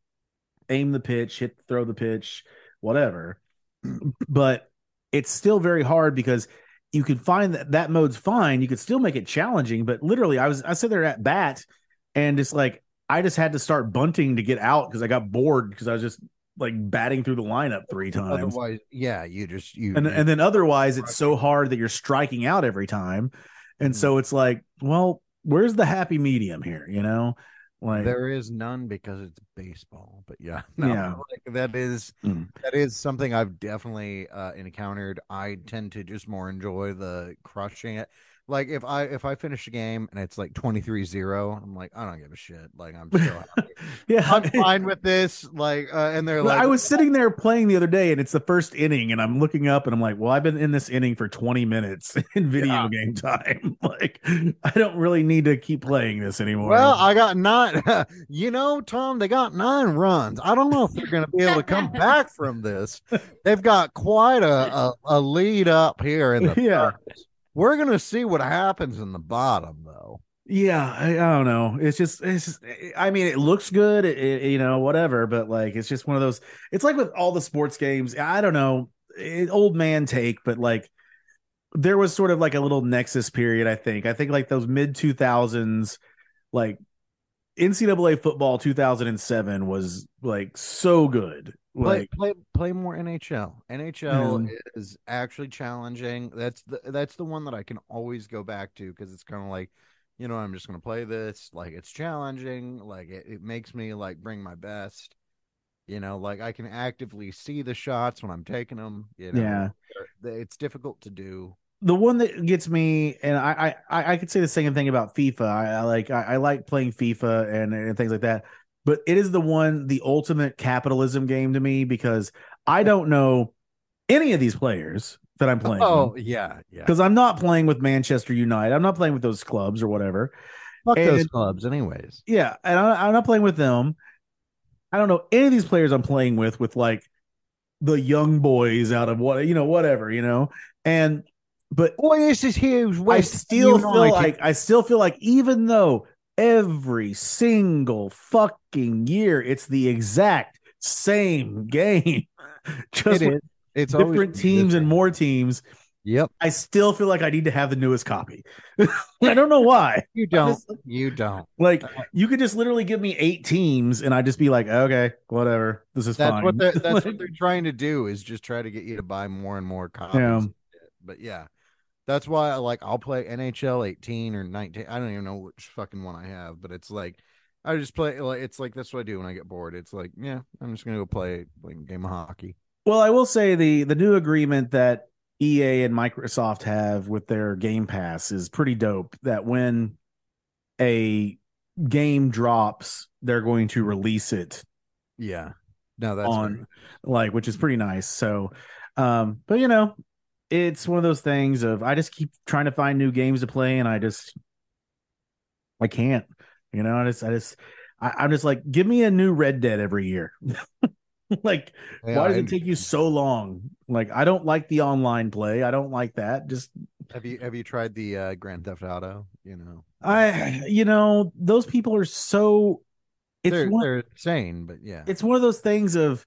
[SPEAKER 3] aim the pitch, hit, throw the pitch, whatever. but it's still very hard because you can find that that mode's fine. You could still make it challenging, but literally, I was I sit there at bat and just like I just had to start bunting to get out because I got bored because I was just like batting through the lineup three times
[SPEAKER 5] otherwise, yeah. You just you
[SPEAKER 3] and
[SPEAKER 5] you-
[SPEAKER 3] and then otherwise it's so hard that you're striking out every time and
[SPEAKER 5] Mm-hmm.
[SPEAKER 3] so it's like well where's the happy medium here you know like
[SPEAKER 5] there is none because it's baseball. But yeah, no,
[SPEAKER 3] Yeah.
[SPEAKER 5] like, that is
[SPEAKER 3] Mm.
[SPEAKER 5] that is something I've definitely uh, encountered. I tend to just more enjoy the crushing it. Like if I if I finish a game and it's like 23-0, I'm like I don't give a shit. Like I'm so happy.
[SPEAKER 3] yeah
[SPEAKER 5] I'm fine with this. Like uh, and they're like
[SPEAKER 3] I was sitting there playing the other day and it's the first inning and I'm looking up and I'm like well I've been in this inning for 20 minutes in video
[SPEAKER 5] Yeah.
[SPEAKER 3] game time like I don't really need to keep playing this anymore
[SPEAKER 5] Well, I got nine. You know, Tom, they got nine runs. I don't know if they're going to be able to come back from this. They've got quite a, a, a lead up here in the
[SPEAKER 3] Yeah.
[SPEAKER 5] first. We're going to see what happens in the bottom, though.
[SPEAKER 3] yeah I, I don't know it's just it's just, eh, I mean it looks good it, it- you know whatever but like it's just one of those it's like with all the sports games I don't know it, old man take but like there was sort of like a little nexus period i think i think like those mid 2000s like ncaa football 2007 was like so good
[SPEAKER 5] Play,
[SPEAKER 3] like Mm-hmm.
[SPEAKER 5] play, play more NHL. NHL is actually challenging. That's the that's the one that I can always go back to because it's kind of like, you know, I'm just going to play this. Like it's challenging. Like it, it makes me like bring my best. You know, like I can actively see the shots when I'm taking them. You know,
[SPEAKER 3] Yeah.
[SPEAKER 5] They're- it's difficult to do.
[SPEAKER 3] the one that gets me and i i i I could say the same thing about fifa i, I like I, I like playing fifa and and things like that but it is the one the ultimate capitalism game to me because i don't know any of these players that i'm playing
[SPEAKER 5] Oh yeah, yeah.
[SPEAKER 3] because i'm not playing with manchester united i'm not playing with those clubs or whatever
[SPEAKER 5] Fuck those
[SPEAKER 3] and-
[SPEAKER 5] clubs, anyways.
[SPEAKER 3] Yeah, and I, I'm not playing with them. I don't know any of these players I'm playing with, with like the young boys out of what you know, whatever you know. And but
[SPEAKER 5] Boy, this is huge.
[SPEAKER 3] I
[SPEAKER 5] West
[SPEAKER 3] still feel
[SPEAKER 5] United.
[SPEAKER 3] like I still feel like even though every single fucking year it's the exact same game, just
[SPEAKER 5] It
[SPEAKER 3] with
[SPEAKER 5] is. It's always
[SPEAKER 3] different
[SPEAKER 5] been
[SPEAKER 3] teams
[SPEAKER 5] this
[SPEAKER 3] and
[SPEAKER 5] way.
[SPEAKER 3] more teams.
[SPEAKER 5] Yep,
[SPEAKER 3] I still feel like I need to have the newest copy. I don't know why.
[SPEAKER 5] you don't.
[SPEAKER 3] just-
[SPEAKER 5] You don't.
[SPEAKER 3] Like you could just literally give me eight teams, and I'd just be like, okay, whatever, this is
[SPEAKER 5] that's
[SPEAKER 3] fine.
[SPEAKER 5] what they're, that's
[SPEAKER 3] Like,
[SPEAKER 5] what they're trying to do is just try to get you to buy more and more copies.
[SPEAKER 3] Yeah.
[SPEAKER 5] of it. But yeah, that's why I like I'll play NHL 18 or 19. I don't even know which fucking one I have, but it's like I just play like it's like that's what I do when I get bored. It's like yeah, I'm just gonna go play like a game of hockey.
[SPEAKER 3] well, I will say the the new agreement that EA and Microsoft have with their Game Pass is pretty dope. That when a game drops, they're going to release it
[SPEAKER 5] Yeah, no, that's
[SPEAKER 3] On-
[SPEAKER 5] very-
[SPEAKER 3] like which is pretty nice so um but you know it's one of those things of i just keep trying to find new games to play and i just i can't you know i just i just I, i'm just like give me a new red dead every year like
[SPEAKER 5] Yeah,
[SPEAKER 3] why does
[SPEAKER 5] I
[SPEAKER 3] it take you
[SPEAKER 5] understand.
[SPEAKER 3] so long like i don't like the online play i don't like that just
[SPEAKER 5] Have you have you tried the uh, Grand Theft Auto? You know,
[SPEAKER 3] i you know those people are so it's
[SPEAKER 5] they're,
[SPEAKER 3] one,
[SPEAKER 5] they're insane, but yeah,
[SPEAKER 3] it's one of those things of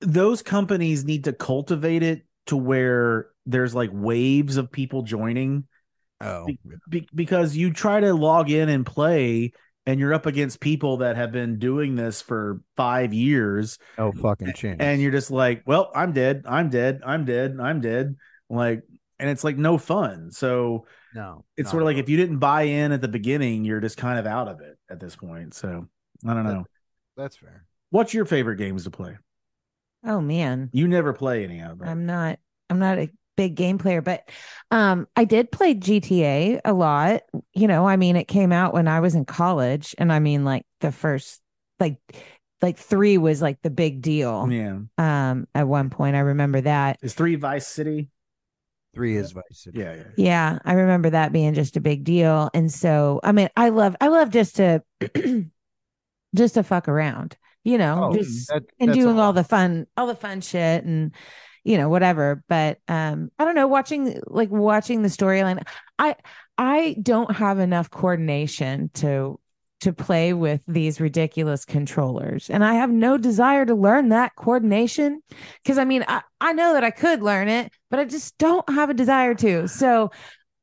[SPEAKER 3] those companies need to cultivate it to where there's like waves of people joining
[SPEAKER 5] oh, yeah.
[SPEAKER 3] be- because you try to log in and play and you're up against people that have been doing this for five years
[SPEAKER 5] oh, fucking chance.
[SPEAKER 3] and you're just like well i'm dead i'm dead i'm dead i'm dead like and it's like no fun so
[SPEAKER 5] no,
[SPEAKER 3] it's
[SPEAKER 5] no,
[SPEAKER 3] sort of like
[SPEAKER 5] no.
[SPEAKER 3] if you didn't buy in at the beginning you're just kind of out of it at this point so i don't know
[SPEAKER 5] that's fair.
[SPEAKER 3] what's your favorite games to play
[SPEAKER 6] Oh man.
[SPEAKER 3] You never play any of it.
[SPEAKER 6] I'm not I'm not a big game player, but um I did play GTA a lot. You know, I mean it came out when I was in college and I mean like the first like like three was like the big deal.
[SPEAKER 3] Yeah.
[SPEAKER 6] Um, at one point, I remember that.
[SPEAKER 3] Is three Vice City?
[SPEAKER 5] Three is Vice City.
[SPEAKER 3] Yeah. yeah.
[SPEAKER 6] Yeah, I remember that being just a big deal. And so, I mean, I love, I love just to, just to fuck around, you know,
[SPEAKER 5] Oh,
[SPEAKER 6] just
[SPEAKER 5] that-
[SPEAKER 6] and
[SPEAKER 5] that's
[SPEAKER 6] doing
[SPEAKER 5] a-
[SPEAKER 6] all the fun, all the fun shit and, you know, whatever. But, um, I don't know, watching, like watching the storyline, I, I don't have enough coordination to, to play with these ridiculous controllers. And I have no desire to learn that coordination because I mean, I, I know that I could learn it, but I just don't have a desire to. So,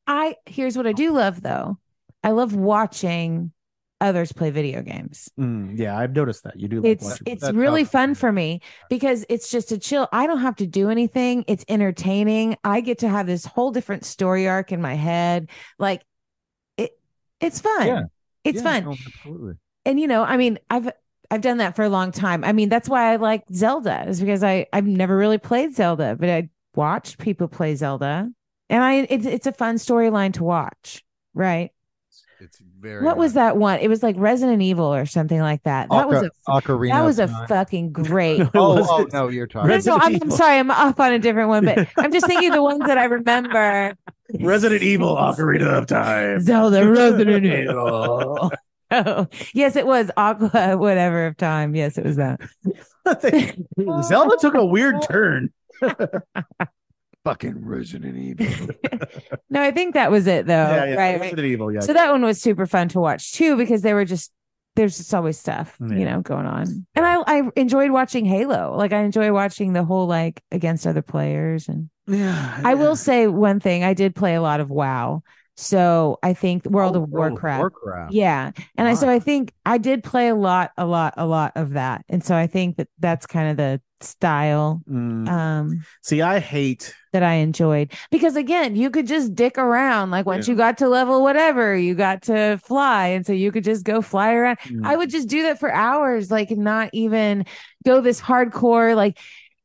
[SPEAKER 6] I here's what I do love though I love watching others play video games.
[SPEAKER 3] Mm, yeah. I've noticed that. You do like
[SPEAKER 6] It's
[SPEAKER 3] watching-
[SPEAKER 6] it's
[SPEAKER 5] that's
[SPEAKER 6] really
[SPEAKER 5] awesome.
[SPEAKER 6] fun for me because it's just a chill. I don't have to do anything. It's entertaining. I get to have this whole different story arc in my head. Like it it's fun.
[SPEAKER 5] Yeah.
[SPEAKER 6] It's
[SPEAKER 5] Yeah,
[SPEAKER 6] fun.
[SPEAKER 5] no, absolutely.
[SPEAKER 6] And you know, I mean, I've I've done that for a long time. I mean, that's why I like Zelda is because I I've never really played Zelda, but I watched people play Zelda and I it's it's a fun storyline to watch, right?
[SPEAKER 5] It's very.
[SPEAKER 6] What was that one? It was like Resident Evil or something like that. That was a
[SPEAKER 5] ocarina.
[SPEAKER 6] that
[SPEAKER 5] of
[SPEAKER 6] was a
[SPEAKER 5] Time.
[SPEAKER 6] fucking great.
[SPEAKER 3] No, it
[SPEAKER 5] Oh, oh
[SPEAKER 3] wasn't.
[SPEAKER 5] no, you're talking.
[SPEAKER 6] No, no, I'm, I'm
[SPEAKER 3] Evil.
[SPEAKER 6] sorry, I'm off on a different one, but I'm just thinking the ones that I remember.
[SPEAKER 3] Resident Evil Ocarina of Time.
[SPEAKER 6] Zelda Resident Evil. Oh, yes, it was Aqua, whatever of time. Yes, it was that.
[SPEAKER 3] Zelda took a
[SPEAKER 6] Oh.
[SPEAKER 3] weird turn.
[SPEAKER 5] fucking Resident Evil.
[SPEAKER 6] No, I think that was it though.
[SPEAKER 3] yeah, yeah.
[SPEAKER 6] Oh, right, right.
[SPEAKER 3] Resident Evil. Yeah.
[SPEAKER 6] So that one was super fun to watch too because they were just there's just always stuff you
[SPEAKER 3] Yeah.
[SPEAKER 6] know going on, and I I enjoyed watching Halo. Like I enjoy watching the whole like against other players, and
[SPEAKER 3] yeah.
[SPEAKER 6] I will say one thing: I did play a lot of WoW, so I think World
[SPEAKER 5] Oh,
[SPEAKER 6] of Warcraft.
[SPEAKER 5] Warcraft.
[SPEAKER 6] Yeah. And I, so
[SPEAKER 5] Wow.
[SPEAKER 6] I think I did play a lot, a lot, a lot of that. And so I think that that's kind of the style
[SPEAKER 3] Mm.
[SPEAKER 6] um,
[SPEAKER 3] See, I hate.
[SPEAKER 6] that I enjoyed because again, you could just dick around. Like once
[SPEAKER 3] Yeah.
[SPEAKER 6] you got to level whatever, you got to fly. And so you could just go fly around.
[SPEAKER 3] Mm-hmm.
[SPEAKER 6] I would just do that for hours, like and not even go this hardcore, like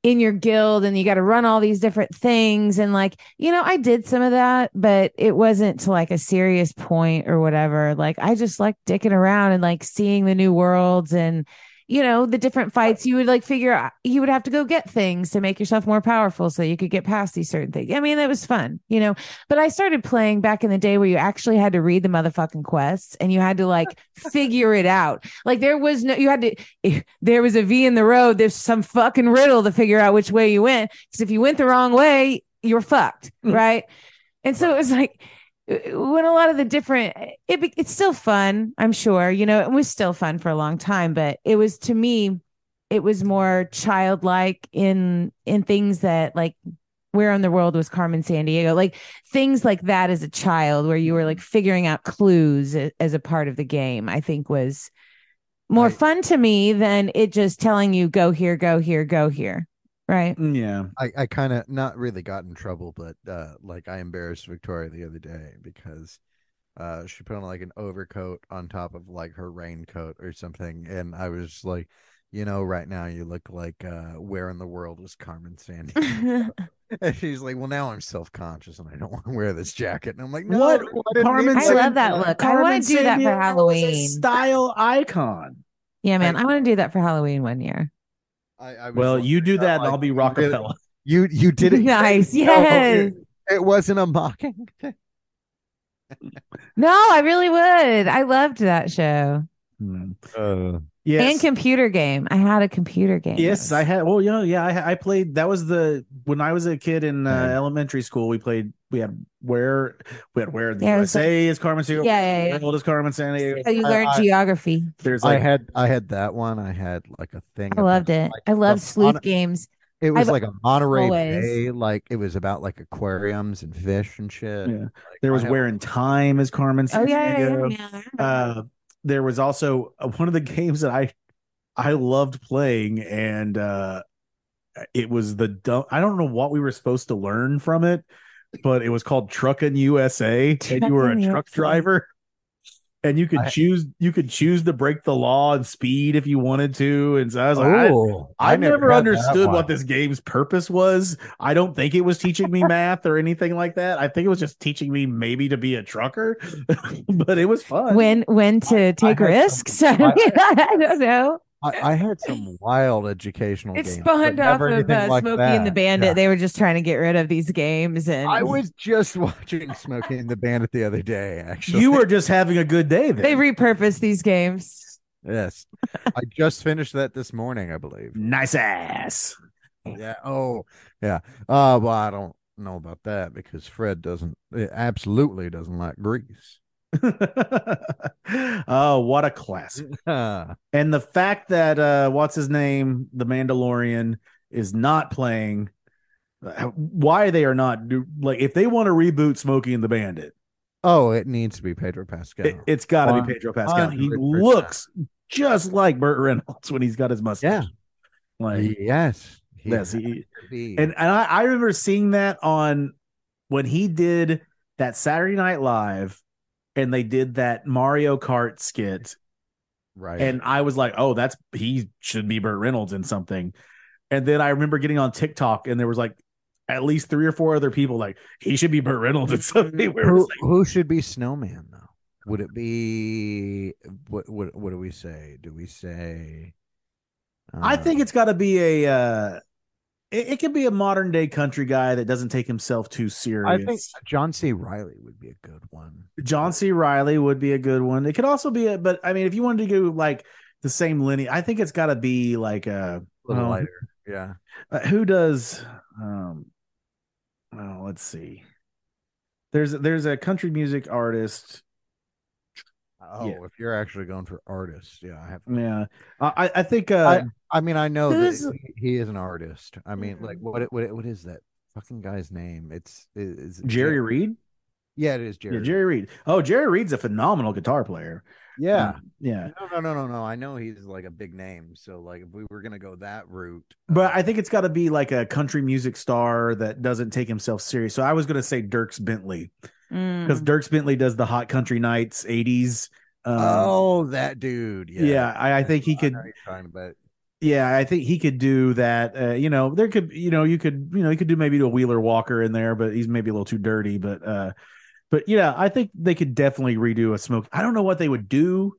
[SPEAKER 6] in your guild, and you got to run all these different things. And like, you know, I did some of that, but it wasn't to like a serious point or whatever. Like, I just like dicking around and like seeing the new worlds and, you know, the different fights. You would like figure out, you would have to go get things to make yourself more powerful so you could get past these certain things. I mean, it was fun, you know, but I started playing back in the day where you actually had to read the motherfucking quests and you had to like figure it out. Like there was no, you had to, if there was a V in the road. There's some fucking riddle to figure out which way you went. Cause if you went the wrong way, you're fucked.
[SPEAKER 3] Mm.
[SPEAKER 6] Right. And so it was like, when a lot of the different, it, be- it's still fun. I'm sure, you know, it was still fun for a long time, but it was to me, it was more childlike in, in things that like, where in the world was Carmen San Diego? Like things like that as a child where you were like figuring out clues a- as a part of the game i think was more
[SPEAKER 5] Right.
[SPEAKER 6] fun to me than it just telling you go here go here go here right
[SPEAKER 3] Mm, Yeah.
[SPEAKER 5] I, I kind of not really got in trouble, but uh, like I embarrassed Victoria the other day because uh, she put on like an overcoat on top of like her raincoat or something, and I was just like, you know, right now you look like uh, where in the world is Carmen Sandiego? and she's like, well, now I'm self conscious and I don't want to wear this jacket, and I'm like, no,
[SPEAKER 3] What-
[SPEAKER 5] I didn't
[SPEAKER 3] Carmen
[SPEAKER 5] mean
[SPEAKER 6] i
[SPEAKER 5] to-
[SPEAKER 3] San-
[SPEAKER 6] love that look i want to do that for
[SPEAKER 3] Sandiego was a
[SPEAKER 6] halloween
[SPEAKER 3] Style icon.
[SPEAKER 6] yeah man i want to do that for halloween one year
[SPEAKER 5] I, I was
[SPEAKER 3] Well,
[SPEAKER 5] like,
[SPEAKER 3] you do
[SPEAKER 5] not
[SPEAKER 3] that, and
[SPEAKER 5] like
[SPEAKER 3] I'll be
[SPEAKER 5] you really-
[SPEAKER 3] Rockefeller.
[SPEAKER 5] You you did it.
[SPEAKER 6] nice
[SPEAKER 5] No,
[SPEAKER 6] yes
[SPEAKER 5] it, it wasn't a mocking.
[SPEAKER 6] no i really would i loved that show
[SPEAKER 3] Mm.
[SPEAKER 5] Uh,
[SPEAKER 3] Yes.
[SPEAKER 6] and computer game i had a computer game
[SPEAKER 3] Yes, I
[SPEAKER 6] That
[SPEAKER 3] had. Well, you know, yeah, I, I played. That was the when I was a kid in uh,
[SPEAKER 5] Right.
[SPEAKER 3] elementary school. We played. We had where we had where the
[SPEAKER 6] Yeah, it was
[SPEAKER 3] USA is Carmen San
[SPEAKER 6] was-
[SPEAKER 3] Diego.
[SPEAKER 6] yeah, yeah, yeah.
[SPEAKER 3] World is Carmen San Diego.
[SPEAKER 6] So you
[SPEAKER 5] I-
[SPEAKER 6] learned
[SPEAKER 5] I-
[SPEAKER 6] geography.
[SPEAKER 3] There's
[SPEAKER 5] I
[SPEAKER 3] like
[SPEAKER 5] had I had that one. I had like a thing.
[SPEAKER 6] I loved it. I loved sleuth
[SPEAKER 5] game.
[SPEAKER 6] games.
[SPEAKER 5] It was
[SPEAKER 6] I've
[SPEAKER 5] like a Monterey
[SPEAKER 6] always-
[SPEAKER 5] Bay, like it was about like aquariums and fish and shit.
[SPEAKER 3] Yeah.
[SPEAKER 5] Like,
[SPEAKER 3] there was
[SPEAKER 5] I had-
[SPEAKER 3] where in time is Carmen
[SPEAKER 6] Oh
[SPEAKER 3] San
[SPEAKER 6] yeah, yeah,
[SPEAKER 3] Diego.
[SPEAKER 6] yeah, yeah.
[SPEAKER 3] uh, there was also uh, one of the games that I I loved playing, and uh, it was the dumb. I don't know what we were supposed to learn from it, but it was called Truckin' USA, and you were a
[SPEAKER 6] Truckin'
[SPEAKER 3] truck
[SPEAKER 6] USA.
[SPEAKER 3] driver, and you could
[SPEAKER 5] I-
[SPEAKER 3] choose you could choose to break the law and speed if you wanted to. And so I was like, I-
[SPEAKER 5] Oh,
[SPEAKER 3] I, never,
[SPEAKER 5] had that
[SPEAKER 3] understood
[SPEAKER 5] one.
[SPEAKER 3] what this game's purpose was. I don't think it was teaching me math or anything like that. I think it was just teaching me maybe to be a trucker, but it was fun.
[SPEAKER 6] when when to take
[SPEAKER 5] had some-
[SPEAKER 6] risks. I, don't know.
[SPEAKER 5] I, I had some wild educational.
[SPEAKER 6] It
[SPEAKER 5] games,
[SPEAKER 6] spawned
[SPEAKER 5] but
[SPEAKER 6] off
[SPEAKER 5] never
[SPEAKER 6] of
[SPEAKER 5] anything
[SPEAKER 6] uh,
[SPEAKER 5] like
[SPEAKER 6] Smokey
[SPEAKER 5] that.
[SPEAKER 6] and the Bandit.
[SPEAKER 5] Yeah.
[SPEAKER 6] They were just trying to get rid of these games, and
[SPEAKER 5] I was just watching Smokey and the Bandit the other day. Actually,
[SPEAKER 3] You were just having a good day then.
[SPEAKER 6] they repurposed these games.
[SPEAKER 5] yes. I just finished that this morning, I believe.
[SPEAKER 3] nice ass.
[SPEAKER 5] Yeah. Oh, yeah. Uh, well, I don't know about that because Fred doesn't eh, absolutely doesn't like Greece.
[SPEAKER 3] oh, what a classic.
[SPEAKER 5] Uh,
[SPEAKER 3] And the fact that uh what's his name, the Mandalorian is not playing uh, why they are not do, like if they want to reboot Smokey and the Bandit,
[SPEAKER 5] oh, it needs to be Pedro Pascal.
[SPEAKER 3] it, has got to
[SPEAKER 5] One-
[SPEAKER 3] be Pedro Pascal. He
[SPEAKER 5] 100%.
[SPEAKER 3] looks just like Burt Reynolds when he's got his mustache.
[SPEAKER 5] Yeah.
[SPEAKER 3] Like
[SPEAKER 5] yes. he
[SPEAKER 3] yes,
[SPEAKER 5] had
[SPEAKER 3] he,
[SPEAKER 5] to be.
[SPEAKER 3] and and I, I remember seeing that on when he did that Saturday Night Live and they did that Mario Kart skit
[SPEAKER 5] right.
[SPEAKER 3] and I was like, oh, that's he should be Burt Reynolds in something. And then I remember getting on TikTok and there was like at least three or four other people like he should be Burt Reynolds in something. Where
[SPEAKER 5] who,
[SPEAKER 3] it's like,
[SPEAKER 5] who should be Snowman though? Would it be what? What? What do we say? Do we say? uh,
[SPEAKER 3] I think it's got to be a. uh it, it could be a modern day country guy that doesn't take himself too
[SPEAKER 5] I
[SPEAKER 3] serious.
[SPEAKER 5] think John C. Riley would be a good one.
[SPEAKER 3] John C. Riley would be a good one. It could also be a, but I mean, if you wanted to go like the same lineage, I think it's got to be like a
[SPEAKER 5] A little
[SPEAKER 3] well,
[SPEAKER 5] lighter. Yeah.
[SPEAKER 3] uh, who does um oh let's see there's there's a country music artist
[SPEAKER 5] Oh, if you're actually going for artists, yeah, I have.
[SPEAKER 3] yeah i i- i think uh
[SPEAKER 5] I mean, I know
[SPEAKER 6] Who's-
[SPEAKER 5] that he- he is an artist. I mean, like
[SPEAKER 6] Mhm.
[SPEAKER 5] what? it- What? it- What is that fucking guy's name? It's is, is
[SPEAKER 3] jerry reed
[SPEAKER 5] Yeah, it is Jerry.
[SPEAKER 3] yeah jerry reed oh jerry reed's a phenomenal guitar player
[SPEAKER 5] Yeah.
[SPEAKER 3] Um, yeah
[SPEAKER 5] No, no, no, no, no. I know he's like a big name. So, like, if we were gonna go that route,
[SPEAKER 3] but
[SPEAKER 5] uh,
[SPEAKER 3] i think it's got to be like a country music star that doesn't take himself serious so i was going to say dirks bentley because
[SPEAKER 5] Mm-hmm.
[SPEAKER 6] Mm.
[SPEAKER 3] dirks bentley does the hot country nights 80s um,
[SPEAKER 5] oh, that dude.
[SPEAKER 3] yeah,
[SPEAKER 5] Yeah,
[SPEAKER 3] I, I think he could
[SPEAKER 5] know you're talking about.
[SPEAKER 3] Yeah, I think he could do that. Uh, you know, there could, you know, you could, you know, you could do maybe a Wheeler Walker in there, but he's maybe a little too dirty. But, uh, but yeah, I think they could definitely redo a smoke. I don't know what they would do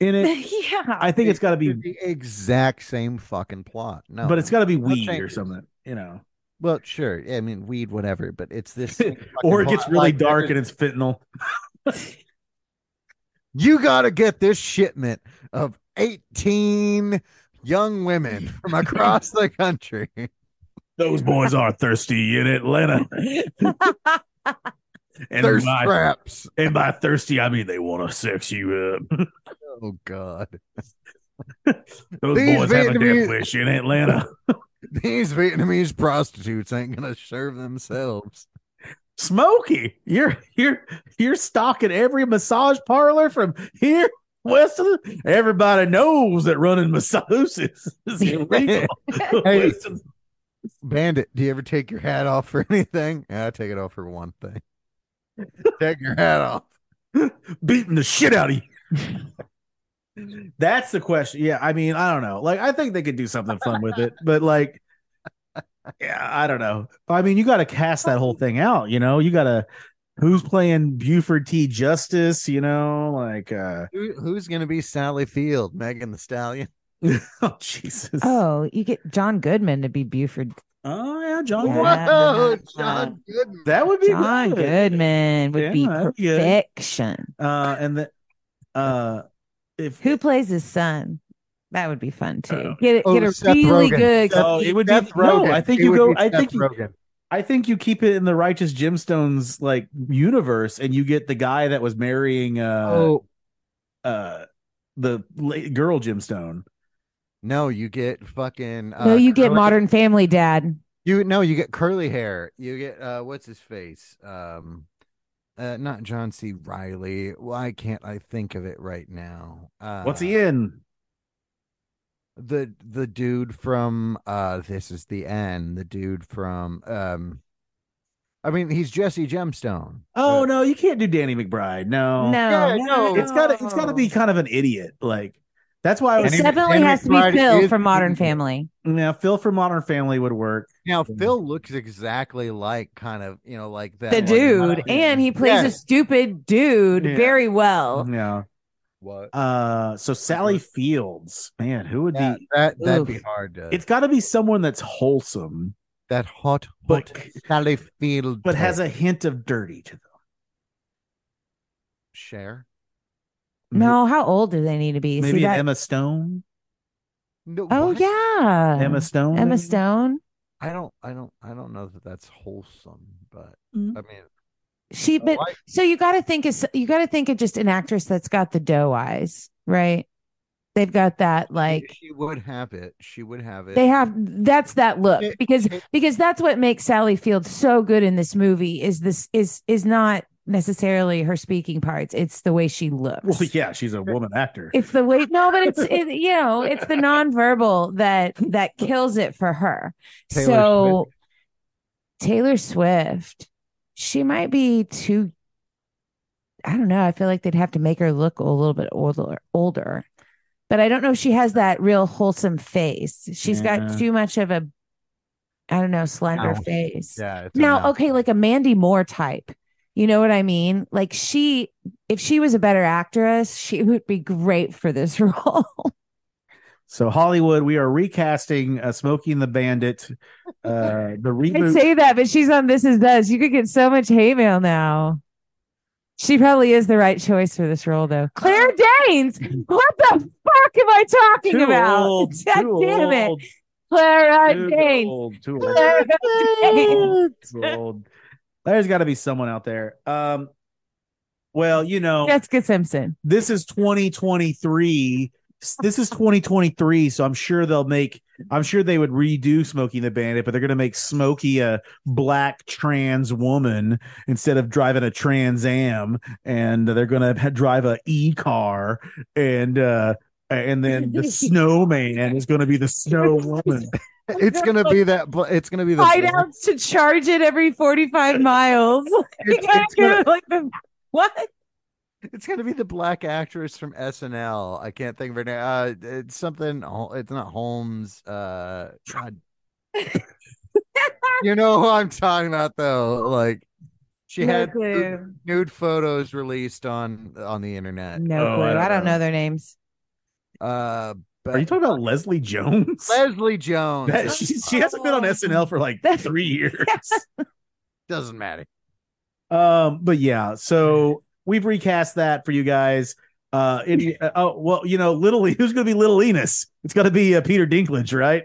[SPEAKER 3] in it.
[SPEAKER 6] yeah,
[SPEAKER 3] I think it's got to
[SPEAKER 5] It's
[SPEAKER 3] be,
[SPEAKER 5] the exact same fucking plot. No,
[SPEAKER 3] but it's got to be
[SPEAKER 5] no
[SPEAKER 3] weed or
[SPEAKER 5] changes.
[SPEAKER 3] something, you know,
[SPEAKER 5] Well, sure. I mean, weed, whatever. But it's this, same fucking
[SPEAKER 3] or it gets
[SPEAKER 5] plot.
[SPEAKER 3] really
[SPEAKER 5] Like,
[SPEAKER 3] dark
[SPEAKER 5] there's-
[SPEAKER 3] and it's fentanyl.
[SPEAKER 5] you gotta get this shipment of eighteen young women from across the country.
[SPEAKER 3] Those boys are thirsty in Atlanta. and,
[SPEAKER 5] Thirst traps.
[SPEAKER 3] and by thirsty, I mean they want to sex you up.
[SPEAKER 5] Oh God,
[SPEAKER 3] Those
[SPEAKER 5] These boys have a death Vietnamese-
[SPEAKER 3] wish in Atlanta.
[SPEAKER 5] these Vietnamese prostitutes ain't gonna serve themselves.
[SPEAKER 3] Smokey, you're you're you're stalking every massage parlor from here west of the, everybody knows that running massages is, is illegal.
[SPEAKER 5] Hey. Bandit, do you ever take your hat off for anything? Yeah, I take it off for one thing. take your hat off.
[SPEAKER 3] Beating the shit out of you. That's the question. Yeah, I mean, I don't know. Like, I think they could do something fun with it, but like, yeah, I don't know. I mean, you got to cast that whole thing out. You know, you got to who's playing Buford T. Justice. You know, like, uh,
[SPEAKER 5] Who, who's gonna be Sally Field? Megan the Stallion.
[SPEAKER 3] oh Jesus,
[SPEAKER 6] Oh, you get John Goodman to be Buford.
[SPEAKER 3] oh yeah, John.
[SPEAKER 6] Yeah.
[SPEAKER 3] Wall.
[SPEAKER 5] Whoa, John Goodman.
[SPEAKER 3] That would be
[SPEAKER 6] John
[SPEAKER 3] good.
[SPEAKER 6] Goodman would be
[SPEAKER 3] Yeah, that'd be good.
[SPEAKER 6] perfection.
[SPEAKER 3] Uh, and the, uh, if
[SPEAKER 6] Who plays his son? That would be fun too.
[SPEAKER 3] Oh.
[SPEAKER 6] get it,
[SPEAKER 5] Oh,
[SPEAKER 6] get a
[SPEAKER 5] Seth
[SPEAKER 6] really
[SPEAKER 5] Rogen.
[SPEAKER 6] good.
[SPEAKER 3] Oh, it would be-
[SPEAKER 5] Seth
[SPEAKER 3] no,
[SPEAKER 5] Rogen.
[SPEAKER 3] I think
[SPEAKER 5] It
[SPEAKER 3] you
[SPEAKER 5] would
[SPEAKER 3] go-
[SPEAKER 5] be
[SPEAKER 3] I
[SPEAKER 5] Seth
[SPEAKER 3] think you-
[SPEAKER 5] Rogen.
[SPEAKER 3] I think you keep it in the righteous gemstones like universe, and you get the guy that was marrying uh,
[SPEAKER 5] oh
[SPEAKER 3] uh, the la- girl gemstone.
[SPEAKER 5] no, you get fucking. Uh,
[SPEAKER 6] no, you get
[SPEAKER 5] curly-
[SPEAKER 6] Modern Family Dad.
[SPEAKER 5] You no, you get curly hair. You get uh, what's his face? Um, uh, not John C. Riley. Why can't I think of it right now? Uh,
[SPEAKER 3] What's he in?
[SPEAKER 5] the the dude from uh this is the end the dude from um i mean he's jesse gemstone
[SPEAKER 3] Oh
[SPEAKER 5] Uh,
[SPEAKER 3] no, you can't do Danny McBride. No,
[SPEAKER 6] No,
[SPEAKER 5] Yeah, no.
[SPEAKER 3] Oh. it's got to it's got to be kind of an idiot. Like that's why I was
[SPEAKER 6] It
[SPEAKER 5] Danny-
[SPEAKER 6] definitely
[SPEAKER 5] Danny
[SPEAKER 6] has to
[SPEAKER 5] McBride
[SPEAKER 6] be Phil
[SPEAKER 5] is-
[SPEAKER 6] from Modern Family.
[SPEAKER 3] yeah. Phil from Modern Family would work.
[SPEAKER 5] now phil looks exactly like kind of you know like that
[SPEAKER 6] The
[SPEAKER 5] one-
[SPEAKER 6] dude, and he plays a
[SPEAKER 5] Yes.
[SPEAKER 6] stupid dude
[SPEAKER 3] Yeah.
[SPEAKER 6] Oh. very well.
[SPEAKER 3] Yeah,
[SPEAKER 5] What?
[SPEAKER 3] Uh, so Sally Fields, man, who would
[SPEAKER 5] Yeah,
[SPEAKER 3] be?
[SPEAKER 5] that that'd be
[SPEAKER 6] Oof.
[SPEAKER 5] hard. To,
[SPEAKER 3] It's got to be someone that's wholesome,
[SPEAKER 5] that hot,
[SPEAKER 3] but-
[SPEAKER 5] hot Sally Field,
[SPEAKER 3] but has a hint of dirty to them.
[SPEAKER 5] share.
[SPEAKER 6] No, how old do they need to be?
[SPEAKER 3] Mm-hmm. maybe
[SPEAKER 6] See
[SPEAKER 3] an
[SPEAKER 6] that?
[SPEAKER 3] Emma Stone.
[SPEAKER 5] No,
[SPEAKER 6] oh
[SPEAKER 5] what?
[SPEAKER 6] yeah,
[SPEAKER 3] Emma Stone.
[SPEAKER 6] Emma
[SPEAKER 3] maybe?
[SPEAKER 6] Stone.
[SPEAKER 5] I don't, I don't, I don't know that that's wholesome, but
[SPEAKER 6] Mhm.
[SPEAKER 5] I mean,
[SPEAKER 6] She,
[SPEAKER 5] a
[SPEAKER 6] but
[SPEAKER 5] white-
[SPEAKER 6] so you got to think of you got to think of just an actress that's got the doe eyes, right? They've got that like
[SPEAKER 5] she would have it. She would have it.
[SPEAKER 6] they have that's that look
[SPEAKER 5] It-
[SPEAKER 6] because
[SPEAKER 5] it-
[SPEAKER 6] because that's what makes Sally Field so good in this movie is this is is not necessarily her speaking parts it's the way she looks
[SPEAKER 3] Well, yeah, she's a woman actor.
[SPEAKER 6] it's the way no but it's it, you know it's the nonverbal that that kills it for her
[SPEAKER 5] Taylor
[SPEAKER 6] so Taylor Swift she might be too I don't know I feel like they'd have to make her look a little bit older older but I don't know if she has that real wholesome face She's
[SPEAKER 3] Yeah.
[SPEAKER 6] got too much of a I don't know slender
[SPEAKER 5] Mouse.
[SPEAKER 6] face
[SPEAKER 5] yeah. it's a
[SPEAKER 6] now,
[SPEAKER 5] mouth.
[SPEAKER 6] okay, like a Mandy Moore type. You know what I mean? Like she, if she was a better actress, she would be great for this role.
[SPEAKER 3] So Hollywood, we are recasting uh, Smokey and the Bandit, uh, the
[SPEAKER 6] I
[SPEAKER 3] reboot.
[SPEAKER 6] say that, but she's on This Is Us. You could get so much hate mail now. She probably is the right choice for this role, though. Claire Danes. What the fuck am I talking
[SPEAKER 3] Uh, Too
[SPEAKER 6] about?
[SPEAKER 3] old,
[SPEAKER 6] God
[SPEAKER 3] too
[SPEAKER 6] damn it,
[SPEAKER 3] old,
[SPEAKER 6] Clara
[SPEAKER 3] too
[SPEAKER 6] Danes.
[SPEAKER 3] old, too old.
[SPEAKER 6] Clara Danes.
[SPEAKER 3] Too old. There's got to be someone out there. Um, well, you know,
[SPEAKER 6] Jessica Simpson.
[SPEAKER 3] this is 2023. S- This is 2023, so I'm sure they'll make. I'm sure they would redo Smokey and the Bandit, but they're going to make Smokey a black trans woman instead of driving a Trans Am, and they're going to drive a e car, and uh, and then the Snowman is going to be the Snow Woman.
[SPEAKER 5] it's gonna be that. bl- It's gonna be the. black-
[SPEAKER 6] Hideouts to charge it every 45 miles. You
[SPEAKER 5] It's,
[SPEAKER 6] gotta
[SPEAKER 5] it's
[SPEAKER 6] give
[SPEAKER 5] gonna,
[SPEAKER 6] it, like the what?
[SPEAKER 5] it's gonna be the black actress from SNL. I can't think of her name. Uh, it's something. Ho- It's not Holmes. Uh, God. you know who I'm talking about though. Like she
[SPEAKER 6] no
[SPEAKER 5] had nude,
[SPEAKER 6] clue.
[SPEAKER 5] nude photos released on on the internet.
[SPEAKER 6] No
[SPEAKER 3] Oh,
[SPEAKER 6] clue.
[SPEAKER 3] I
[SPEAKER 6] I
[SPEAKER 3] don't
[SPEAKER 6] don't,
[SPEAKER 3] know.
[SPEAKER 6] know. their names.
[SPEAKER 5] Uh, but
[SPEAKER 3] Are you talking about Leslie Jones?
[SPEAKER 5] Leslie Jones?
[SPEAKER 3] That-
[SPEAKER 5] It
[SPEAKER 3] she, she hasn't been on SNL for like
[SPEAKER 6] That's-
[SPEAKER 3] three years.
[SPEAKER 5] doesn't matter.
[SPEAKER 3] Um, but yeah, so we've recast that for you guys. Uh, it, uh, oh well, you know, little E- who's going to be little Enos? It's got to be uh, Peter Dinklage, right?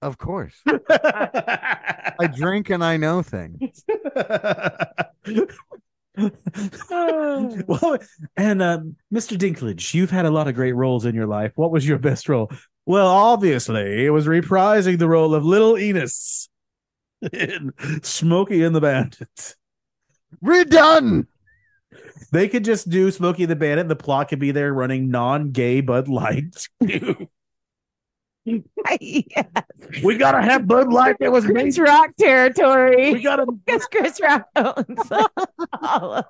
[SPEAKER 5] Of course, I drink and I know things.
[SPEAKER 3] well, and um, Mr. Dinklage, you've had a lot of great roles in your life. What was your best role? Well, obviously, it was reprising the role of Little Enos in Smokey and the Bandit.
[SPEAKER 5] Redone.
[SPEAKER 3] They could just do Smokey the Bandit. And the plot could be they're running non-gay Bud Light.
[SPEAKER 6] yeah.
[SPEAKER 3] we gotta have Bud Light that was made.
[SPEAKER 6] Chris Rock
[SPEAKER 3] We
[SPEAKER 6] territory.
[SPEAKER 3] gotta.
[SPEAKER 6] Because Chris Rock owns all of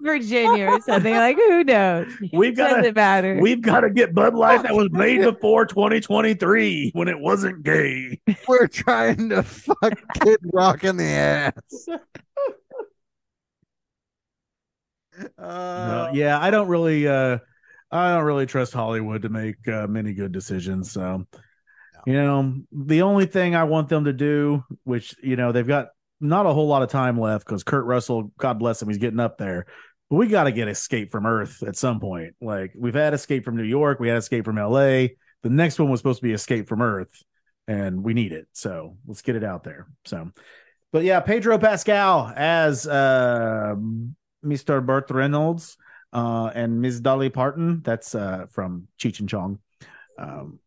[SPEAKER 6] Virginia or something. Like who knows?
[SPEAKER 3] We've gotta.
[SPEAKER 6] Doesn't matter.
[SPEAKER 3] We've gotta get Bud Light that was made before 2023 when it wasn't gay.
[SPEAKER 5] We're trying to fuck Kid Rock in the ass.
[SPEAKER 3] No,
[SPEAKER 5] Uh,
[SPEAKER 3] yeah, I don't really. uh I don't really trust Hollywood to make uh, many good decisions. So, you know, the only thing I want them to do, which you know they've got not a whole lot of time left because Kurt Russell, God bless him, he's getting up there. But we got to get Escape from Earth at some point. Like we've had Escape from New York, we had Escape from L.A. The next one was supposed to be Escape from Earth, and we need it. So let's get it out there. So, but yeah, Pedro Pascal as uh, Mr. Burt Reynolds uh, and Ms. Dolly Parton. That's uh, from Cheech and Chong. Um,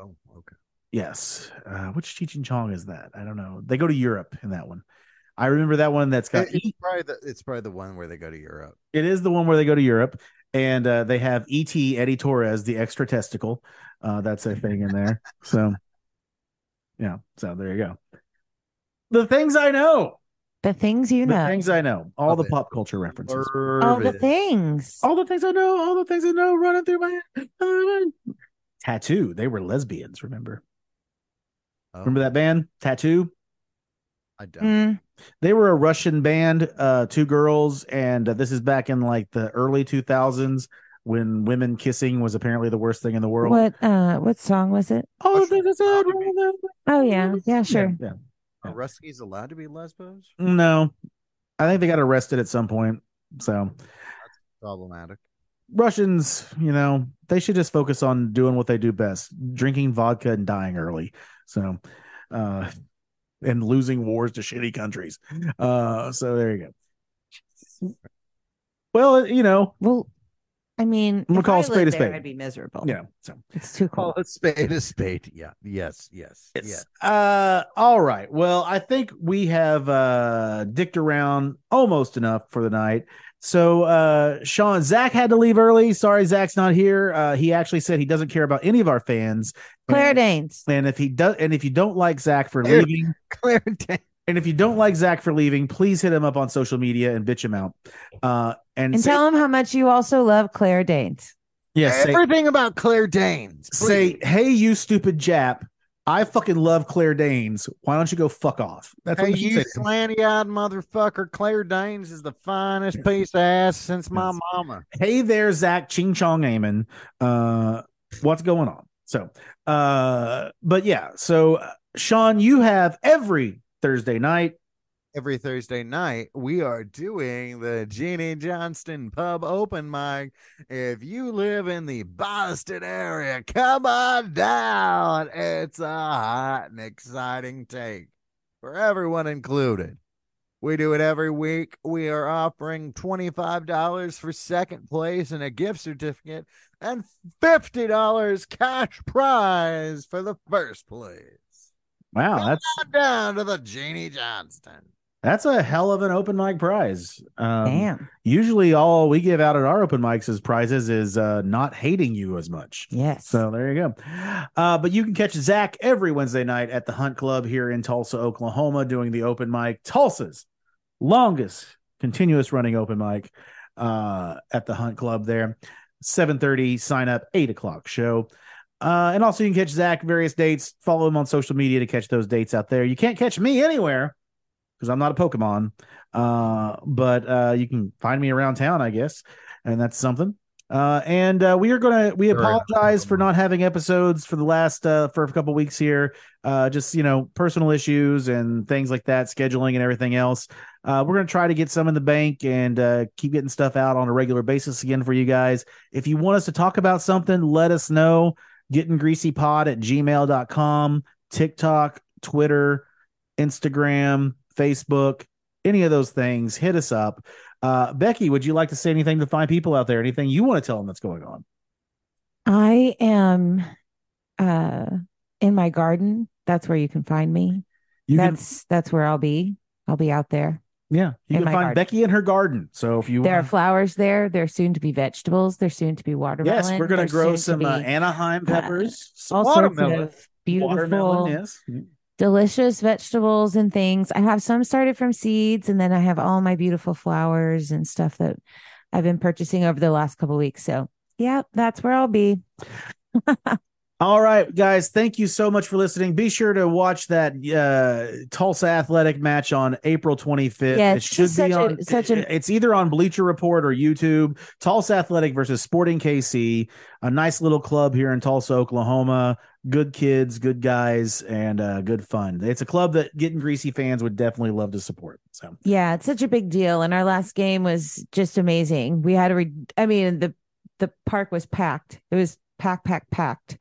[SPEAKER 5] Oh, okay.
[SPEAKER 3] Yes. Uh, which Cheech and Chong is that? I don't know. They go to Europe in that one. I remember that one. That's got E,
[SPEAKER 5] It- it's, probably the, it's probably the one where they go to Europe.
[SPEAKER 3] it is the one where they go to Europe and uh, they have ET Eddie Torres, the extra testicle. Uh, that's a thing in there. So yeah. So there you go. The things I know.
[SPEAKER 6] the things you
[SPEAKER 3] The
[SPEAKER 6] know.
[SPEAKER 3] things I know. All
[SPEAKER 5] Love
[SPEAKER 3] the
[SPEAKER 5] it.
[SPEAKER 3] pop culture references.
[SPEAKER 6] all the
[SPEAKER 5] Service.
[SPEAKER 6] things.
[SPEAKER 3] All the things I know. All the things I know running through my head. Tattoo. They were lesbians. Remember?
[SPEAKER 5] Oh,
[SPEAKER 3] Remember that band? Tattoo.
[SPEAKER 5] I don't.
[SPEAKER 6] Mm.
[SPEAKER 3] they were a Russian band, uh, two girls, and uh, this is back in like the early 2000s. when women kissing was apparently the worst thing in the world.
[SPEAKER 6] What uh what song was it?
[SPEAKER 3] Oh, this is it.
[SPEAKER 6] Oh yeah. Yeah, sure.
[SPEAKER 3] Yeah, yeah.
[SPEAKER 5] Are Ruskies allowed to be lesbos?
[SPEAKER 3] No, I think they got arrested at some point. So
[SPEAKER 5] Problematic.
[SPEAKER 3] Russians, you know, they should just focus on doing what they do best: drinking vodka and dying early. So, uh, and losing wars to shitty countries. Uh, so there you go. Well, you know,
[SPEAKER 6] Well, I mean,
[SPEAKER 3] I'm gonna
[SPEAKER 6] if
[SPEAKER 3] call
[SPEAKER 6] I
[SPEAKER 3] a spade
[SPEAKER 6] lived
[SPEAKER 3] a
[SPEAKER 6] there,
[SPEAKER 3] spade.
[SPEAKER 6] I'd be miserable.
[SPEAKER 3] yeah. So
[SPEAKER 6] It's too
[SPEAKER 5] Call
[SPEAKER 6] cold.
[SPEAKER 5] a spade a spade. Yeah. Yes. Yes. Yeah.
[SPEAKER 3] It's uh all right. Well, I think we have uh dicked around almost enough for the night. So uh Sean Zach had to leave early. Sorry, Zach's not here. Uh he actually said he doesn't care about any of our fans.
[SPEAKER 6] Claire
[SPEAKER 3] and,
[SPEAKER 6] Danes.
[SPEAKER 3] and if he does and if you don't like Zach for
[SPEAKER 5] Claire-
[SPEAKER 3] leaving,
[SPEAKER 5] Claire Dan-
[SPEAKER 3] and if you don't like Zach for leaving, please hit him up on social media and bitch him out. Uh and,
[SPEAKER 6] And
[SPEAKER 3] say,
[SPEAKER 6] tell him how much you also love Claire Danes.
[SPEAKER 3] yeah, say,
[SPEAKER 5] Everything about Claire Danes.
[SPEAKER 3] say,
[SPEAKER 5] please.
[SPEAKER 3] hey, you stupid Jap. I fucking love Claire Danes. Why don't you go fuck off? That's
[SPEAKER 5] Hey,
[SPEAKER 3] what you
[SPEAKER 5] you
[SPEAKER 3] say.
[SPEAKER 5] slanty eyed motherfucker. Claire Danes is the finest piece of ass since my
[SPEAKER 3] Yes.
[SPEAKER 5] mama.
[SPEAKER 3] hey there zach ching chong amen uh what's going on so uh but yeah so uh, sean you have every thursday night
[SPEAKER 5] Every Thursday night, we are doing the Jeannie Johnston Pub Open Mic. If you live in the Boston area, come on down. It's a hot and exciting take for everyone included. We do it every week. We are offering $25 for second place and a gift certificate and $50 cash prize for the first place.
[SPEAKER 3] wow that's
[SPEAKER 5] Come down to the Jeannie Johnston.
[SPEAKER 3] that's a hell of an open mic prize um,
[SPEAKER 6] Damn.
[SPEAKER 3] usually all we give out at our open mics as prizes is uh not hating you as much
[SPEAKER 6] Yes.
[SPEAKER 3] So there you go. Uh, but you can catch Zach every Wednesday night at the Hunt Club here in Tulsa, Oklahoma, doing the open mic, Tulsa's longest continuous running open mic uh, at the Hunt Club there. 7.30 sign up, 8 o'clock show. Uh, and also you can catch Zach various dates. Follow him on social media to catch those dates out there. You can't catch me anywhere because I'm not a Pokemon. Uh, but uh, you can find me around town, I guess. And that's something. Uh, and uh, we are gonna we
[SPEAKER 5] Sure.
[SPEAKER 3] apologize for not having episodes for the last uh, for a couple weeks here. Uh, just you know personal issues and things like that, scheduling and everything else. Uh, we're gonna try to get some in the bank and uh, keep getting stuff out on a regular basis again for you guys. If you want us to talk about something, let us know. Getting greasypod at gmail.com, TikTok, Twitter, Instagram, Facebook, any of those things, hit us up. Uh, Becky, would you like to say anything to find people out there? Anything you want to tell them that's going on?
[SPEAKER 6] I am uh in my garden. That's where you can find me.
[SPEAKER 3] You can,
[SPEAKER 6] that's that's where I'll be. I'll be out there.
[SPEAKER 3] yeah, you
[SPEAKER 6] in
[SPEAKER 3] can
[SPEAKER 6] my
[SPEAKER 3] find
[SPEAKER 6] garden.
[SPEAKER 3] Becky in her garden. So if you
[SPEAKER 6] There are
[SPEAKER 3] want,
[SPEAKER 6] flowers there. There are soon to be vegetables. There's soon to be watermelon.
[SPEAKER 3] yes, we're going
[SPEAKER 6] There's
[SPEAKER 3] to grow
[SPEAKER 6] soon
[SPEAKER 3] some
[SPEAKER 6] to
[SPEAKER 3] uh,
[SPEAKER 6] be
[SPEAKER 3] Anaheim peppers, some
[SPEAKER 6] all sorts
[SPEAKER 3] watermelon,
[SPEAKER 6] of beautiful,
[SPEAKER 3] watermelon, yes,
[SPEAKER 6] delicious vegetables and things. I have some started from seeds, and then I have all my beautiful flowers and stuff that I've been purchasing over the last couple weeks. So, yeah, that's where I'll be.
[SPEAKER 3] All right, guys, thank you so much for listening. Be sure to watch that uh, Tulsa Athletic match on April 25th.
[SPEAKER 6] Yeah,
[SPEAKER 3] it
[SPEAKER 6] it's
[SPEAKER 3] should
[SPEAKER 6] just
[SPEAKER 3] be
[SPEAKER 6] such a-
[SPEAKER 3] on.
[SPEAKER 6] such an-
[SPEAKER 3] it's either on Bleacher Report or YouTube. Tulsa Athletic versus Sporting KC, a nice little club here in Tulsa, Oklahoma. Good kids, good guys, and uh, good fun. It's a club that getting greasy fans would definitely love to support. So
[SPEAKER 6] Yeah, it's such a big deal. And our last game was just amazing. We had a, re- I mean, the the park was packed. It was packed, packed, packed,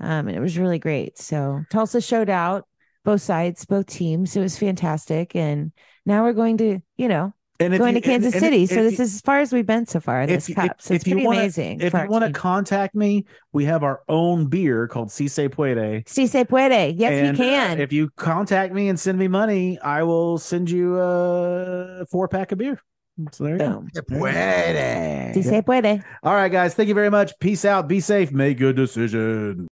[SPEAKER 6] um, and it was really great. So Tulsa showed out, both sides, both teams. It was fantastic. And now we're going to, you know,
[SPEAKER 3] and if
[SPEAKER 6] going
[SPEAKER 3] you-
[SPEAKER 6] to Kansas
[SPEAKER 3] and- and
[SPEAKER 6] City.
[SPEAKER 3] if-
[SPEAKER 6] so
[SPEAKER 3] if
[SPEAKER 6] this
[SPEAKER 3] you-
[SPEAKER 6] is as far as we've been so far in
[SPEAKER 3] if
[SPEAKER 6] this
[SPEAKER 3] you-
[SPEAKER 6] cup. So
[SPEAKER 3] if
[SPEAKER 6] it's
[SPEAKER 3] you
[SPEAKER 6] pretty
[SPEAKER 3] wanna-
[SPEAKER 6] amazing.
[SPEAKER 3] If
[SPEAKER 6] for
[SPEAKER 3] you
[SPEAKER 6] our
[SPEAKER 3] want to
[SPEAKER 6] team.
[SPEAKER 3] contact me, we have our own beer called Si Se Puede.
[SPEAKER 6] si se puede. Yes,
[SPEAKER 3] And,
[SPEAKER 6] we
[SPEAKER 3] uh,
[SPEAKER 6] can.
[SPEAKER 3] if you contact me and send me money, I will send you a four pack of beer. So there you go.
[SPEAKER 6] Boom.
[SPEAKER 5] Puede.
[SPEAKER 6] Si se puede.
[SPEAKER 3] All right, guys. Thank you very much. Peace out. Be safe. Make good decisions.